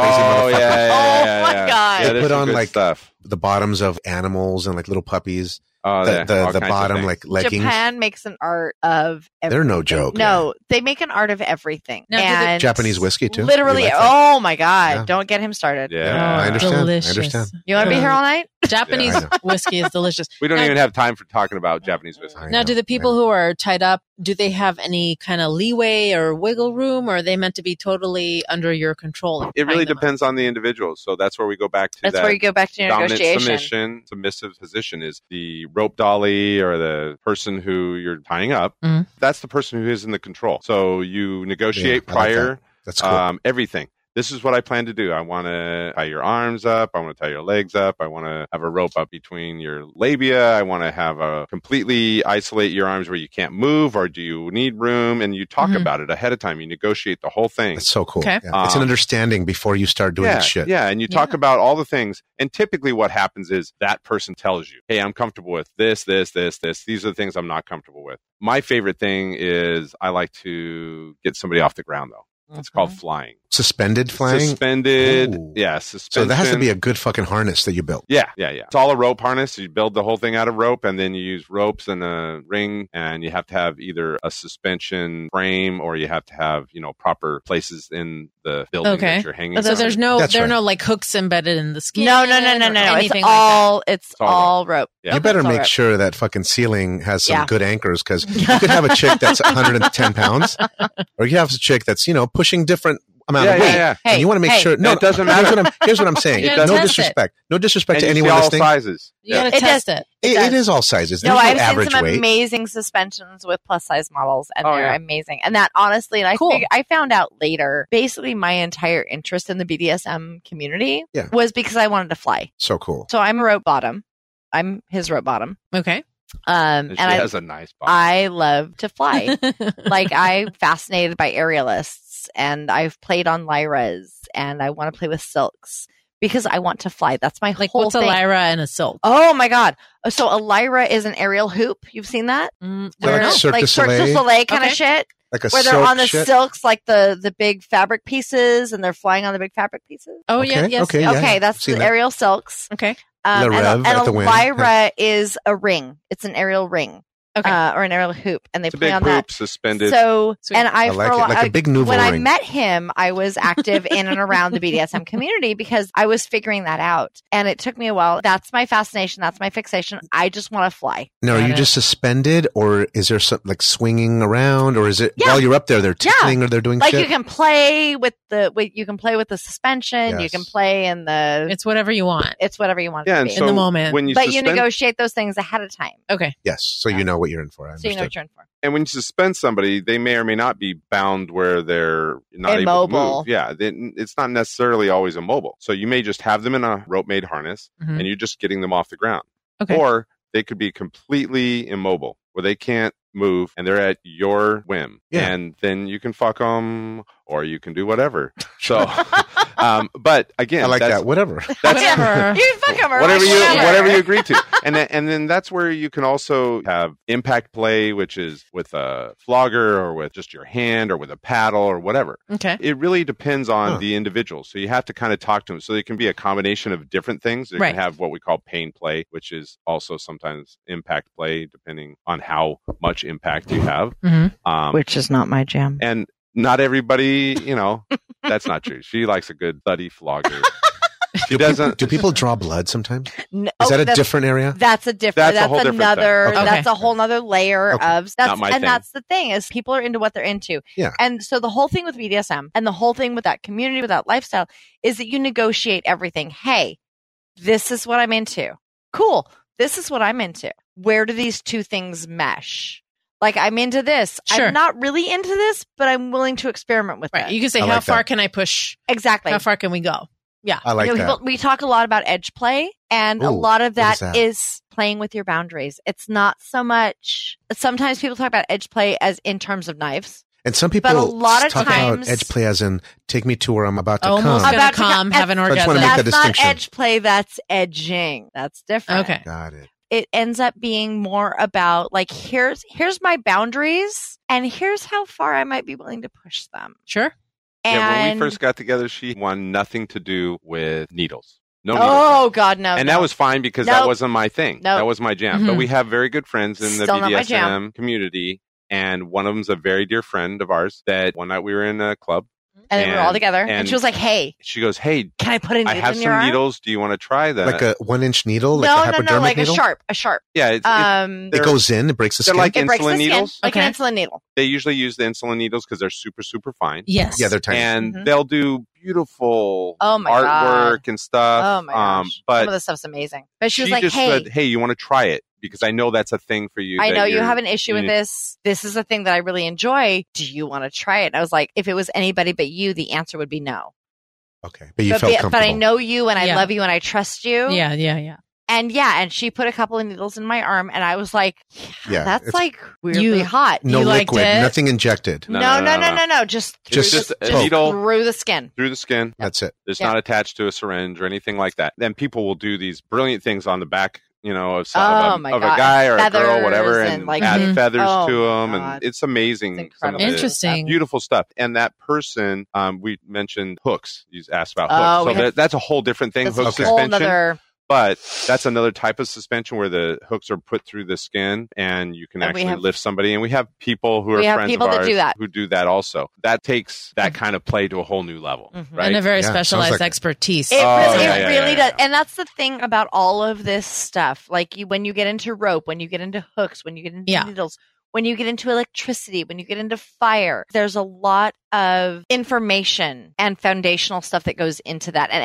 S3: yeah, yeah,
S4: motherfuckers.
S2: Oh,
S3: yeah,
S2: my
S3: yeah.
S2: God.
S3: Yeah,
S4: They
S3: there's
S4: put
S3: some
S4: on,
S3: good
S4: like,
S3: stuff.
S4: the bottoms of animals and like little puppies.
S3: Oh,
S4: the
S3: there, all
S4: the, the
S3: kinds of
S4: bottom
S3: things.
S4: like leggings.
S2: Japan makes an art of. Everything.
S4: They're no joke.
S2: No, they make an art of everything.
S1: Now, do the-
S2: and
S4: Japanese whiskey too.
S2: Literally.
S4: You like that?
S2: oh my god!
S4: Yeah.
S2: Don't get him started.
S3: Yeah.
S4: I understand. I
S1: Oh, delicious?
S4: understand.
S2: You want to be
S1: Yeah.
S2: here all night?
S1: Japanese
S4: Yeah, I
S1: whiskey is delicious.
S3: we don't
S1: Now-
S3: even have time for talking about Japanese
S2: Mm-hmm.
S3: whiskey.
S4: I
S1: Now,
S4: know,
S1: do the people
S4: I
S1: who are tied up do they have any kind of leeway or wiggle room, or are they meant to be totally under your control? and
S3: It really
S1: tying them up?
S3: depends on the individual. So that's where we go back to
S2: That's
S3: that
S2: where you go back to your
S3: dominant
S2: negotiation.
S3: submission, submissive position is the rope dolly or the person who you're tying up.
S2: Mm-hmm.
S1: Mhm.
S3: That's the person who is in the control. know, you negotiate
S4: Yeah, I like
S3: prior
S4: That's cool.
S3: um, everything. This is what I plan to do. I want to tie your arms up. I want to tie your legs up. I want to have a rope up between your labia. I want to have a completely isolate your arms where you can't move, or do you need room? And you talk
S2: Mm-hmm.
S1: Mhm.
S3: about it ahead of time. You negotiate the whole thing.
S4: That's so cool.
S1: Okay.
S4: Yeah. It's
S3: Um,
S4: an understanding before you start doing
S3: yeah,
S4: that shit.
S3: Yeah, and you talk
S1: Yeah.
S3: about all the things. And typically, what happens is that person tells you, "Hey, I'm comfortable with this, this, this, this. These are the things I'm not comfortable with." My favorite thing is I like to get somebody off the ground, though. It's
S2: Mm-hmm.
S3: called flying,
S4: Suspended flying.
S3: suspended.
S4: Ooh.
S3: Yeah,
S4: so
S3: suspension.
S4: that has to be a good fucking harness that you built.
S3: yeah, yeah, yeah. It's all a rope harness. You build the whole thing out of rope, and then you use ropes and a ring, and you have to have either a suspension frame or you have to have you know proper places in the building
S1: Okay.
S3: that you're hanging.
S1: So
S3: from.
S1: there's no
S4: That's
S1: there are
S4: right.
S1: no like hooks embedded in the skin.
S2: No, no, no, no,
S1: or
S2: no, no. It's
S1: Anything like
S2: all. It's
S3: all rope.
S2: all rope.
S3: Yeah.
S1: Oh,
S4: You better
S2: It's all
S4: make
S2: rope.
S4: sure that fucking ceiling has some
S2: Yeah.
S4: good anchors because you could have a chick that's 110 pounds, or you have a chick that's you know pushing different amount
S3: Yeah,
S4: of
S3: yeah,
S4: weight.
S3: yeah.
S4: and you want to make
S2: hey,
S4: sure. No,
S3: It doesn't
S4: Here's
S3: matter.
S4: what I'm, here's what I'm saying.
S3: You
S4: no
S3: gotta
S1: test it.
S4: disrespect. No disrespect
S3: And
S4: to
S3: you
S4: anyone
S3: see all
S4: listening.
S3: sizes.
S1: You
S3: Yeah.
S1: gotta
S2: It
S1: test it.
S4: It,
S2: It
S4: it
S2: does.
S4: is all sizes. There's
S2: No,
S4: no,
S2: I've seen
S4: average
S2: some
S4: weight.
S2: amazing suspensions with plus size models, and
S3: Oh,
S2: they're
S3: yeah.
S2: amazing. And that honestly, and I
S1: Cool.
S2: fig- I found out later, basically my entire interest in the BDSM community
S4: Yeah.
S2: was because I wanted to fly.
S4: So cool.
S2: So I'm a rope bottom. I'm his rope bottom.
S1: Okay.
S2: Um,
S3: And
S2: and
S3: she
S2: I,
S3: has a nice body.
S2: I love to fly. like I'm fascinated by aerialists, and I've played on Lyras, and I want to play with silks because I want to fly. That's my
S1: like
S2: whole
S1: what's
S2: thing.
S1: a Lyra and a silk?
S2: Oh my god! So a Lyra is an aerial hoop. You've seen that?
S1: Mm,
S4: Like
S1: where-
S2: Where-
S4: Cirque du
S2: like
S4: Soleil?
S2: kind
S1: Okay.
S2: of shit,
S4: Like a
S2: where they're
S4: silk
S2: on the
S4: shit.
S2: silks, like the the big fabric pieces, and they're flying on the big fabric pieces.
S1: oh yeah,
S4: Okay,
S1: yes.
S4: okay, Yeah, yeah,
S2: okay,
S4: I've
S2: that's the
S4: seen that.
S2: aerial silks.
S1: Okay.
S2: Um,
S4: La
S2: and
S4: Rev
S2: a, and
S4: at
S2: a
S4: the Wynn.
S2: Lyra is a ring. It's an aerial ring
S1: Okay.
S2: uh, or an aerial hoop, and they
S3: It's a
S2: play
S3: big
S2: on
S3: hoop
S2: that.
S3: suspended.
S2: So,
S1: Sweet.
S2: and I,
S4: I like
S2: for a
S4: it.
S2: while,
S4: Like a big nouveau
S2: when I
S4: ring.
S2: met him, I was active in and around the BDSM community because I was figuring that out. And it took me a while. That's my fascination. That's my fixation. I just want to fly.
S4: now, are
S1: Got
S4: you
S1: it.
S4: just suspended, or is there something like swinging around, or is it
S2: Yeah.
S4: while you're up there they're
S2: Yeah.
S4: tickling or they're doing
S2: Like
S4: shit?
S2: you can play with the, with, you can play with the suspension. You
S4: Yes.
S2: can play in the, it's,
S1: It's whatever you want
S2: whatever you want it
S3: yeah,
S2: to
S3: and
S2: be.
S3: so
S1: the moment.
S3: when you
S2: but you
S3: suspend,
S2: negotiate those things ahead of time.
S4: yes, so you know what you're in for. I
S2: So you know what
S4: understand.
S2: you're in for.
S3: and when you suspend somebody, they may or may not be bound where they're not able to
S2: Immobile.
S3: move. Yeah, they- it's not necessarily always immobile. So you may just have them in a rope made harness,
S1: Mhm.
S3: and you're just getting them off the ground.
S1: Okay.
S3: Or they could be completely immobile, where they can't move, and they're at your whim.
S4: Yeah.
S3: And then you can fuck them, or you can do whatever. So, um, but again,
S4: I like
S3: that's-
S4: that. Whatever.
S3: That's,
S1: Whatever.
S2: you fuck 'em or
S3: whatever
S2: like,
S3: you
S2: whatever.
S3: whatever you agree to and then, and then that's where you can also have impact play which is with a flogger or with just your hand or with a paddle or whatever
S1: okay
S3: it really depends on
S4: Huh.
S3: the individual so you have to kind of talk to them so it can be a combination of different things you
S1: Right.
S3: can have what we call pain play which is also sometimes impact play depending on how much impact you have
S1: Mhm.
S2: Mm-hmm.
S3: um,
S2: Which is not my jam.
S3: and not everybody you know that's not true she likes a good thuddy flogger she doesn't
S4: Do people draw blood sometimes? Is
S2: No,
S4: that a
S2: Oh, that's-
S4: different area?
S2: That's a different.
S3: That's a
S2: That's,
S3: whole different thing.
S2: another.
S4: Okay.
S2: That's a whole nother layer
S4: Okay.
S2: of. That's
S3: Not my
S2: and
S3: thing.
S2: that's the thing is people are into what they're into.
S4: Yeah.
S2: And so the whole thing with BDSM and the whole thing with that community, with that lifestyle, is that you negotiate everything. Hey, this is what I'm into. Cool. This is what I'm into. Where do these two things mesh? Like I'm into this.
S1: Sure.
S2: I'm not really into this, but I'm willing to experiment with
S1: right
S2: it.
S1: you can say
S4: I
S1: how
S4: like
S1: far
S4: that.
S1: can i push
S2: exactly.
S1: how far can we go
S4: I like
S2: You know,
S4: that.
S2: people- we talk a lot about edge play, and a
S4: Ooh,
S2: lot of
S4: what is
S2: that is,
S4: that?
S2: playing with your boundaries. It's not so much. Sometimes people talk about edge play as in terms of knives.
S4: And some people
S2: But a lot of
S4: talk
S2: times-
S4: about edge play as in take me to where I'm about to
S1: almost
S4: come.
S1: gonna
S2: About to
S1: come
S2: come-
S1: have an
S4: I just
S1: orgasm
S4: wanna make
S2: That's
S4: that
S2: not
S4: distinction.
S2: edge play. That's edging. That's different.
S1: okay
S4: Got it.
S2: It ends up being more about like here's here's my boundaries, and here's how far I might be willing to push them.
S1: sure
S2: And
S3: yeah, when we first got together, she wanted nothing to do with needles. No needles.
S2: oh god, no,
S3: and
S2: no.
S3: that was fine because that
S2: Nope.
S3: wasn't my thing.
S2: Nope. Mm-hmm.
S3: That was my jam. But
S1: Mhm.
S3: we have very good friends in the
S2: Still not my jam.
S3: BDSM community. And one of them's a very dear friend of ours that one night we were in a club.
S2: and then we were all
S3: and-
S2: together, and,
S3: and-
S2: she was like, "Hey,
S3: She goes, Hey,
S2: can I put a
S3: I
S2: needle
S3: have
S2: in
S3: some
S2: your arm?"
S3: needles. Do you want to try that?
S4: Like a one inch needle, like a
S2: no, no,
S4: hypodermic
S2: no, like
S4: needle.
S2: a sharp, a sharp.
S3: yeah, it's, it's,
S2: Um,
S4: It
S3: They're-
S4: goes in, it breaks the
S3: they're
S4: skin.
S3: like
S2: it breaks the
S3: insulin
S2: skin
S3: needles.
S2: like
S1: Okay.
S2: an insulin needle.
S3: They usually use the insulin needles because they're super, super fine.
S1: yes
S4: yeah, they're tiny.
S3: And
S2: Mhm.
S3: they'll do beautiful
S2: Oh my
S3: artwork and stuff.
S2: Oh my gosh,
S3: Um, but
S2: some of the stuff's amazing. But she,
S3: she
S2: was like,
S3: just
S2: "Hey,
S3: said, "Hey, you want to try it because I know that's a thing for you.
S2: I
S3: that
S2: know you
S3: you're-
S2: have an issue with
S3: you-
S2: this. This is a thing that I really enjoy. Do you want to try it?" And I was like, "If it was anybody but you, the answer would be no.
S4: okay, but you
S2: but,
S4: felt
S2: be-
S4: comfortable.
S2: but I know you, and I
S1: Yeah.
S2: love you, and I trust you.
S1: yeah yeah yeah
S2: and yeah." And she put a couple of needles in my arm, and I was like, "Yeah,
S4: Yeah,
S2: that's
S4: it's-
S2: like weirdly
S1: You-
S2: hot."
S4: No
S1: You liked
S4: liquid,
S1: it?
S4: nothing injected.
S2: No, no, no, no, no, Just through
S4: Just-
S2: the,
S4: just a
S2: just
S3: needle.
S2: through the skin.
S3: through the skin.
S4: That's it.
S3: It's
S2: Yeah.
S3: not attached to a syringe or anything like that. Then people will do these brilliant things on the back, you know, of, some,
S2: Oh,
S3: of, a,
S2: my
S3: of a
S2: God.
S3: guy or a girl,
S2: Feathers
S3: whatever,
S2: and,
S3: and,
S2: like,
S3: add
S1: Mhm.
S3: feathers
S2: Oh, my
S3: to them,
S2: God.
S3: and it's
S2: It's
S3: amazing. some of
S2: incredible.
S3: the
S1: Interesting.
S3: Beautiful stuff, and that person um, we mentioned hooks. You asked about
S2: Oh, we
S3: hooks, so
S2: had-
S3: that, that's a whole different thing.
S2: That's
S3: Hook
S2: a
S4: Okay.
S2: whole
S3: suspension,
S2: nother.
S3: but that's another type of suspension where the hooks are put through the skin and you can
S2: And we
S3: actually
S2: have-
S3: lift somebody and we have people who
S2: We
S3: are
S2: have
S3: friends
S2: people
S3: of
S2: that
S3: ours
S2: do that. Mm-hmm.
S3: who do that also that takes that kind of play to a whole new level
S2: Mhm.
S3: right
S1: and a very
S4: Yeah, sounds
S1: specialized
S4: like-
S1: expertise
S2: It
S3: Oh,
S2: really,
S3: yeah,
S2: it
S3: yeah,
S2: really
S3: yeah,
S2: does.
S3: yeah.
S2: And that's the thing about all of this stuff. Like you, when you get into rope, when you get into hooks, when you get into
S1: Yeah.
S2: needles, when you get into electricity, when you get into fire, there's a lot of information and foundational stuff that goes into that and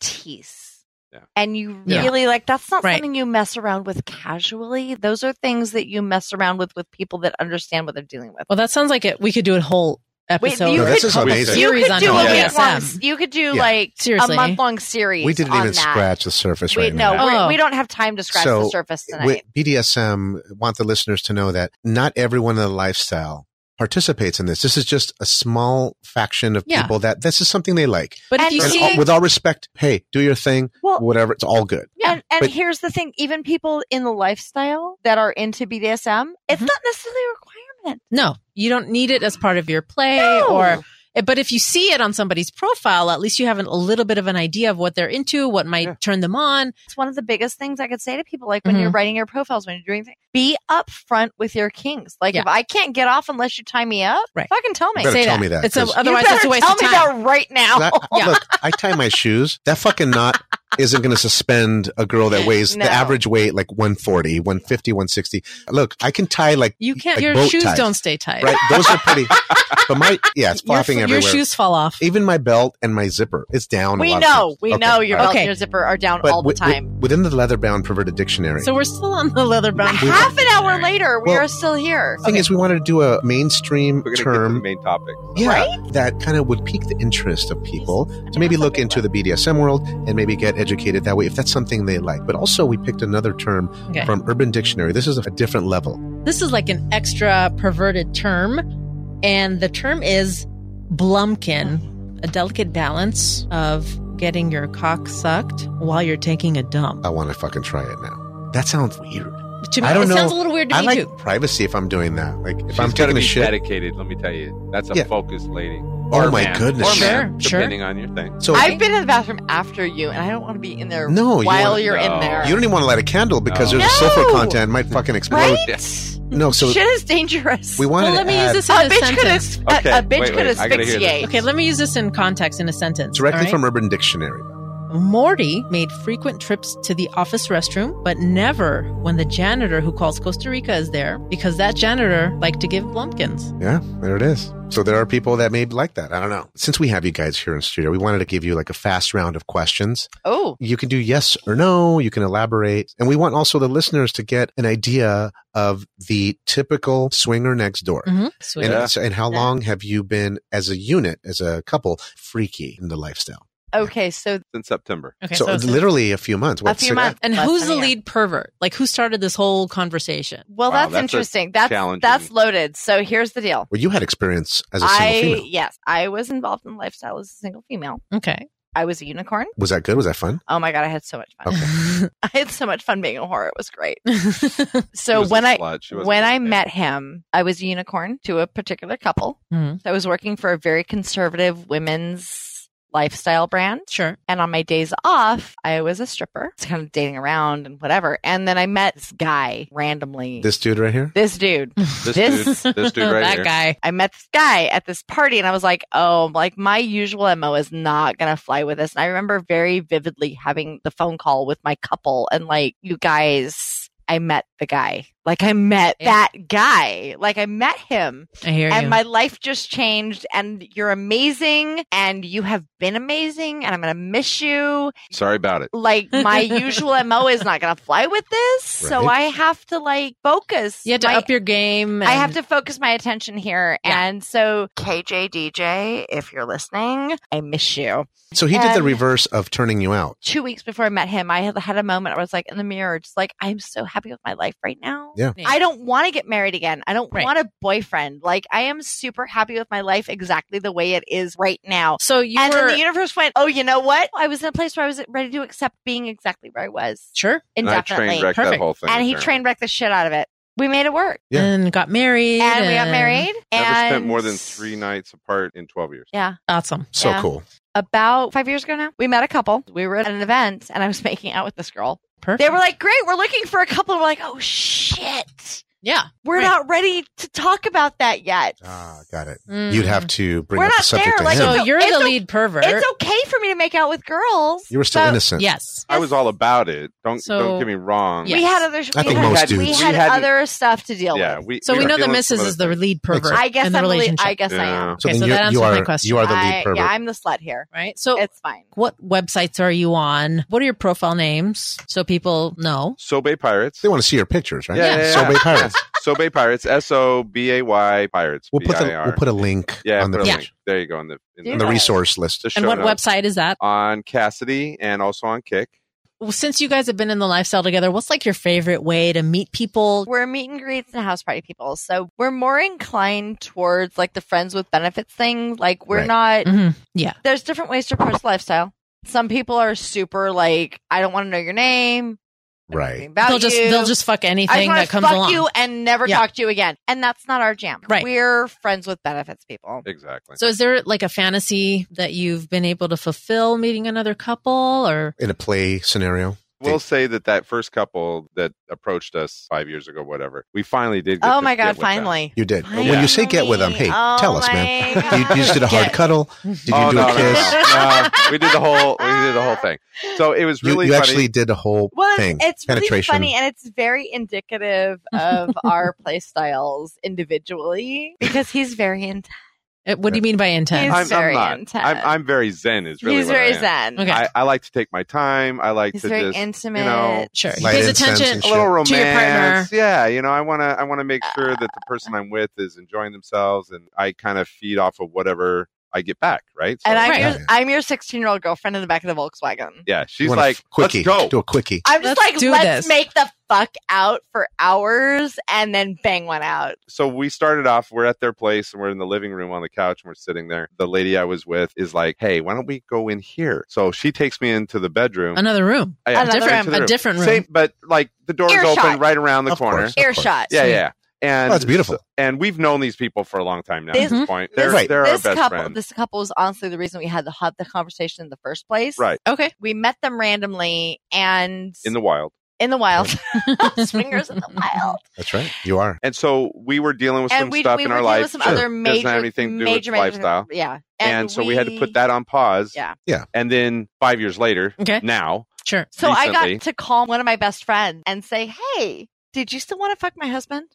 S2: expertise.
S3: Yeah.
S2: And you
S4: Yeah.
S2: really like that's not
S1: Right.
S2: something you mess around with casually. Those are things that you mess around with with people that understand what they're dealing with.
S1: Well, that sounds like it. We could do a whole
S2: Wait,
S1: episode.
S2: you
S4: No,
S1: or
S4: this
S2: could-
S4: is
S1: couple
S4: amazing.
S2: You
S1: Series
S2: could
S1: on
S2: do a
S3: Yeah.
S2: week long.
S1: BDSM.
S2: You could do
S4: Yeah.
S2: like
S1: Seriously.
S2: a month long series.
S4: We didn't
S2: on
S4: even
S2: that.
S4: scratch the surface
S2: We,
S4: right
S2: no,
S4: now.
S1: Oh.
S2: we, we don't have time to scratch
S4: So,
S2: the surface tonight.
S4: With BDSM want the listeners to know that not everyone in the lifestyle participates in this. This is just a small faction of
S1: Yeah.
S4: people that this is something they like.
S1: But if
S2: And-
S1: you
S4: And
S1: see,
S4: all, with all respect, hey, do your thing,
S2: well,
S4: whatever. It's all good.
S1: Yeah,
S2: and, and
S4: but-
S2: here's the thing: even people in the lifestyle that are into BDSM, it's
S1: Mhm.
S2: not necessarily a requirement.
S1: no, you don't need it as part of your play
S2: No.
S1: or But if you see it on somebody's profile, at least you have an, a little bit of an idea of what they're into, what might
S3: Yeah.
S1: turn them on.
S2: it's one of the biggest things I could say to people. Like when
S1: Mm-hmm.
S2: you're writing your profiles, when you're doing things, be upfront with your kings. Like
S1: Yeah.
S2: if I can't get off unless you tie me up,
S1: Right.
S2: fucking tell me.
S4: Better
S1: Say
S4: tell
S1: that.
S4: me that,
S1: It's a,
S4: 'cause-
S1: otherwise,
S2: you better
S1: it's a waste
S2: tell
S1: of
S2: me
S1: time.
S2: that right now.
S4: That- Look, I tie my shoes. That fucking knot isn't going to suspend a girl that weighs
S2: No.
S4: the average weight like 140, 150, 160. Look, I can tie like,
S1: You can't.
S4: Like
S1: your
S4: bow
S1: shoes
S4: ties.
S1: don't stay tight.
S4: right? Those are pretty, but my, yeah, it's
S1: Your, f-
S4: flopping
S1: your
S4: everywhere.
S1: shoes fall off.
S4: Even my belt and my zipper, it's down. a
S2: we
S4: lot of
S2: know,
S4: times.
S2: we
S4: Okay,
S2: know your
S4: all right.
S2: belt
S1: Okay.
S2: and your zipper are down all the
S4: wi- wi-
S2: time.
S4: within the leather bound perverted dictionary.
S1: So we're still on the leather bound.
S2: Half an hour later, we
S4: Well,
S2: are still here.
S4: thing is, we wanted to do a mainstream
S3: We're going to get to the
S4: term.
S3: main topic.
S4: Yeah, that kind of would pique the interest of people to maybe look into the BDSM world and maybe get educated that way if that's something they like. But also, we picked another term
S1: Okay.
S4: from Urban Dictionary. This is a different level.
S1: This is like an extra perverted term, and the term is blumpkin, a delicate balance of getting your cock sucked while you're taking a dump.
S4: I want to fucking try it now. That sounds weird.
S1: To me,
S4: Uh, I don't
S1: it
S4: know.
S1: sounds a little weird to
S4: I
S1: me
S4: like
S1: too.
S4: privacy if I'm doing that. Like if I'm
S3: She's gotta
S4: taking a
S3: be
S4: shit.
S3: dedicated. Let me tell you, that's a
S4: Yeah.
S3: focused lady.
S4: Oh
S3: Or
S4: my
S3: man.
S4: goodness.
S3: Or man,
S1: Sure, sure.
S3: depending on your thing.
S4: So
S2: I've been in the bathroom after you, and I don't want to be in there
S4: No, you
S2: while
S4: wanna-
S2: you're
S3: No.
S2: in there.
S4: you don't even want to light a candle because
S3: No.
S4: there's a sulfur
S2: No.
S4: content might fucking explode.
S2: right?
S4: No, so
S2: Shit is dangerous.
S4: we wanted
S1: Well, let
S4: to
S1: me
S4: add
S1: use this
S2: a
S1: in a,
S2: bitch could
S1: sentence.
S2: as-
S3: Okay,
S2: a, a bitch
S3: wait,
S2: could
S3: wait, I gotta hear this.
S2: asphyxiate.
S1: Okay, let me use this in context in a sentence.
S4: directly
S1: all right?
S4: from Urban Dictionary.
S1: Morty made frequent trips to the office restroom, but never when the janitor who calls Costa Rica is there, because that janitor liked to give blumpkins.
S4: Yeah, there it is. So there are people that may like that. I don't know. Since we have you guys here in studio, we wanted to give you like a fast round of questions.
S2: oh,
S4: You can do yes or no. You can elaborate. And we want also the listeners to get an idea of the typical swinger next door.
S1: Mm-hmm.
S4: And, uh,
S3: Yeah.
S4: and how
S2: Yeah.
S4: long have you been as a unit, as a couple, freaky in the lifestyle?
S2: okay. So
S3: Since September.
S1: Okay,
S4: so
S1: so,
S4: literally a few months.
S2: a
S4: What,
S2: few
S4: six-
S2: months.
S1: and
S2: less
S1: who's
S2: than
S1: the
S2: a year.
S1: lead pervert? Like, who started this whole conversation?
S2: Well,
S3: Wow,
S2: that's,
S3: that's a
S2: interesting. That's
S3: challenging-
S2: that's loaded. So here's the deal.
S4: Well, you had experience as a single
S2: I
S4: female.
S2: yes, I was involved in lifestyle as a single female.
S1: Okay.
S2: I was a unicorn.
S4: Was that good? Was that fun?
S2: Oh my god, I had so much fun. I had so much fun being a whore. It was great.
S1: Mm-hmm.
S3: She
S2: So
S3: was a
S2: when I
S3: slut. She wasn't
S2: when I
S3: a man.
S2: met him, I was a unicorn to a particular couple.
S1: Mhm.
S2: I was working for a very conservative women's lifestyle brand.
S1: sure.
S2: And on my days off, I was a stripper. It's kind of dating around and whatever. And then I met this guy randomly.
S4: This dude right here?
S2: this dude.
S3: this,
S2: this-
S3: dude, this dude right
S1: that
S3: here.
S1: guy.
S2: I met this guy at this party and I was like, oh, like my usual MO is not going to fly with this. And I remember very vividly having the phone call with my couple and like, you guys, I met the guy. Like I met
S1: Yeah.
S2: that guy. Like I met him
S1: I hear
S2: and
S1: you.
S2: my life just changed and you're amazing and you have been amazing and I'm going to miss you
S3: Sorry about it.
S2: like my usual mo is not going to fly with this so
S4: Right.
S2: i have to like focus
S1: you have to
S2: my-
S1: up your game. And,
S2: i have to focus my attention here
S1: Yeah.
S2: and so kj dj if you're listening i miss you
S4: So he did the
S2: And-
S4: reverse of turning you out.
S2: two weeks before i met him i had had a moment where i was like in the mirror just like i'm so happy with my life right now
S4: Yeah.
S2: I don't want to get married again. I don't
S1: Right.
S2: want a boyfriend. Like I am super happy with my life exactly the way it is right now.
S1: So you
S2: and
S1: were
S2: then the universe went, "Oh, you know what? I was in a place where I was ready to accept being exactly where I was
S1: sure,
S3: And I
S2: indefinitely."
S3: train wrecked that
S1: Perfect.
S3: whole thing.
S2: and he
S3: apparently.
S2: train wrecked the shit out of it. We made it work,
S4: Yeah.
S1: and got married,
S2: and we got married.
S3: Never
S2: and
S3: spent more than three nights apart in 12 years.
S2: Yeah,
S1: Awesome.
S4: So
S2: Yeah.
S4: cool.
S2: about five years ago now, we met a couple. We were at an event, and I was making out with this girl.
S1: Perfect.
S2: They were like, "Great, we're looking for a couple." And we're like, "Oh shit,
S1: Yeah.
S2: We're
S1: Right.
S2: not ready to talk about that yet.
S4: Ah, got it.
S1: Mm.
S4: You'd have to bring
S2: We're
S4: up the
S2: not
S4: subject
S2: there,
S4: to
S2: like,
S4: him.
S1: So
S2: No,
S1: you're
S2: it's
S1: the
S2: o-
S1: lead pervert.
S2: It's okay for me to make out with girls.
S4: you were still
S2: but
S4: innocent.
S1: yes.
S3: I was all about it. Don't
S1: So-
S3: don't get me wrong.
S1: Yeah.
S2: We had other.
S4: I
S2: we
S4: think
S2: had,
S4: most
S2: we
S4: dudes-
S2: had
S3: We hadn't-
S2: other stuff to deal
S3: Yeah,
S2: with.
S3: we,
S1: So we,
S3: were
S1: know the
S3: feeling
S1: missus
S3: some
S1: is the
S3: other
S1: lead
S4: sense.
S1: pervert
S2: I guess
S1: in the
S2: I'm. the lead-
S1: relationship,
S2: I guess I
S3: Yeah.
S2: am.
S4: So
S1: Okay,
S4: then
S1: so
S4: you,
S1: that answers
S4: you
S1: my
S4: are
S1: question.
S4: you are the lead
S2: I-
S4: pervert.
S2: yeah, I'm the slut here.
S1: right? So
S2: It's fine.
S1: what websites are you on? What are your profile names so people know?
S3: Sobey Pirates.
S4: they want to see your pictures, right?
S3: Yeah, yeah,
S4: So
S3: yeah.
S4: Bay Pirates.
S3: Sobey Pirates. S O B A Y Pirates.
S4: We'll put the,
S3: B I R.
S4: we'll put a link
S3: yeah,
S4: on the
S3: put a
S1: Yeah.
S4: page,
S3: link. There you go on the in
S2: Do
S4: on the
S2: that.
S4: resource list.
S3: the show
S1: And what
S3: notes.
S1: website is that?
S3: on Cassidy and also on Kick.
S1: Well, Since you guys have been in the lifestyle together, what's like your favorite way to meet people?
S2: We're meet and greets and house party people, so we're more inclined towards like the friends with benefits thing. Like we're not.
S4: Right.
S1: Mhm.
S2: There's different ways to approach lifestyle. Some people are super like, I don't want to know your name. I don't know
S4: Right.
S2: anything About
S1: They'll just
S2: you.
S1: they'll just fuck anything
S2: I
S1: that
S2: just
S1: comes
S2: wanna fuck
S1: along.
S2: you and never
S1: Yeah.
S2: talk to you again. And that's not our jam.
S1: Right.
S2: We're friends with benefits people.
S3: Exactly.
S1: So is there like a fantasy that you've been able to fulfill meeting another couple or
S4: in a play scenario.
S3: we'll say that that first couple that approached us five years ago, whatever, we finally did. Get
S2: oh
S3: to
S2: my
S3: get
S2: god,
S3: with them.
S2: finally.
S4: You did. When you say get with them, hey,
S2: Finally.
S4: tell us,
S2: Oh
S4: man.
S2: my
S4: You, you just did a hard
S1: Yeah.
S4: cuddle. Did you
S3: oh,
S4: do
S3: no,
S4: a
S3: no,
S4: kiss?
S3: No, no. we did the whole. We did the whole thing. So it was
S4: You-
S3: really
S4: you,
S3: funny.
S4: actually did a whole
S2: Well,
S4: thing.
S2: it's really
S4: Penetration.
S2: funny, and it's very indicative of our play styles individually because he's very intense.
S1: Uh, what do you mean by intense?
S2: He's
S3: I'm,
S2: very
S3: I'm not.
S2: intense.
S3: I'm, I'm very zen. Is really
S2: he's
S3: what I
S2: very
S3: am.
S2: zen.
S1: Okay.
S3: I, I like to take my time. I like
S2: He's
S3: to
S2: very
S3: just
S2: intimate.
S1: Sure. He
S4: Light
S1: pays
S4: incense
S1: attention.
S4: and
S3: a little
S1: To your partner.
S3: romance. Yeah, you know, I want to I want to make
S2: Uh,
S3: sure that the person I'm with is enjoying themselves and I kind of feed off of whatever I get back, right? So-
S2: And I'm
S1: Right.
S2: your I'm your 16 year old girlfriend in the back of the Volkswagen.
S3: yeah, she's
S4: You want a
S3: like,
S4: quickie.
S3: let's go.
S4: Do a quickie.
S2: I'm just
S1: Let's
S2: like,
S1: do
S2: let's
S1: this.
S2: make the fuck out for hours and then bang one out.
S3: so we started off we're at their place and we're in the living room on the couch and we're sitting there the lady i was with is like hey why don't we go in here so she takes me into the bedroom
S1: Another room.
S3: Yeah,
S2: Another
S3: into
S1: room.
S3: the
S1: A different room.
S3: Same, but like the door is
S2: Earshot.
S3: open right around the
S4: Of
S3: corner
S4: course.
S2: Earshot.
S3: yeah yeah and
S4: Oh, it's beautiful.
S3: and we've known these people for a long time now at
S1: This-
S3: this point they're,
S4: Right.
S3: they're our
S2: this
S3: best
S2: couple,
S3: friends
S2: this couple was honestly the reason we had the hub the conversation in the first place.
S3: Right.
S1: Okay.
S2: We met them randomly and
S3: in the wild
S2: in the wild, swingers in the wild,
S4: That's right. You are.
S3: and so we were dealing with
S2: and
S3: some
S2: we
S3: stuff
S2: we
S3: in
S2: were
S3: our
S2: dealing
S3: life
S2: with some
S3: that
S2: other
S3: doesn't
S2: major
S3: have anything to do
S2: major,
S3: with
S2: major
S3: lifestyle
S2: Yeah,
S3: and, so we, had to put that on pause
S2: Yeah.
S4: Yeah.
S3: and then five years later
S1: Okay.
S3: now
S1: Sure.
S2: So I
S3: recently.
S2: got to call one of my best friends and say, "Hey, did you still want to fuck my husband?"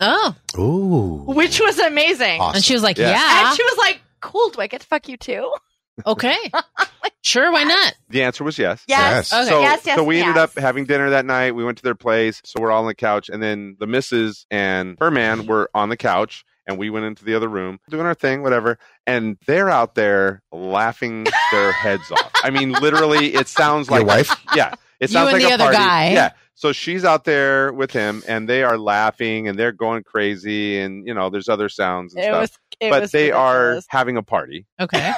S1: Oh.
S4: Ooh.
S2: Which was amazing.
S4: Awesome.
S1: And she was like,
S3: Yeah.
S1: Yeah.
S2: And she was like, "Cool, do I get to fuck you too?"
S1: okay. sure, why not?
S3: the answer was yes
S2: Yes.
S4: Yes.
S1: Okay.
S3: So,
S2: Yes, yes,
S3: so we ended
S2: yes.
S3: up having dinner that night. We went to their place. So we're all on the couch. And then the missus and her man were on the couch. And we went into the other room doing our thing, whatever. And they're out there laughing their heads off. I mean, literally, it sounds
S4: Your
S3: like
S4: wife?
S3: Yeah. It
S1: You
S3: sounds
S1: and
S3: like
S1: the
S3: a
S1: other
S3: party.
S1: guy.
S3: Yeah. So she's out there with him and they are laughing and they're going crazy. And, you know, there's other sounds and
S2: It
S3: stuff.
S2: was. It
S3: but
S2: was
S3: they are
S2: ridiculous.
S3: having a party.
S1: Okay.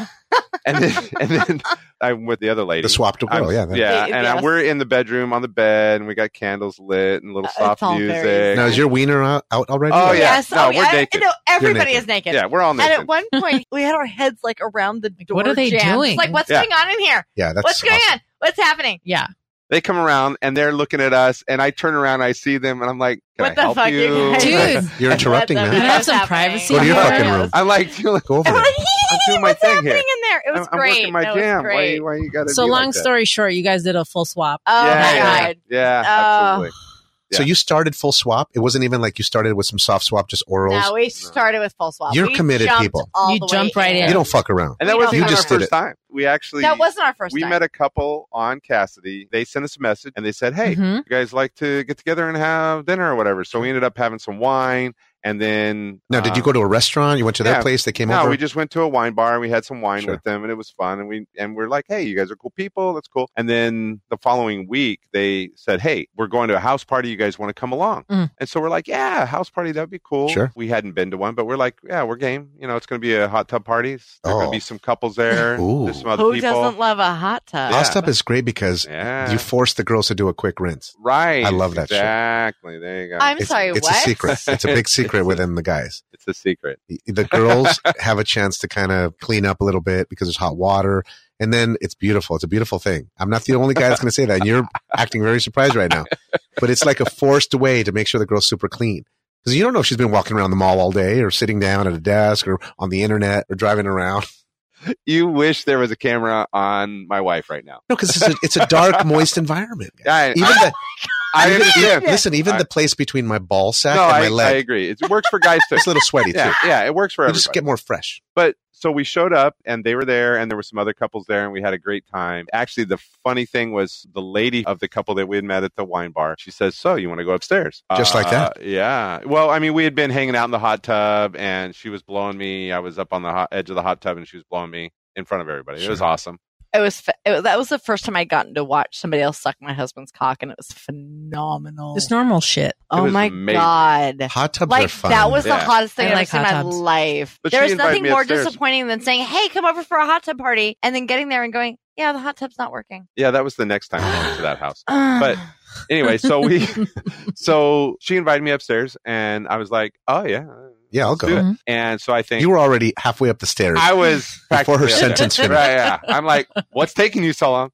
S3: And then, and then I'm with the other lady.
S4: the swapped girl.
S3: I'm-
S4: yeah. that-
S3: Yeah,
S2: Y-
S3: and uh,
S2: yes.
S3: we're in the bedroom on the bed, and we got candles lit and a little
S2: Uh,
S3: soft
S2: it's all
S3: music.
S2: very-
S4: Now is your wiener out, out already?
S3: Oh, yeah.
S2: Yes.
S3: No,
S2: oh,
S3: we're
S2: yeah.
S3: naked.
S2: No, everybody
S4: naked.
S2: is naked.
S3: yeah, we're all
S2: And at
S3: naked.
S2: one point, we had our heads like around the door.
S1: what are they
S2: jam. It's
S1: doing?
S2: Like, what's
S3: Yeah.
S2: going on in here?
S4: Yeah. That's
S2: What's going
S4: awesome.
S2: on? What's happening?
S1: Yeah.
S3: They come around and they're looking at us, and I turn around, I see them, and I'm like, "Can
S2: What
S3: I
S2: the
S3: help
S2: fuck, you
S3: you?"
S2: guys?
S1: Dude.
S4: You're interrupting,
S2: What the
S1: Can
S4: man.
S1: I
S2: hell
S1: have
S2: is
S1: some
S2: happening?
S1: privacy
S4: Go to your
S1: Yeah.
S4: fucking room.
S3: I'm like, "Dude,
S4: Go over
S2: And we're
S4: there.
S2: like,
S3: I'm doing my
S2: what's
S3: thing
S2: happening
S3: here.
S2: in there? It was
S3: I'm, I'm
S2: great.
S3: working my
S2: That was
S3: jam. Why,
S2: great.
S3: why you gotta?"
S1: So
S3: be
S1: long
S3: like that?
S1: story short, you guys did a full swap.
S2: Oh
S3: yeah,
S2: my
S3: yeah,
S2: god.
S3: Yeah,
S2: Oh.
S3: absolutely.
S4: So you started full swap. It wasn't even like you started with some soft swap, just orals.
S2: Now we started with full swap.
S4: You're
S2: We
S4: committed
S2: jumped
S4: people.
S2: all
S1: You
S2: the way
S1: jump right in.
S4: You don't fuck around.
S3: And that
S2: We
S3: was
S2: don't
S3: even
S2: have
S3: our
S2: our-
S3: first time. We actually
S2: That wasn't our first
S3: we
S2: time.
S3: met a couple on Cassidy. They sent us a message and they said, "Hey,
S2: Mm-hmm.
S1: Mhm.
S3: you guys like to get together and have dinner or whatever." So we ended up having some wine, and then uh,
S4: Now, did you go to a restaurant? You went to their
S3: yeah.
S4: place. They came
S3: no,
S4: over.
S3: we just went to a wine bar and we had some wine
S4: Sure.
S3: with them, and it was fun. And we and we're like, "Hey, you guys are cool people. That's cool." And then the following week, they said, "Hey, we're going to a house party. You guys want to come along?"
S1: Mm.
S3: And so we're like, "Yeah, house party. That'd be cool."
S4: Sure.
S3: We hadn't been to one, but we're like, "Yeah, we're game. You know, it's going to be a hot tub party. There's going
S4: Oh.
S3: to be some couples there.
S4: Ooh.
S3: There's some other
S2: Who
S3: people."
S2: doesn't love a hot tub?
S3: Yeah.
S4: Hot tub is great because
S3: yeah.
S4: you force the girls to do a quick rinse.
S3: Right.
S4: I love that shit.
S3: Exactly. There you go.
S2: I'm
S4: it's,
S2: sorry,
S4: It's
S2: what?
S4: a secret. It's a big secret within the guys.
S3: it's a secret.
S4: The- The girls have a chance to kind of clean up a little bit because there's hot water. And then it's beautiful. It's a beautiful thing. I'm not the only guy that's going to say that. And you're acting very surprised right now. But it's like a forced way to make sure the girl's super clean. Because you don't know if she's been walking around the mall all day or sitting down at a desk or on the internet or driving around.
S3: You wish there was a camera on my wife right now.
S4: No, because it's a, it's a dark, moist environment.
S3: I,
S4: Even
S3: I,
S4: the,
S3: I
S4: even-
S3: understand.
S4: Listen, even
S3: I-
S4: the place between my ball sack
S3: No,
S4: and my
S3: I, I
S4: leg,
S3: agree. It works for guys too.
S4: it's a little sweaty
S3: Yeah,
S4: too.
S3: yeah, it works for
S4: You
S3: everybody.
S4: just get more fresh.
S3: But so we showed up and they were there and there were some other couples there and we had a great time. Actually, the funny thing was the lady of the couple that we had met at the wine bar, she says, So you want to go upstairs? Uh,
S4: Just like that?
S3: Yeah. Well, I mean, we had been hanging out in the hot tub and she was blowing me. I was up on the hot, edge of the hot tub and she was blowing me in front of everybody. It was
S4: Sure.
S3: awesome.
S2: It was, fa- it was that was the first time I'd gotten to watch somebody else suck my husband's cock, and it was phenomenal.
S1: It's normal shit.
S2: oh
S3: was
S2: my
S3: amazing.
S2: god!
S4: Hot tubs are
S2: Like
S4: fun.
S2: that was
S3: Yeah.
S2: the hottest thing
S1: I
S2: I've
S1: like
S2: ever seen in
S1: hot
S2: my
S1: tubs.
S2: life.
S3: But
S2: there
S3: she
S2: was
S3: invited
S2: nothing
S3: me
S2: more
S3: upstairs.
S2: disappointing than saying, "Hey, come over for a hot tub party," and then getting there and going, "Yeah, the hot tub's not working."
S3: Yeah, that was the next time we went to that house. But- Anyway, so we, so she invited me upstairs and I was like, Oh, yeah.
S4: Yeah, I'll
S3: let's
S4: go.
S3: do it."
S1: Mhm.
S3: And so I think
S4: you were already halfway up the stairs.
S3: I was
S4: Before
S3: practically
S4: her
S3: upset.
S4: sentence finished.
S3: Right, yeah. I'm like, what's taking you so long?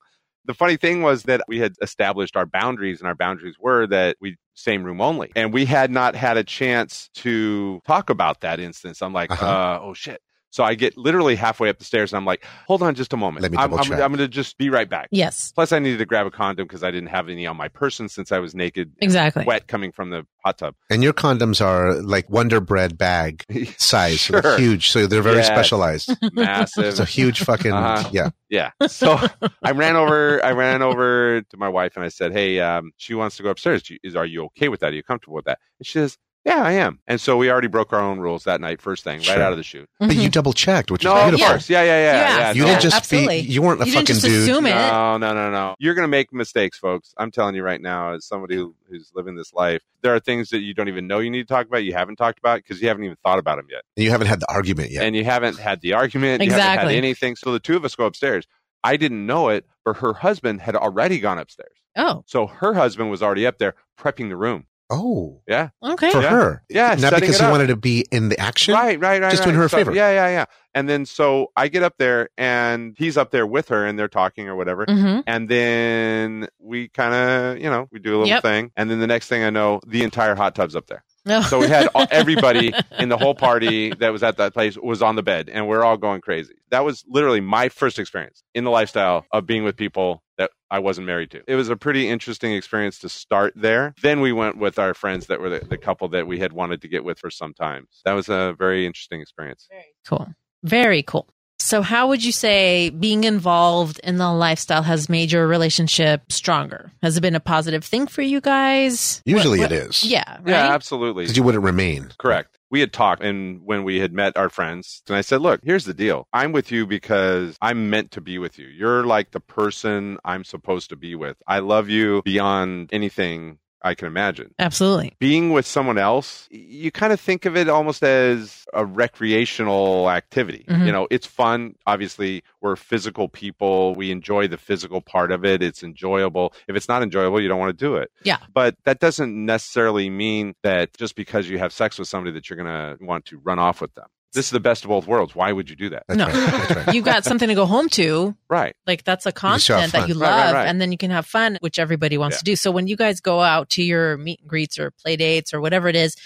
S3: The funny thing was that we had established our boundaries, and our boundaries were that we same room only, and we had not had a chance to talk about that instance. I'm like, uh
S4: Uh-huh.
S3: oh shit. So I get literally halfway up the stairs, and I'm like, hold on just a moment.
S4: Let me
S3: I'm,
S4: double
S3: I'm,
S4: check.
S3: I'm going to just be right back.
S1: yes,
S3: Plus, I needed to grab a condom because I didn't have any on my person since I was naked,
S1: exactly.
S3: wet coming from the hot tub.
S4: and your condoms are like Wonder Bread bag size. So
S3: Sure.
S4: they're huge. So they're very
S3: Yes.
S4: specialized.
S3: Massive.
S4: It's a huge fucking,
S3: Uh-huh.
S4: yeah.
S3: Yeah. So I ran over. I ran over to my wife and I said, "Hey, um, she wants to go upstairs. Do you- Is are you okay with that? Are you comfortable with that?" And she says, "Yeah, I am." And so we already broke our own rules that night. First thing, right
S4: Sure.
S3: out of the chute.
S1: Mm-hmm.
S4: But you double checked, which
S3: No,
S4: is
S3: of
S4: beautiful.
S3: course. Yeah, yeah, yeah.
S1: Yeah.
S3: yeah
S4: You
S3: no.
S4: didn't just
S1: Absolutely.
S4: be, you weren't a
S1: you
S4: fucking
S1: didn't just
S4: dude.
S1: assume it.
S3: No, no, no, no. You're going to make mistakes, folks. I'm telling you right now, as somebody who, who's living this life, there are things that you don't even know you need to talk about. You haven't talked about because you haven't even thought about them yet.
S4: And you haven't had the argument yet.
S3: and you haven't had the argument. You haven't
S1: Exactly.
S3: had anything. So the two of us go upstairs. I didn't know it, but her husband had already gone upstairs.
S1: Oh,
S3: So her husband was already up there prepping the room.
S4: oh,
S1: okay.
S4: for
S3: Yeah.
S4: her.
S3: Yeah,
S4: Not
S3: setting
S4: because
S3: it
S4: he
S3: up.
S4: wanted to be in the action.
S3: Right, right, right.
S4: Just
S3: right.
S4: doing her a
S3: So-
S4: favor.
S3: Yeah, yeah, yeah. And then so I get up there and he's up there with her and they're talking or whatever.
S1: hmm
S3: And then we kind of, you know, we do a little
S1: Yep.
S3: thing. And then the next thing I know, the entire hot tub's up there. So we had all, everybody in the whole party that was at that place was on the bed, and we're all going crazy. That was literally my first experience in the lifestyle of being with people that I wasn't married to. It was a pretty interesting experience to start there. Then we went with our friends that were the, the couple that we had wanted to get with for some time. That was a very interesting experience.
S1: Cool. Very cool. So, how would you say being involved in the lifestyle has made your relationship stronger? Has it been a positive thing for you guys?
S4: Usually
S1: What-
S4: it is.
S1: Yeah. Right?
S3: Yeah, absolutely.
S4: Because you wouldn't remain.
S3: Correct. We had talked and when we had met our friends, and I said, Look, here's the deal. I'm with you because I'm meant to be with you. You're like the person I'm supposed to be with. I love you beyond anything I can imagine.
S1: Absolutely.
S3: Being with someone else, y- you kind of think of it almost as a recreational activity.
S2: Mm-hmm.
S1: Mhm.
S3: You know, it's fun. Obviously, we're physical people. We enjoy the physical part of it. It's enjoyable. If it's not enjoyable, you don't want to do it but that doesn't necessarily mean that just because you have sex with somebody that you're going to want to run off with them. This is the best of both worlds. Why would you do that?
S4: That's
S1: No.
S4: right. That's right.
S1: You've got something to go home to.
S3: Right.
S1: Like, that's a
S4: have
S1: content that
S4: fun.
S1: you
S3: Right,
S1: love,
S3: right, right.
S1: and then you can have fun, which everybody wants
S3: Yeah.
S1: to do. So, when you guys go out to your meet and greets or play dates or whatever it is,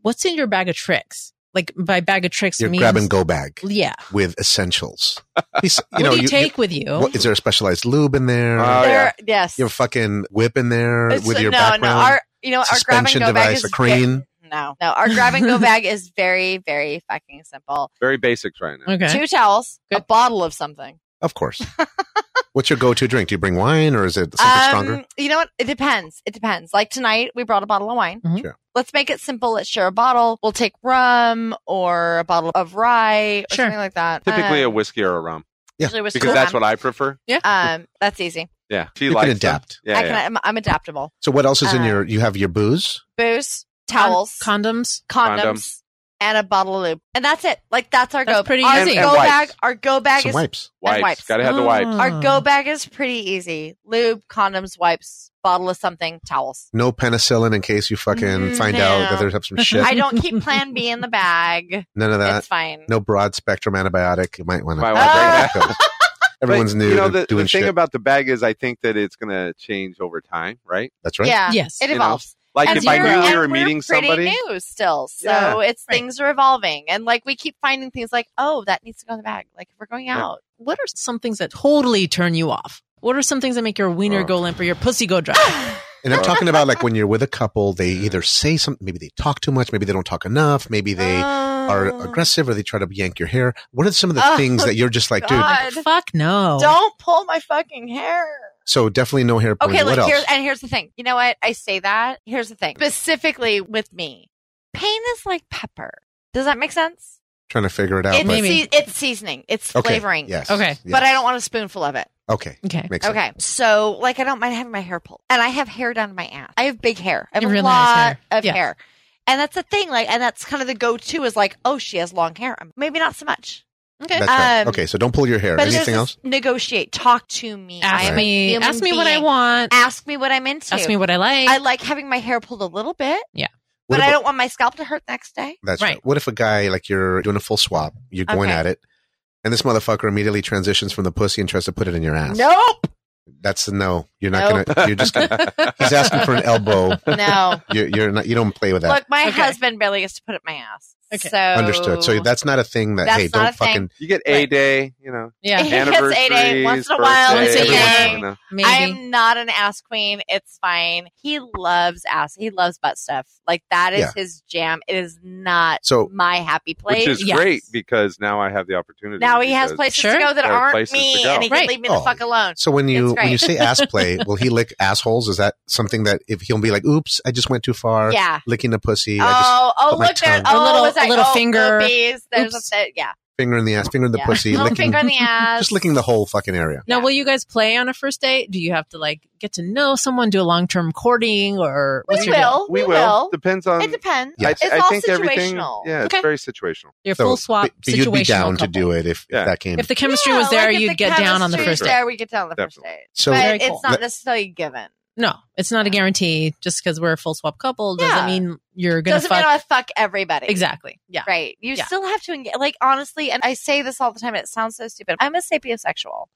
S1: what's in your bag of tricks? Like, by bag of tricks,
S4: Your
S1: means,
S4: grab and go bag
S1: Yeah.
S4: with essentials. You s-
S1: what do you, take with you?
S4: what- is there a specialized lube in there?
S3: Oh, yeah.
S2: there, yes,
S4: you have a fucking whip in there
S2: It's-
S4: with your
S2: no,
S4: background.
S2: no, our you know our grab and
S4: suspension
S2: go bag
S4: device,
S2: is
S4: a crane.
S2: ve- no, no, our grab and go bag is very, very fucking simple.
S3: Very basics right now.
S1: okay.
S2: Two towels, a
S1: Good.
S2: bottle of something.
S4: Of course. What's your go-to drink? Do you bring wine or is it something
S2: Um,
S4: stronger?
S2: You know what? It depends. It depends. Like tonight, we brought a bottle of wine.
S1: Mhm.
S4: Sure.
S2: Let's make it simple. Let's share a bottle. We'll take rum or a bottle of rye or
S1: Sure.
S2: something like that.
S3: Typically
S2: Um,
S3: a whiskey or a rum
S4: Yeah,
S2: usually whiskey
S3: because
S2: or
S3: that's
S2: rum.
S3: what I prefer.
S2: Um, that's easy.
S3: Yeah. She
S4: You can
S3: likes
S4: adapt.
S3: Them. Yeah.
S2: I
S3: yeah.
S2: can. I'm, I'm adaptable.
S4: So what else is in
S2: Uh,
S4: your? You have your booze.
S2: Booze,
S1: Con-
S2: towels,
S1: condoms.
S2: condoms.
S3: condoms.
S2: And a bottle of lube, and that's it. Like that's our
S1: That's
S2: go.
S1: pretty
S2: our
S1: easy.
S2: go
S3: And wipes.
S2: bag. Our go bag
S4: Some
S2: is
S4: wipes.
S3: Wipes.
S2: wipes.
S3: Got to have the wipes.
S1: Ah.
S2: our
S1: Uh.
S2: go bag is pretty easy. Lube, condoms, wipes, bottle of something, towels.
S4: No penicillin in case you fucking
S2: Mm,
S4: find
S2: no.
S4: out that there's up some shit.
S2: I don't keep Plan B in the bag.
S4: None of that.
S2: it's fine.
S4: No broad spectrum antibiotic. You might want
S3: Might
S4: to.
S3: wanna
S2: bring
S4: Everyone's
S3: But,
S4: new.
S3: You know,
S4: to
S3: the,
S4: doing
S3: the thing
S4: shit.
S3: about the bag is I think that it's going to change over time, right?
S4: That's right.
S2: Yeah,
S1: Yes.
S2: it
S3: You know,
S2: evolves.
S3: Like
S2: And
S3: if I
S2: we're-
S3: knew
S2: and
S3: we were
S2: we're
S3: meeting
S2: pretty
S3: somebody,
S2: new still, so
S3: Yeah,
S2: it's things are evolving, and like we keep finding things like, oh, that needs to go in the bag. Like if we're going
S3: Yeah.
S2: out,
S1: What are some things that totally turn you off? What are some things that make your wiener
S3: Oh.
S1: go limp or your pussy go dry?
S4: And I'm talking about like when you're with a couple, they
S2: Mm.
S4: either say something, maybe they talk too much, maybe they don't talk enough, maybe they are
S2: Oh,
S4: aggressive or they try to yank your hair. What are some of the
S2: Oh,
S4: things that you're just like, dude?
S2: God.
S1: Like, fuck no.
S2: Don't pull my fucking hair.
S4: So definitely no hair. pulling.
S2: Okay,
S4: what
S2: look here's
S4: else?
S2: and here's the thing. You know what? I say that. Here's the thing. Specifically with me, pain is like pepper. Does that make sense?
S4: trying to figure it out.
S2: It's
S4: but-
S1: Maybe.
S2: sea- it's seasoning. It's
S4: okay,
S2: flavoring.
S4: Yes.
S1: Okay.
S2: But
S4: yes.
S2: I don't want a spoonful of it.
S4: Okay.
S1: Okay.
S4: Makes sense.
S2: Okay. So, like, I don't mind having my hair pulled. And I have hair down to my ass. I have big hair. I have
S1: You
S2: a
S1: really
S2: lot
S1: nice hair.
S2: of
S1: Yeah.
S2: hair. And that's the thing. Like, and that's kind of the go to is like, oh, she has long hair. Maybe not so much.
S1: Okay.
S4: That's right.
S2: Um,
S4: Okay. So don't pull your hair.
S2: But it's
S4: Anything
S2: just
S4: else?
S2: Negotiate. Talk to me. I
S1: ask
S2: am a
S1: me.
S2: human
S1: Ask me what I
S2: being.
S1: want.
S2: Ask me what I'm into.
S1: Ask me what I like.
S2: I like having my hair pulled a little bit,
S4: What
S2: but
S4: about-
S2: I don't want my scalp to hurt next day.
S4: That's
S1: Right.
S4: right. What if a guy like you're doing a full swap, you're going
S2: Okay.
S4: at it, and this motherfucker immediately transitions from the pussy and tries to put it in your ass?
S2: Nope.
S4: that's a no. You're not gonna. You're just. Gonna, he's asking for an elbow.
S2: No.
S4: You're, you're not. You don't play with that.
S2: Look, my
S1: Okay.
S2: husband barely gets to put up my ass.
S1: Okay.
S2: So
S4: Understood. So that's not a thing that.
S2: That's
S4: hey,
S2: not a
S4: don't
S2: thing.
S4: fucking.
S3: you get a day, you know,
S2: He
S1: yeah.
S2: gets
S3: anniversaries,
S2: a day once in a while,
S1: it's a
S3: birthdays,
S1: yay.
S3: you know.
S1: Maybe.
S2: I am not an ass queen. It's fine. He loves ass. He loves butt stuff. Like that is
S4: Yeah.
S2: his jam. It is not
S4: So
S2: my happy place.
S3: which is
S1: yes.
S3: great because now I have the opportunity.
S2: now he has
S3: because-
S2: places
S1: Sure.
S2: to go that
S3: There are
S2: aren't
S3: places
S2: me,
S3: to go.
S2: and he
S1: Right.
S2: can leave me
S4: Oh.
S2: the fuck alone.
S4: so when
S2: That's
S4: you
S2: right.
S4: when you say ass play, will he lick assholes? Is that something that if he'll be like, oops, I just went too far,
S2: Yeah.
S4: licking the pussy, I just
S2: Oh, oh,
S4: put my
S2: look there.
S4: tongue-
S2: Oh,
S1: A little-
S2: was that?
S1: a little
S2: oh,
S1: finger.
S2: boobies. There's
S1: Oops.
S2: a bit- yeah.
S4: finger in the ass, finger in the
S2: Yeah.
S4: pussy,
S2: Little
S4: licking,
S2: finger in the ass.
S4: just licking the whole fucking area.
S1: Now,
S2: Yeah.
S1: will you guys play on a first date? Do you have to like get to know someone, do a long term courting, or
S2: We
S1: what's your deal?
S2: will.
S3: we will. Depends on.
S2: It depends.
S4: Yeah.
S2: It's
S3: I
S2: all
S3: think everything.
S2: situational.
S3: Yeah, it's
S1: Okay.
S3: very situational.
S1: Your full swap
S4: but- but you'd be
S1: situational
S4: down to
S1: couple.
S4: do it if,
S3: Yeah.
S4: if that came.
S1: If the chemistry was
S2: Yeah,
S1: there,
S2: like, if
S1: you'd
S2: the
S1: get down on the
S2: chemistry
S1: first
S2: is
S1: date.
S2: There, we get down on the first
S3: Definitely.
S2: date.
S4: so
S2: but
S1: Very cool.
S2: it's not necessarily given.
S1: No, it's not a guarantee. Just because we're a full swap couple doesn't
S2: Yeah.
S1: mean you're gonna
S2: Doesn't mean
S1: fuck.
S2: I fuck everybody.
S1: exactly. Yeah.
S2: Right. You
S1: Yeah.
S2: still have to engage. Like, honestly, and I say this all the time, and it sounds so stupid. I'm a sapiosexual.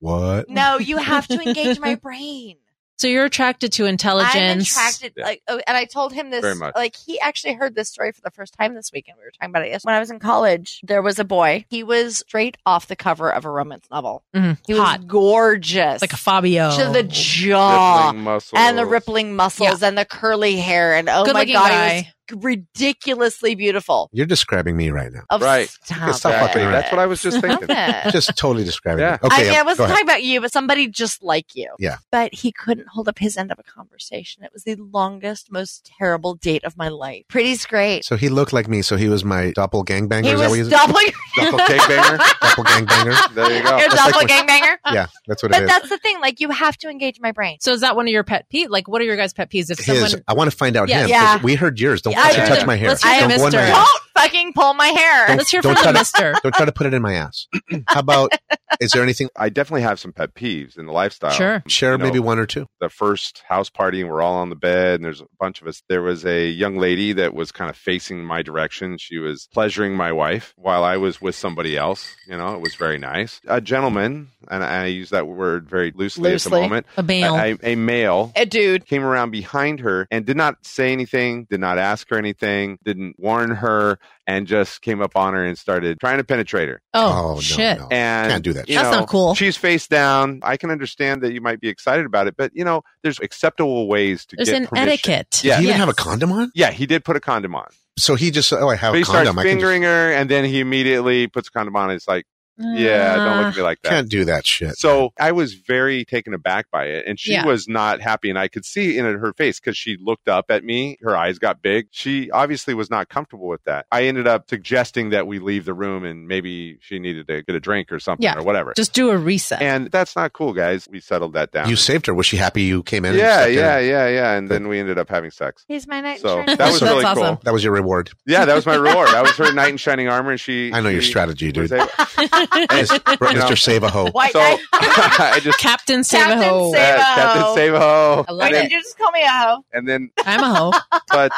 S4: what?
S2: No, you have to engage my brain.
S1: So you're attracted to
S2: I'm
S1: intelligence.
S2: attracted.
S3: Yeah.
S2: Like, oh, and I told him this.
S3: Very much.
S2: Like, he actually heard this story for the first time this weekend. We were talking about it yesterday. When I was in college, there was a boy. He was straight off the cover of a romance novel.
S1: Mhm.
S2: He
S1: Hot,
S2: was gorgeous.
S1: like a oh. Fabio.
S2: to the jaw.
S3: Rippling muscles.
S2: and the rippling muscles and the curly hair and oh my
S1: Good-looking
S2: god,
S1: guy.
S2: he was ridiculously beautiful.
S4: You're describing me right now.
S2: Of
S3: Right.
S2: Stop,
S4: Stop
S2: it.
S4: fucking
S3: Exactly. That's what I was just
S2: Stop
S3: thinking.
S2: it.
S4: Just totally describing
S3: Yeah.
S4: me. Okay,
S2: I, mean, I
S4: um, go
S2: wasn't
S4: ahead.
S2: talking about you, but somebody just like you.
S4: Yeah.
S2: But he couldn't hold up his end of a conversation. It was the longest, most terrible date of my life. Pretty's great.
S4: So he looked like me, so he was my doppelgangbanger.
S2: he
S4: Is that what
S2: was
S4: he's
S2: double
S3: Double cake banger.
S4: doppelgangbanger?
S3: There you go.
S2: your
S4: That's like
S2: double
S4: when-
S2: gangbanger.
S4: yeah, that's what
S2: But
S4: it is.
S2: that's the thing. Like you have to engage my brain.
S1: So is that one of your pet peeves? Like, what are your guys' pet peeves? If
S4: His.
S1: someone,
S4: I want to find out
S1: Yeah.
S4: him.
S2: Yeah.
S4: 'cause We heard yours. Don't
S2: Yeah,
S4: fucking
S3: I
S4: touch
S3: heard
S4: my
S1: it.
S4: hair.
S1: Let's hear
S4: Don't
S1: the
S4: go in my
S1: mister.
S4: ass.
S2: Don't fucking pull my hair.
S4: Don't-
S1: let's hear
S4: don't
S1: from the
S4: try to-
S1: Mister.
S4: Don't try to put it in my ass. How about? Is there anything?
S3: I definitely have some pet peeves in the
S4: Oh.
S3: lifestyle.
S1: Sure.
S4: Share
S3: You know,
S4: maybe one or two.
S3: the first house party and we're all on the bed and there's a bunch of us there was a young lady that was kind of facing my direction she was pleasuring my wife while i was with somebody else you know it was very nice a gentleman and i use that word very loosely, at
S2: Loosely.
S3: the moment
S1: A male.
S3: A, a- a male
S2: Eh, dude.
S3: came around behind her and did not say anything did not ask her anything didn't warn her and just came up on her and started trying to penetrate her
S1: oh,
S4: no,
S1: shit.
S4: no.
S3: and
S4: Can't do that.
S3: you
S1: That's
S3: know,
S1: not cool.
S3: She's face down. I can understand that you might be excited about it, but you know, there's acceptable ways to
S1: There's
S3: get
S1: an
S3: permission.
S1: etiquette.
S3: Yeah.
S4: Did he
S1: Yes.
S4: even have a condom on?
S3: Yeah, he did put a condom on.
S4: So he just oh, I have
S3: But
S4: a
S3: he starts
S4: condom. I can
S3: fingering her, and then he immediately puts a condom on. And it's like, yeah,
S1: Uh,
S3: don't look at me like
S4: just,
S3: that.
S4: can't do that shit.
S3: So I was very taken aback by it, and she
S1: Yeah.
S3: was not happy, and I could see in her face because she looked up at me. Her eyes got big. She obviously was not comfortable with that. I ended up suggesting that we leave the room, and maybe she needed to get a drink or something
S1: Yeah.
S3: or whatever.
S1: Just do a reset.
S3: and that's not cool, guys. We settled that down.
S4: you saved her. Was she happy you came in? and
S3: yeah,
S4: stepped in?
S3: yeah, yeah, yeah. And then we ended up having sex.
S2: He's my night.
S3: So
S2: insurance.
S3: that was
S1: That's
S3: really
S1: awesome.
S3: cool.
S4: That was your reward.
S3: Yeah, that was my reward. That was her knight in shining armor, and she.
S4: I know your
S3: she
S4: strategy,
S3: was
S4: dude.
S3: able-
S4: Yes, Mr. Save a Hoe.
S2: White
S3: so
S2: knight.
S3: I just
S1: Captain Save a
S2: Captain
S1: Ho.
S2: Save-
S3: yeah,
S2: a hoe.
S3: Captain Save a Ho.
S1: I
S2: Why
S1: like
S3: and,
S2: did
S3: then,
S1: it.
S2: you just call me a hoe?
S3: and then,
S1: I'm a hoe.
S3: but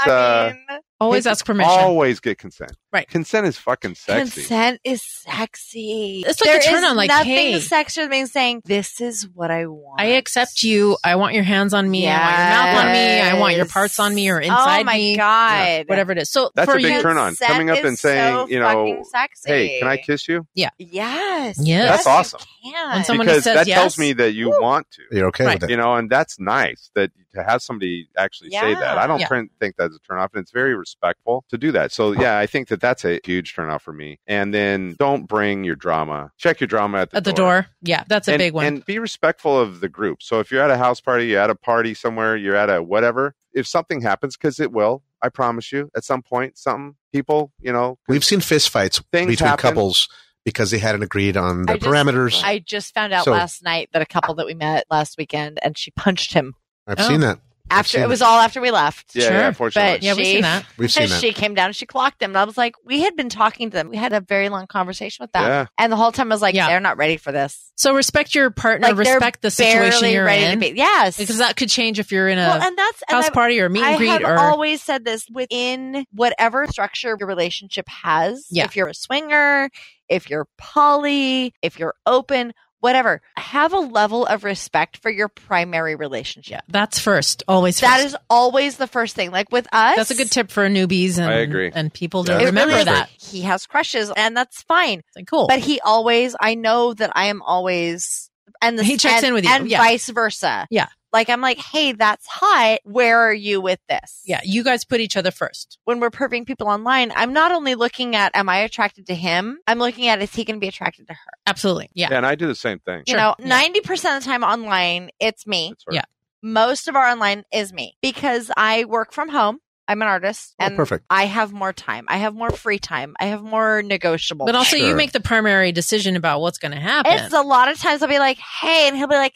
S2: I
S3: uh,
S2: mean,
S1: Always ask permission.
S3: always get consent.
S1: Right.
S3: Consent is fucking sexy.
S2: Consent is sexy.
S1: It's like a turn on, like,
S2: nothing
S1: hey.
S2: sexier than saying, "This is what I want."
S1: I accept you. I want your hands on me. I want your mouth on me. I want your parts on me or
S2: Yes.
S1: inside
S2: Oh my
S1: me.
S2: god!
S1: Whatever it is. So
S3: That's
S1: for
S3: a big
S1: you,
S3: turn on.
S2: Consent
S3: Coming up
S2: is
S3: and saying,
S2: so
S3: you know,
S2: fucking sexy.
S3: Hey, can I kiss you?
S2: Yes.
S1: Yes.
S3: That's
S2: you
S3: awesome.
S2: can.
S1: When someone
S3: because
S1: says
S3: that
S1: yes.
S3: tells me that you want to.
S4: You're okay
S1: Right.
S4: with it.
S3: You know, and that's nice that to have somebody actually say that.
S2: Yeah.
S3: I don't
S1: Yeah.
S3: turn, think that's a turnoff, and it's very respectful to do that. So yeah, I think that that's a huge turnoff for me. And then don't bring your drama. Check your drama at the
S1: at the door. Yeah, that's a
S3: and,
S1: big one.
S3: And be respectful of the group. So if you're at a house party, you're at a party somewhere, you're at a whatever. If something happens, because it will, I promise you, at some point, something people, you know,
S4: We've seen fistfights
S3: Things
S4: between
S3: happen.
S4: couples because they hadn't agreed on the
S2: I just-
S4: parameters.
S2: I just found out
S4: So-
S2: last night that a couple that we met last weekend and she punched him
S4: I've
S1: Oh.
S4: seen that. I've
S2: after
S4: seen
S2: it was
S4: that.
S2: all after we left.
S3: yeah,
S1: Sure,
S3: yeah, unfortunately.
S2: but
S1: yeah, we've
S2: she-
S1: seen that.
S4: We've seen that.
S2: she came down and she clocked him. And I was like, we had been talking to them. We had a very long conversation with them.
S3: Yeah.
S2: And the whole time I was like,
S1: Yeah.
S2: they're not ready for this.
S1: So respect your partner,
S2: Like, they're
S1: respect the situation
S2: Barely
S1: you're
S2: ready
S1: in.
S2: to be. Yes.
S1: Because that uh, could change if you're in a
S2: well, and that's, and
S1: house
S2: I've,
S1: party or meet
S2: I
S1: and greet
S2: have
S1: or
S2: always said this within whatever structure your relationship has.
S1: Yeah.
S2: If you're a swinger, if you're poly, if you're open, whatever, have a level of respect for your primary relationship.
S1: that's first. Always first.
S2: That is always the first thing. Like with us,
S1: That's a good tip for newbies and
S3: I agree.
S1: and people to
S4: Yeah,
S2: It
S4: that's
S1: remember
S2: really is.
S1: that.
S2: he has crushes, and that's fine.
S1: It's like, cool.
S2: But he always, I know that I am always, and the
S1: He checks in with you.
S2: and
S1: Yeah.
S2: vice versa.
S1: Yeah.
S2: like I'm like, hey, that's hot. Where are you with this?
S1: yeah, you guys put each other first.
S2: When we're proving people online, I'm not only looking at am I attracted to him? I'm looking at is he going to be attracted to her?
S1: Absolutely. Yeah.
S3: Yeah, and I do the same thing.
S2: You
S1: Sure.
S2: know,
S1: Yeah.
S2: ninety percent of the time online, it's me.
S3: It's hard.
S1: Yeah.
S2: Most of our online is me because I work from home. I'm an artist,
S4: Oh,
S2: and
S4: perfect.
S2: I have more time. I have more free time. I have more negotiable.
S1: But also you
S4: Sure.
S1: make the primary decision about what's going to happen.
S2: It's a lot of times I'll be like, hey, and he'll be like,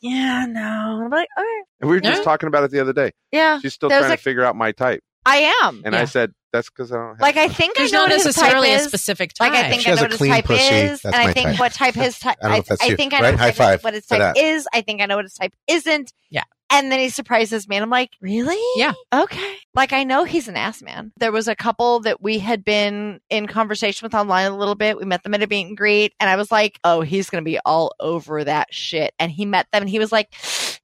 S2: yeah, no. I'm like, all right.
S3: And we were just
S1: Yeah.
S3: talking about it the other day.
S2: Yeah,
S3: She's still
S2: There's
S3: trying
S2: a-
S3: to figure out my type.
S2: I am.
S3: And
S1: Yeah.
S3: I said, that's because I don't have
S2: like, I think
S1: There's
S2: I know
S1: not
S2: what his
S1: necessarily
S2: type
S1: a
S2: is.
S1: specific type.
S2: Like, I think
S4: She
S2: I
S4: has
S2: know
S4: a
S2: what his
S4: clean
S2: type
S4: pussy.
S2: is.
S4: That's
S2: And I
S4: my
S2: think
S4: type.
S2: what type his type
S4: I don't know if that's
S2: I
S4: you,
S2: think I know
S4: right?
S2: what
S4: High
S2: type-
S4: five
S2: what his
S4: for
S2: type
S4: that.
S2: is. I think I know what his type isn't.
S1: Yeah.
S2: And then he surprises me, and I'm like, really?
S1: Yeah.
S2: Okay. Like, I know he's an ass man. There was a couple that we had been in conversation with online a little bit. We met them at a meet and greet, and I was like, oh, he's going to be all over that shit. And he met them, and he was like,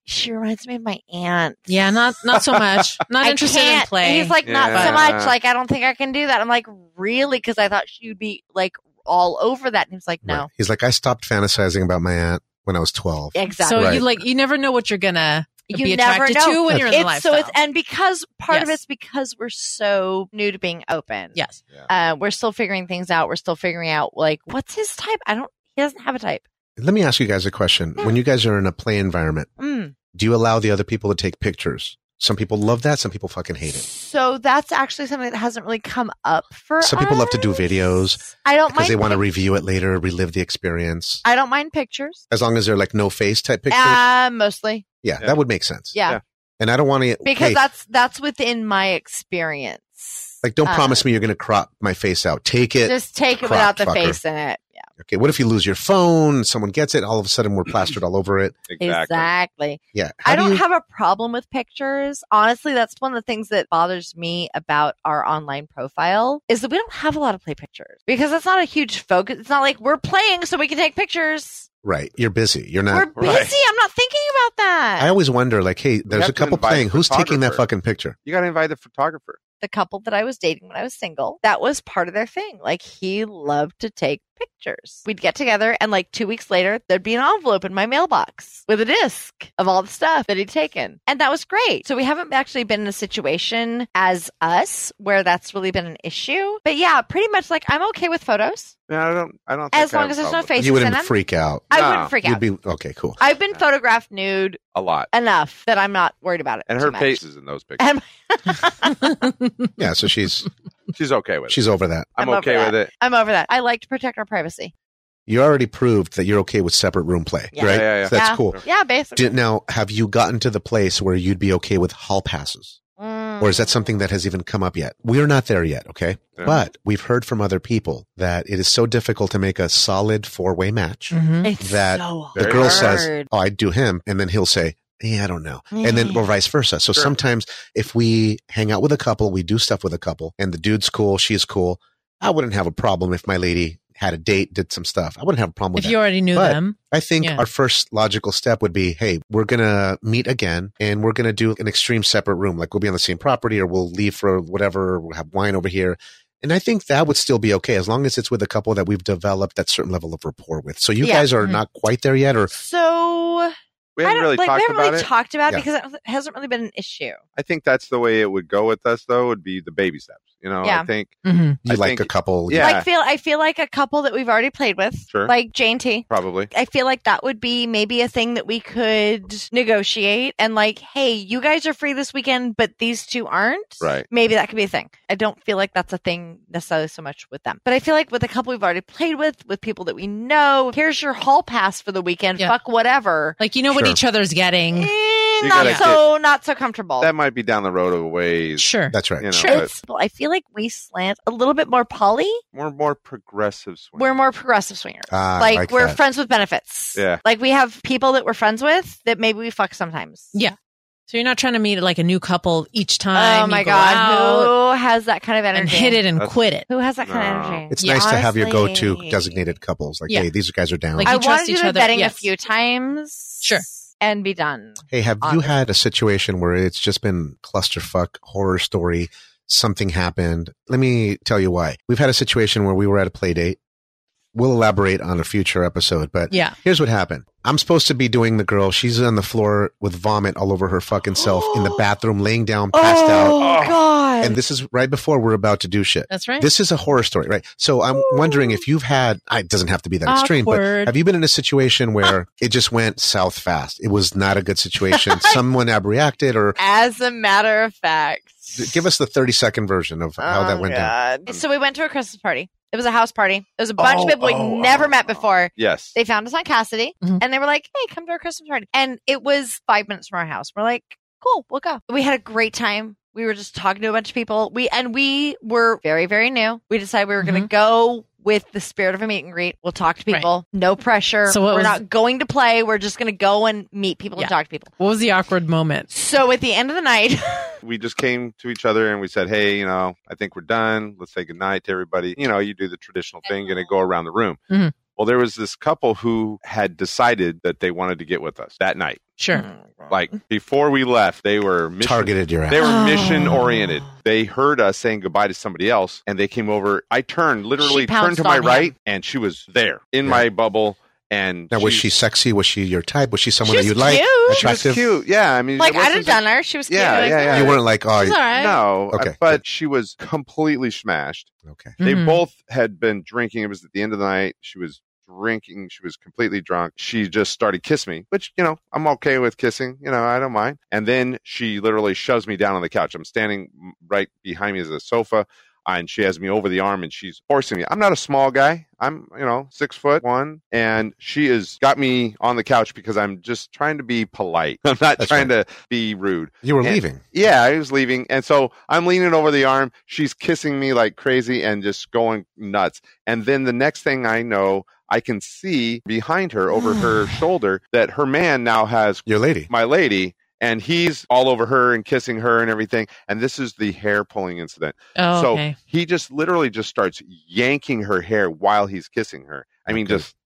S2: she reminds me of my aunt.
S1: yeah, not not so much. Not
S2: I
S1: interested in
S2: can't.
S1: play.
S2: He's like, not so
S3: Yeah.
S2: much. Like, I don't think I can do that. I'm like, really? Because I thought she'd be like all over that. And he's like, no,
S4: Right. He's like, I stopped fantasizing about my aunt when I was 12.
S2: exactly.
S1: so
S4: Right.
S1: you like you never know what you're going to
S2: You
S1: be
S2: never
S1: attracted
S2: know.
S1: to when you're in the
S2: it's
S1: lifestyle.
S2: so it's and because part of
S1: Yes.
S2: it's because we're so new to being open.
S1: yes.
S2: Uh, we're still figuring things out. We're still figuring out like what's his type. I don't. He doesn't have a type.
S4: Let me ask you guys a question.
S2: Yeah.
S4: When you guys are in a play environment,
S2: Mm.
S4: do you allow the other people to take pictures? Some people love that. Some people fucking hate it.
S2: So that's actually something that hasn't really come up for.
S4: Some people love to do
S2: us.
S4: videos
S2: I don't
S4: because
S2: mind.
S4: they want to
S2: pic-
S4: review it later, relive the experience.
S2: I don't mind pictures.
S4: As long as they're like no face type pictures.
S2: Uh, mostly,
S4: yeah,
S3: yeah.
S4: that would make sense.
S2: yeah.
S3: Yeah.
S4: And I don't want to
S2: because
S4: hey,
S2: that's that's within my experience.
S4: like don't
S2: Uh,
S4: promise me you're going to crop my face out. Take it.
S2: Just take it
S4: Croc
S2: without the
S4: fucker.
S2: face in it. Yeah,
S4: okay. What if you lose your phone? Someone gets it. All of a sudden we're plastered all over it.
S3: exactly.
S2: exactly.
S4: Yeah. How
S2: I
S4: do
S2: don't
S4: you-
S2: have a problem with pictures. Honestly, that's one of the things that bothers me about our online profile is that we don't have a lot of play pictures because that's not a huge focus. It's not like we're playing so we can take pictures.
S4: right. You're busy. You're not.
S2: we're busy.
S3: right.
S2: I'm not thinking about that.
S4: I always wonder like, hey, there's
S3: have
S4: a
S3: to
S4: couple
S3: invite
S4: playing. Who's taking that
S3: photographer.
S4: fucking picture?
S3: You got to invite the photographer.
S2: the couple that I was dating when I was single, that was part of their thing. Like he loved to take pictures. We'd get together and like two weeks later, there'd be an envelope in my mailbox with a disc of all the stuff that he'd taken. And that was great. So we haven't actually been in a situation as us where that's really been an issue. But yeah, pretty much like I'm okay with photos
S3: Yeah, I don't. I don't.
S2: as
S3: think I
S2: long
S3: have
S2: as
S3: a
S2: there's no
S3: problem.
S2: faces
S4: You
S2: in
S4: wouldn't
S2: them.
S4: freak out.
S2: I
S3: No.
S2: wouldn't freak
S4: You'd
S2: out.
S4: be okay. Cool.
S2: I've been photographed nude
S3: A lot.
S2: enough that I'm not worried about it.
S3: And
S2: too
S3: her
S2: much.
S3: face is in those pictures.
S2: And
S4: Yeah. So she's
S3: She's okay with it.
S4: she's over that.
S3: I'm,
S2: I'm
S3: okay
S2: over
S3: with it.
S2: I'm over that. I like to protect our privacy.
S4: You already proved that you're okay with separate room play,
S2: Yeah.
S4: right?
S3: Yeah, yeah, yeah.
S4: So that's
S2: Yeah.
S4: cool.
S2: Yeah, basically.
S4: Did, now, have you gotten to the place where you'd be okay with hall passes? Or is that
S2: Mm.
S4: something that has even come up yet? We're not there yet, okay?
S3: Yeah.
S4: But we've heard from other people that it is so difficult to make a solid four way match.
S1: Mhm.
S2: It's
S3: Mm-hmm.
S4: that
S2: so
S4: The
S3: Very
S4: girl
S3: hard.
S4: says, Oh, I'd do him. And then he'll say, yeah, I don't know. And
S2: Mm-hmm.
S4: then or vice versa. So
S3: Sure.
S4: sometimes if we hang out with a couple, we do stuff with a couple and the dude's cool, she's cool. I wouldn't have a problem if my lady had a date, did some stuff. I wouldn't have a problem with
S1: If
S4: that.
S1: you already knew
S4: But-
S1: them,
S4: I think
S1: Yeah.
S4: our first logical step would be, hey, we're going to meet again and we're going to do an extreme separate room. Like we'll be on the same property or we'll leave for whatever. We'll have wine over here. And I think that would still be okay as long as it's with a couple that we've developed that certain level of rapport with. So you
S2: Yeah.
S4: guys are
S1: Mhm.
S4: not quite there yet or
S2: So
S3: We
S2: I
S3: haven't
S2: don't
S3: really
S2: like we
S3: talked
S2: haven't
S3: about
S2: really
S3: it.
S2: talked about it
S4: Yeah.
S2: because it hasn't really been an issue.
S3: I think that's the way it would go with us, though, would be the baby steps. You know,
S2: Yeah.
S3: I think
S1: mhm.
S4: you
S3: I
S4: like
S3: think-
S4: a couple.
S3: Yeah.
S2: Like feel I feel like a couple that we've already played with,
S3: Sure.
S2: like Jane T.
S3: probably.
S2: I feel like that would be maybe a thing that we could negotiate and like, hey, you guys are free this weekend, but these two aren't.
S3: Right.
S2: Maybe that could be a thing. I don't feel like that's a thing necessarily so much with them. But I feel like with a couple we've already played with, with people that we know, here's your hall pass for the weekend.
S1: Yeah.
S2: Fuck whatever.
S1: like you know what
S4: Sure.
S1: each other's getting.
S2: Eh,
S3: You
S2: not
S3: gotta
S2: so not so comfortable.
S3: That might be down the road of a ways.
S1: Sure.
S4: That's right.
S3: You know,
S1: Sure.
S3: but
S2: It's- I feel like we slant a little bit more poly.
S3: we're more progressive. Swing.
S2: We're more progressive swingers.
S4: Ah, I
S2: like,
S4: like
S2: we're
S4: that.
S2: friends with benefits.
S3: Yeah.
S2: Like we have people that we're friends with that maybe we fuck sometimes.
S1: Yeah. So you're not trying to meet like a new couple each time.
S2: oh
S1: you
S2: my
S1: go
S2: god,
S1: out
S2: who has that kind of energy?
S1: and hit it and
S3: That's-
S1: quit it.
S2: Who has that kind of
S3: No.
S2: energy?
S4: It's
S1: Yeah.
S4: nice to have your go
S2: Honestly.
S4: to designated couples. Like,
S1: Yeah.
S4: hey, these guys are down.
S1: Like,
S2: I
S1: you trust
S2: wanted to
S1: each
S2: do
S1: other,
S2: vetting
S1: yes.
S2: a few times.
S1: Sure.
S2: And be done.
S4: Hey, have you
S2: Honest.
S4: had a situation where it's just been clusterfuck horror story? Something happened. Let me tell you why. We've had a situation where we were at a play date. We'll elaborate on a future episode, but
S1: Yeah.
S4: here's what happened. I'm supposed to be doing the girl. She's on the floor with vomit all over her fucking self in the bathroom, laying down, passed out.
S2: Oh,
S3: Oh.
S2: god.
S4: And this is right before we're about to do shit.
S1: That's right.
S4: This is a horror story, right? So I'm wondering if you've had, I- it doesn't have to be that extreme, but
S1: Awkward.
S4: have you been in a situation where it just went south fast? It was not a good situation. Someone abreacted, or
S2: As a matter of fact.
S4: give us the 30 second version of how that
S2: Oh,
S4: went down.
S2: God. So we went to a Christmas party. It was a house party. It was a bunch
S3: Oh,
S2: of people we'd
S3: oh,
S2: never
S3: oh,
S2: met
S3: oh.
S2: before.
S3: yes.
S2: They found us on Cassidy
S4: Mm-hmm.
S1: Mhm.
S2: and they were like, hey, come to our Christmas party. And it was five minutes from our house. We're like, cool, we'll go. We had a great time. We were just talking to a bunch of people. We and we were very, very new. We decided we were
S4: Mm-hmm.
S2: gonna go with the spirit of a meet and greet. We'll talk to
S1: Right.
S2: people. No pressure.
S1: So what
S2: we're
S1: was-
S2: not going to play. We're just gonna go and meet people
S1: Yeah.
S2: and talk to people.
S1: What was the awkward moment?
S2: So at the end of the night,
S3: we just came to each other and we said, "Hey, you know, I think we're done. Let's say goodnight to everybody." You know, you do the traditional thing, going to go around the room.
S2: Mm-hmm.
S1: Mhm.
S3: Well, there was this couple who had decided that they wanted to get with us that night.
S4: Mm-hmm.
S1: Sure.
S3: Like before we left, they were mission,
S4: Targeted your ass.
S3: They
S2: Oh.
S3: were mission oriented. They heard us saying goodbye to somebody else, and they came over. I turned, literally
S2: She
S3: turned
S2: pounced
S3: to my
S2: on him.
S3: right, and she was there in
S4: Yeah.
S3: my bubble. And
S4: Now, was she sexy? Was she your type? Was she someone
S2: She
S4: that you
S2: was
S4: like?
S2: cute.
S3: She was
S4: Attractive?
S3: cute. Yeah, I mean,
S2: like
S3: it
S2: I'd have
S3: wasn't-
S2: done her. She was cute.
S3: Yeah,
S2: Like,
S3: yeah, yeah.
S4: You weren't like, oh,
S2: She's all right.
S3: No,
S4: Okay.
S3: but she was completely smashed.
S4: okay.
S3: They
S1: Mhm.
S3: both had been drinking. It was at the end of the night. She was drinking. She was completely drunk. She just started kissing me, which, you know, I'm okay with kissing. You know, I don't mind. And then she literally shoves me down on the couch. I'm standing right behind me as a sofa. uh, And she has me over the arm and she's forcing me. I'm not a small guy. I'm, you know, six foot one. And she has got me on the couch because I'm just trying to be polite. I'm not
S4: That's
S3: trying to be rude.
S4: You were
S3: And-
S4: leaving.
S3: Yeah, I was leaving. And so I'm leaning over the arm. She's kissing me like crazy and just going nuts. And then the next thing I know, I can see behind her over her shoulder that her man now has
S4: Your lady.
S3: my lady and he's all over her and kissing her and everything. And this is the hair pulling incident.
S1: Oh,
S3: so
S1: okay.
S3: he just literally just starts yanking her hair while he's kissing her. I mean,
S4: Okay.
S3: just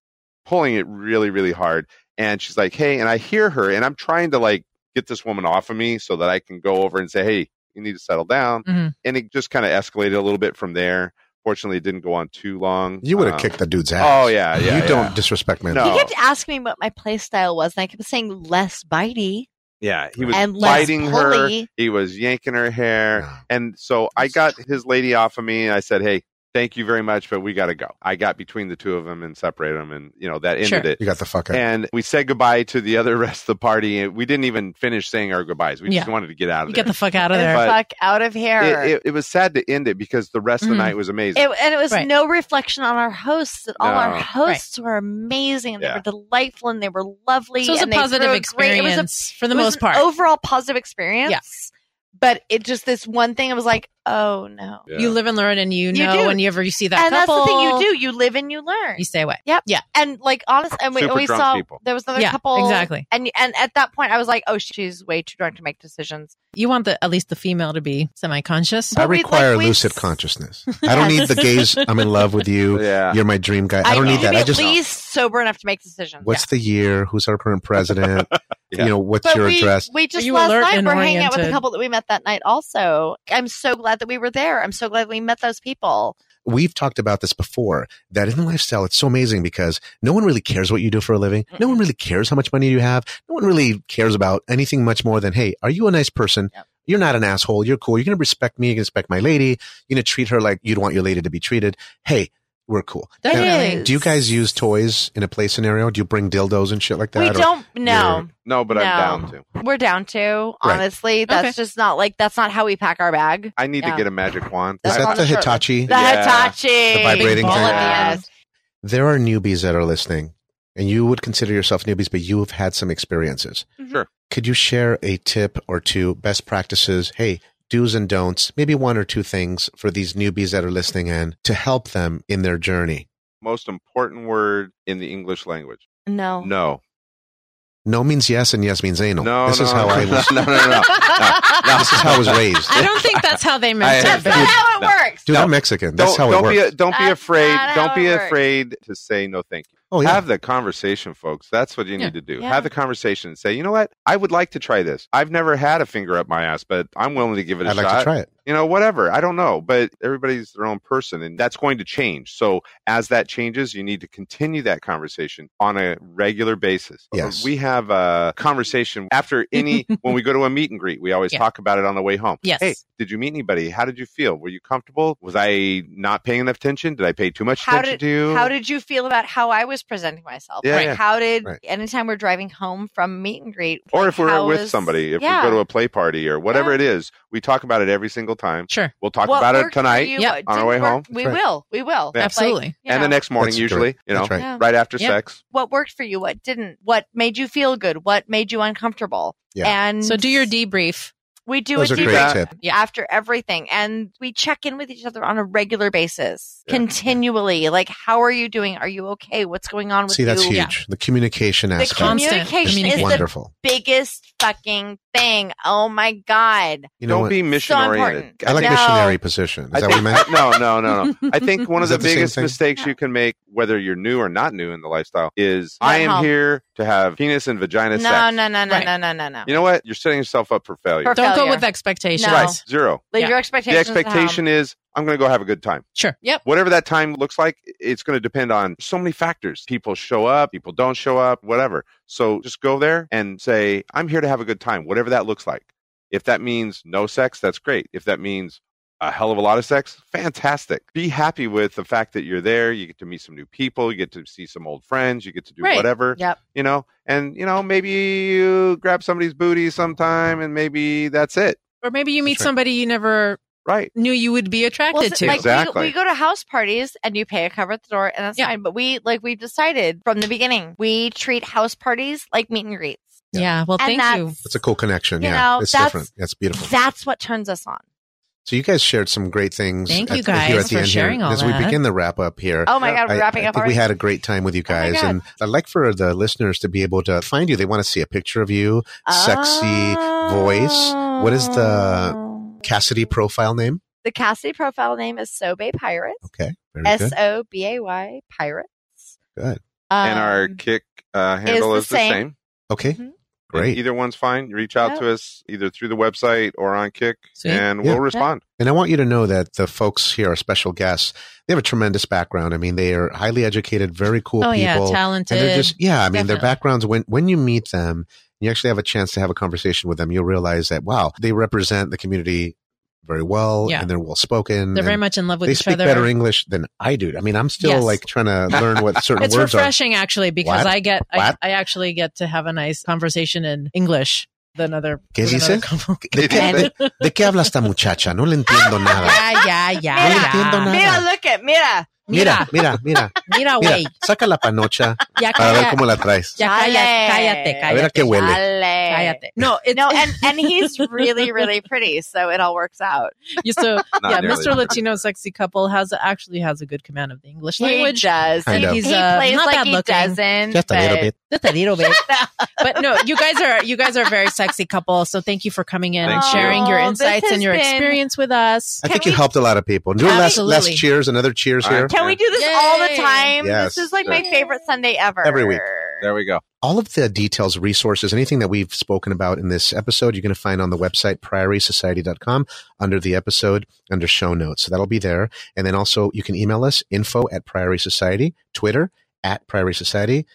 S3: pulling it really, really hard. And she's like, hey, and I hear her, and I'm trying to like get this woman off of me so that I can go over and say, hey, you need to settle down.
S2: Mm-hmm.
S1: Mhm.
S3: And it just kind of escalated a little bit from there. Fortunately, it didn't go on too long.
S4: You would have
S3: Um,
S4: kicked the dude's ass.
S3: Oh, yeah. Yeah.
S4: you
S3: yeah.
S4: don't disrespect my
S3: No.
S4: lady.
S2: He kept asking me what my play style was, and I kept saying less bitey
S3: Yeah. He was
S2: and less
S3: biting her.
S2: pulley.
S3: He was yanking her hair.
S4: No.
S3: And so I got his lady off of me and I said, Hey, thank you very much, but we got to go. I got between the two of them and separated them. And, you know, that ended
S1: Sure.
S3: it.
S4: You got the fuck out.
S3: And we said goodbye to the other rest of the party. And we didn't even finish saying our goodbyes. We just
S1: Yeah.
S3: wanted to get out
S1: You
S3: of
S1: get
S3: there.
S1: the fuck out of
S2: Get
S1: there.
S2: the fuck out of here.
S3: it, it, it was sad to end it because the rest of
S1: Mhm.
S3: the night was amazing.
S2: It- and it was
S1: Right.
S2: no reflection on our hosts at all. Our
S3: No.
S2: hosts were amazing. And
S3: Yeah.
S2: They were delightful and they were lovely.
S1: So it was a
S2: and they
S1: positive
S2: threw a great-
S1: experience
S2: it was a-
S1: for the
S2: it was
S1: most
S2: an
S1: part.
S2: overall positive experience.
S1: Yeah.
S2: But it just this one thing. I was like, oh no.
S3: Yeah.
S1: You live and learn, and you
S2: You
S1: know
S2: do.
S1: whenever you see that
S2: and
S1: couple,
S2: that's the thing you do. You live and you learn.
S1: You stay away.
S2: And like honest, and we
S3: Super
S2: always
S3: drunk
S2: saw
S3: people.
S2: there was another
S1: yeah,
S2: couple
S1: exactly.
S2: And and at that point, I was like, oh, she's way too drunk to make decisions.
S1: You want the at least the female to be semi-conscious.
S2: But
S4: I
S2: we-
S4: require
S2: like, we-
S4: lucid consciousness. I don't need the gaze. I'm in love with you.
S3: Yeah.
S4: You're my dream guy. I don't
S2: need
S4: need
S2: to
S4: that.
S2: Be
S4: I
S2: at
S4: just
S2: least sober enough to make decisions.
S4: what's the year? Who's our current president?
S3: Yeah.
S4: You know, what's
S2: But
S4: your
S2: we,
S4: address?
S2: we just
S1: you
S2: last
S1: alert
S2: night
S1: and
S2: we're hanging out with a
S1: oriented?
S2: couple that we met that night. Also, I'm so glad that we were there. I'm so glad we met those people.
S4: We've talked about this before that in lifestyle, it's so amazing because no one really cares what you do for a living. No one really cares how much money you have. No one really cares about anything much more than, Hey, are you a nice person?
S2: Yep.
S4: You're not an asshole. You're cool. You're going to respect me. You're going to respect my lady. You're going to treat her like you'd want your lady to be treated. Hey, we're cool.
S1: That
S4: Now,
S1: really-
S2: is.
S4: Do you guys use toys in a play scenario? Do you bring dildos and shit like that?
S2: we
S4: Or-
S2: don't know.
S3: No, but I'm
S2: No.
S3: down to.
S2: We're down to
S4: Right.
S2: honestly. That's
S1: Okay.
S2: just not like that's not how we pack our bag.
S3: I need
S2: Yeah.
S3: to get a magic wand.
S4: Is
S2: That's
S4: that
S2: on
S4: the
S2: the short
S4: Hitachi?
S2: The
S3: Yeah.
S2: Hitachi,
S4: The vibrating
S2: Big ball
S4: thing.
S2: at the end.
S4: there are newbies that are listening and you would consider yourself newbies, but you have had some experiences.
S2: Mhm.
S3: Sure.
S4: Could you share a tip or two, best practices? Hey, do's and don'ts, maybe one or two things for these newbies that are listening in to help them in their journey.
S3: Most important word in the English language.
S2: No.
S3: No.
S4: No means yes and yes means anal.
S3: No.
S4: this
S3: no,
S4: is how
S3: no,
S4: I was
S3: No, no, no. no. no.
S4: this is how I was raised.
S1: I don't think that's how they meant
S3: I-
S1: it.
S2: That's not
S1: but-
S2: how it
S3: No.
S2: works.
S4: Dude,
S3: No.
S4: I'm Mexican. That's
S3: don't,
S4: how it
S3: don't
S4: works.
S3: Be, don't be
S2: That's
S3: afraid.
S2: not how
S3: Don't be
S2: it works.
S3: afraid to say no thank you.
S4: oh, yeah.
S3: Have the conversation, folks. That's what you
S1: Yeah.
S3: need to do.
S2: Yeah.
S3: Have the conversation and say, you know what? I would like to try this. I've never had a finger up my ass, but I'm willing to give it a
S4: I'd like
S3: shot.
S4: to try it.
S3: You know, whatever. I don't know, but everybody's their own person and that's going to change. So as that changes, you need to continue that conversation on a regular basis.
S4: Yes.
S3: We have a conversation after any, when we go to a meet and greet, we always
S1: Yeah.
S3: talk about it on the way home.
S1: Yes.
S3: Hey, did you meet anybody? How did you feel? Were you comfortable? Was I not paying enough attention? Did I pay too much
S2: How
S3: attention to you?
S2: How did you feel about how I was presenting myself?
S3: Yeah,
S2: like,
S3: yeah.
S2: how did
S4: Right.
S2: anytime we're driving home from meet and greet,
S3: or
S2: like,
S3: if we're
S2: how
S3: with
S2: was-
S3: somebody, if
S2: yeah.
S3: we go to a play party or whatever
S2: Yeah.
S3: it is, we talk about it every single time.
S1: Sure.
S3: We'll talk
S2: What
S3: about it
S2: worked for
S3: tonight
S2: you,
S1: Yep.
S2: what
S3: on our
S2: didn't
S3: way
S2: work?
S3: home.
S2: We
S4: That's right.
S2: will, we will,
S3: Yeah.
S2: Like,
S1: Absolutely.
S2: you
S3: and the
S2: know,
S3: next morning,
S4: That's
S3: usually,
S4: great.
S3: you know,
S4: That's right.
S2: yeah.
S3: right after
S1: Yep.
S3: sex.
S2: What worked for you? What didn't? What made you feel good? What made you uncomfortable?
S4: Yeah.
S2: And
S1: So do your debrief.
S2: we do
S4: Those
S2: a
S4: are
S2: deep
S4: great
S3: Yeah.
S4: tips.
S1: Yeah.
S2: after everything, and we check in with each other on a regular basis,
S3: Yeah.
S2: continually. Like, how are you doing? Are you okay? What's going on with
S4: See,
S2: you?
S4: that's huge.
S1: Yeah.
S4: The communication
S2: The
S4: aspect
S1: Constant
S2: communication
S4: is
S2: is the
S4: wonderful.
S2: biggest fucking thing. Oh my god.
S4: you know
S3: Don't
S4: what?
S3: be mission oriented.
S2: important.
S4: I like
S2: No.
S4: missionary position. Is
S3: I
S4: that what you
S3: think-
S4: meant?
S3: no, no, no, no. I think one
S4: Is
S3: of the
S4: that the same
S3: biggest
S4: thing?
S3: mistakes
S2: No.
S3: you can make, whether you're new or not new in the lifestyle, is
S2: Not
S3: I am
S2: home.
S3: here to have penis and vagina
S2: No,
S3: sex.
S2: no, no, no,
S1: Right.
S2: no, no, no, no.
S3: You know what? You're setting yourself up for failure.
S2: Perfect.
S1: Don't go
S2: Failure.
S1: with expectations.
S2: No.
S3: Right. Zero.
S2: Leave
S1: Yeah.
S2: your
S3: The
S2: expectations. at home.
S3: expectation is I'm going to go have a good time.
S1: Sure. Yep.
S3: Whatever that time looks like, it's going to depend on so many factors. People show up, people don't show up, whatever. So just go there and say, I'm here to have a good time, whatever that looks like. If that means no sex, that's great. If that means a hell of a lot of sex, fantastic. Be happy with the fact that you're there. You get to meet some new people. You get to see some old friends. You get to do
S1: Right.
S3: whatever,
S2: Yep.
S3: you know, and, you know, maybe you grab somebody's booty sometime and maybe that's it.
S1: Or maybe you meet
S4: That's right.
S1: somebody you never
S3: Right.
S1: knew you would be attracted
S2: Well,
S1: to.
S2: so, like
S3: Exactly.
S2: we, we go to house parties and you pay a cover at the door and that's
S1: Yeah.
S2: fine. But we like we've decided from the beginning we treat house parties like meet and greets.
S1: yeah. Well,
S2: and
S1: thank you.
S2: that's,
S4: It's a cool connection.
S2: You
S4: yeah.
S2: know,
S4: it's
S2: that's-
S4: different. That's beautiful.
S2: that's what turns us on.
S4: So you guys shared some great things.
S1: Thank you
S4: at- here
S1: guys
S4: at the
S1: for
S4: end here.
S1: sharing all
S4: As
S1: that.
S4: we begin the wrap up here,
S2: Oh my
S3: Yeah.
S2: god, we're
S4: I,
S2: wrapping
S4: I
S2: up
S4: think
S2: already. Oh
S4: we had a great time with you
S2: my
S4: guys,
S2: God.
S4: and I'd like for the listeners to be able to find you. They want to see a picture of you, sexy voice. What is the
S2: Oh.
S4: Cassidy profile name?
S2: the Cassidy profile name is Sobe Pirates.
S4: Okay, Oh, very
S2: S
S4: good.
S2: O B A Y Pirates.
S4: Good.
S3: and our
S2: Um,
S3: kick uh, handle
S2: the
S3: is the
S2: same.
S3: same.
S4: Okay,
S2: Mhm.
S4: great.
S3: Either one's fine. You Reach out
S2: Yeah.
S3: to us either through the website or on Kick,
S1: Sweet.
S3: and
S4: Yeah.
S3: we'll respond.
S4: And I want you to know that the folks here are special guests. They have a tremendous background. I mean, they are highly educated, very cool
S1: oh
S4: people.
S1: yeah, talented.
S4: and they're just yeah i mean their
S1: Definitely.
S4: backgrounds when when you meet them you actually have a chance to have a conversation with them you'll realize that wow they represent the community very well
S1: Yeah.
S4: and they're well spoken
S1: They're very much in love with
S4: they
S1: each
S4: speak
S1: other.
S4: better english than i do i mean i'm still
S1: Yes.
S4: like trying to learn what certain
S1: it's
S4: words
S1: refreshing actually because
S4: What?
S1: I get I,
S4: What?
S1: I actually get to have a nice conversation in English than other.
S4: ¿Qué
S1: with another
S4: dices?
S1: couple.
S4: are ¿De qué, de, de qué habla esta muchacha no le entiendo nada
S1: Ah, yeah, yeah,
S2: No le
S4: entiendo
S1: yeah.
S4: nada.
S2: Mira, look at mira.
S4: mira
S1: Mira,
S4: mira mira
S1: mira,
S4: mira
S1: güey.
S4: saca la panocha
S1: Ya,
S4: para ver
S1: calla-
S4: cómo la traes
S1: ya, calla-
S2: Dale.
S1: cállate,
S4: a ver a
S1: cállate.
S4: qué huele
S2: Dale.
S1: Hayate. No, it's,
S2: No, and and he's really really pretty, so it all works out.
S1: Yeah, so
S4: ah,
S3: Not
S1: yeah,
S3: nearly.
S1: Mr. Latino sexy couple has actually has a good command of the English language.
S2: He does.
S4: Kind
S2: he,
S4: of.
S2: he
S1: He's, uh,
S2: plays
S1: not
S2: like
S1: bad
S2: he
S1: looking.
S2: doesn't.
S4: Just a little
S2: but-
S4: bit.
S1: Just a little bit. but no, you guys are you guys are a very sexy couple. So thank you for coming in and
S3: Thank you.
S1: sharing your
S2: Oh, this
S1: insights and
S2: has
S1: your
S2: been-
S1: experience with us.
S4: I
S2: Can
S4: think you
S2: we-
S4: helped a lot of people. Do less, less
S1: Absolutely.
S4: cheers, another cheers
S3: All right.
S4: here.
S2: Can we do this all the
S1: Yay.
S2: time?
S4: Yes.
S2: This is like my
S3: Sure.
S2: favorite Sunday ever.
S4: Every week.
S3: There we go.
S4: All of the details, resources, anything that we've spoken about in this episode, you're going to find on the website, priorysociety.com, under the episode, under show notes. So that'll be there. And then also you can email us, info at Priory Society, Twitter at Priory Society,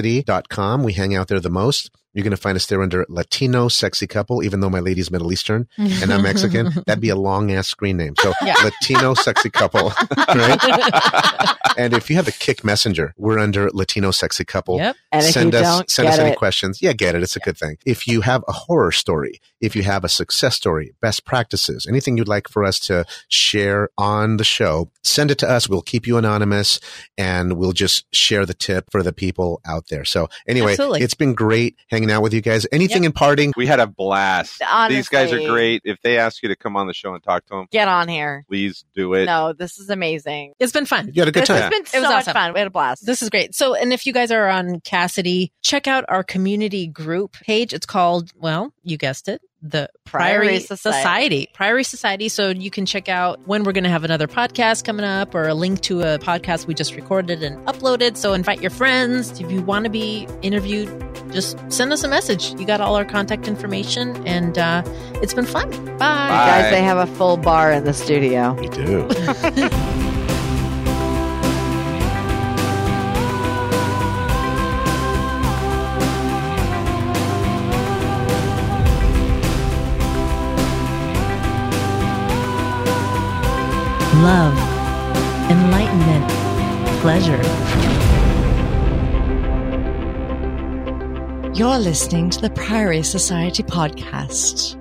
S4: Cassidy.com. We hang out there the most. You're going to find us there under Latino Sexy Couple, even though my lady's Middle Eastern and I'm Mexican. That'd be a long ass screen name. So
S1: Yeah.
S4: Latino Sexy Couple, right? And if you have a kick messenger, we're under Latino Sexy Couple
S1: yep.
S5: And if
S4: send
S5: you
S4: us
S5: don't
S4: send
S5: get
S4: us any
S5: it,
S4: questions. Yeah, get it. It's a good thing. If you have a horror story, if you have a success story, best practices, anything you'd like for us to share on the show, send it to us. We'll keep you anonymous and we'll just share the tip for the people out there. So anyway,
S1: Absolutely.
S4: it's been great hanging out with you guys. Anything in parting?
S3: We had a blast. These guys are
S2: Honestly.
S3: great. If they ask you to come on the show and talk to them,
S2: Get on here.
S3: please do it.
S2: No, this is amazing.
S1: It's been fun.
S4: You had a good
S2: This has
S4: time.
S2: been so
S1: was
S2: much
S1: awesome.
S2: fun. We had a blast.
S1: This is great. So, and if you guys are on Cassidy, check out our community group page. It's called, well, you guessed it, the Priory,
S2: Priory
S1: Society.
S2: Society.
S1: Priory Society. So you can check out when we're going to have another podcast coming up or a link to a podcast we just recorded and uploaded. So invite your friends. If you want to be interviewed, just send us a message. You got all our contact information and uh, it's been fun. Bye.
S3: Bye.
S5: guys, they have a full bar in the studio.
S4: You do.
S1: Love, enlightenment, pleasure.
S6: You're listening to the Priory Society podcast.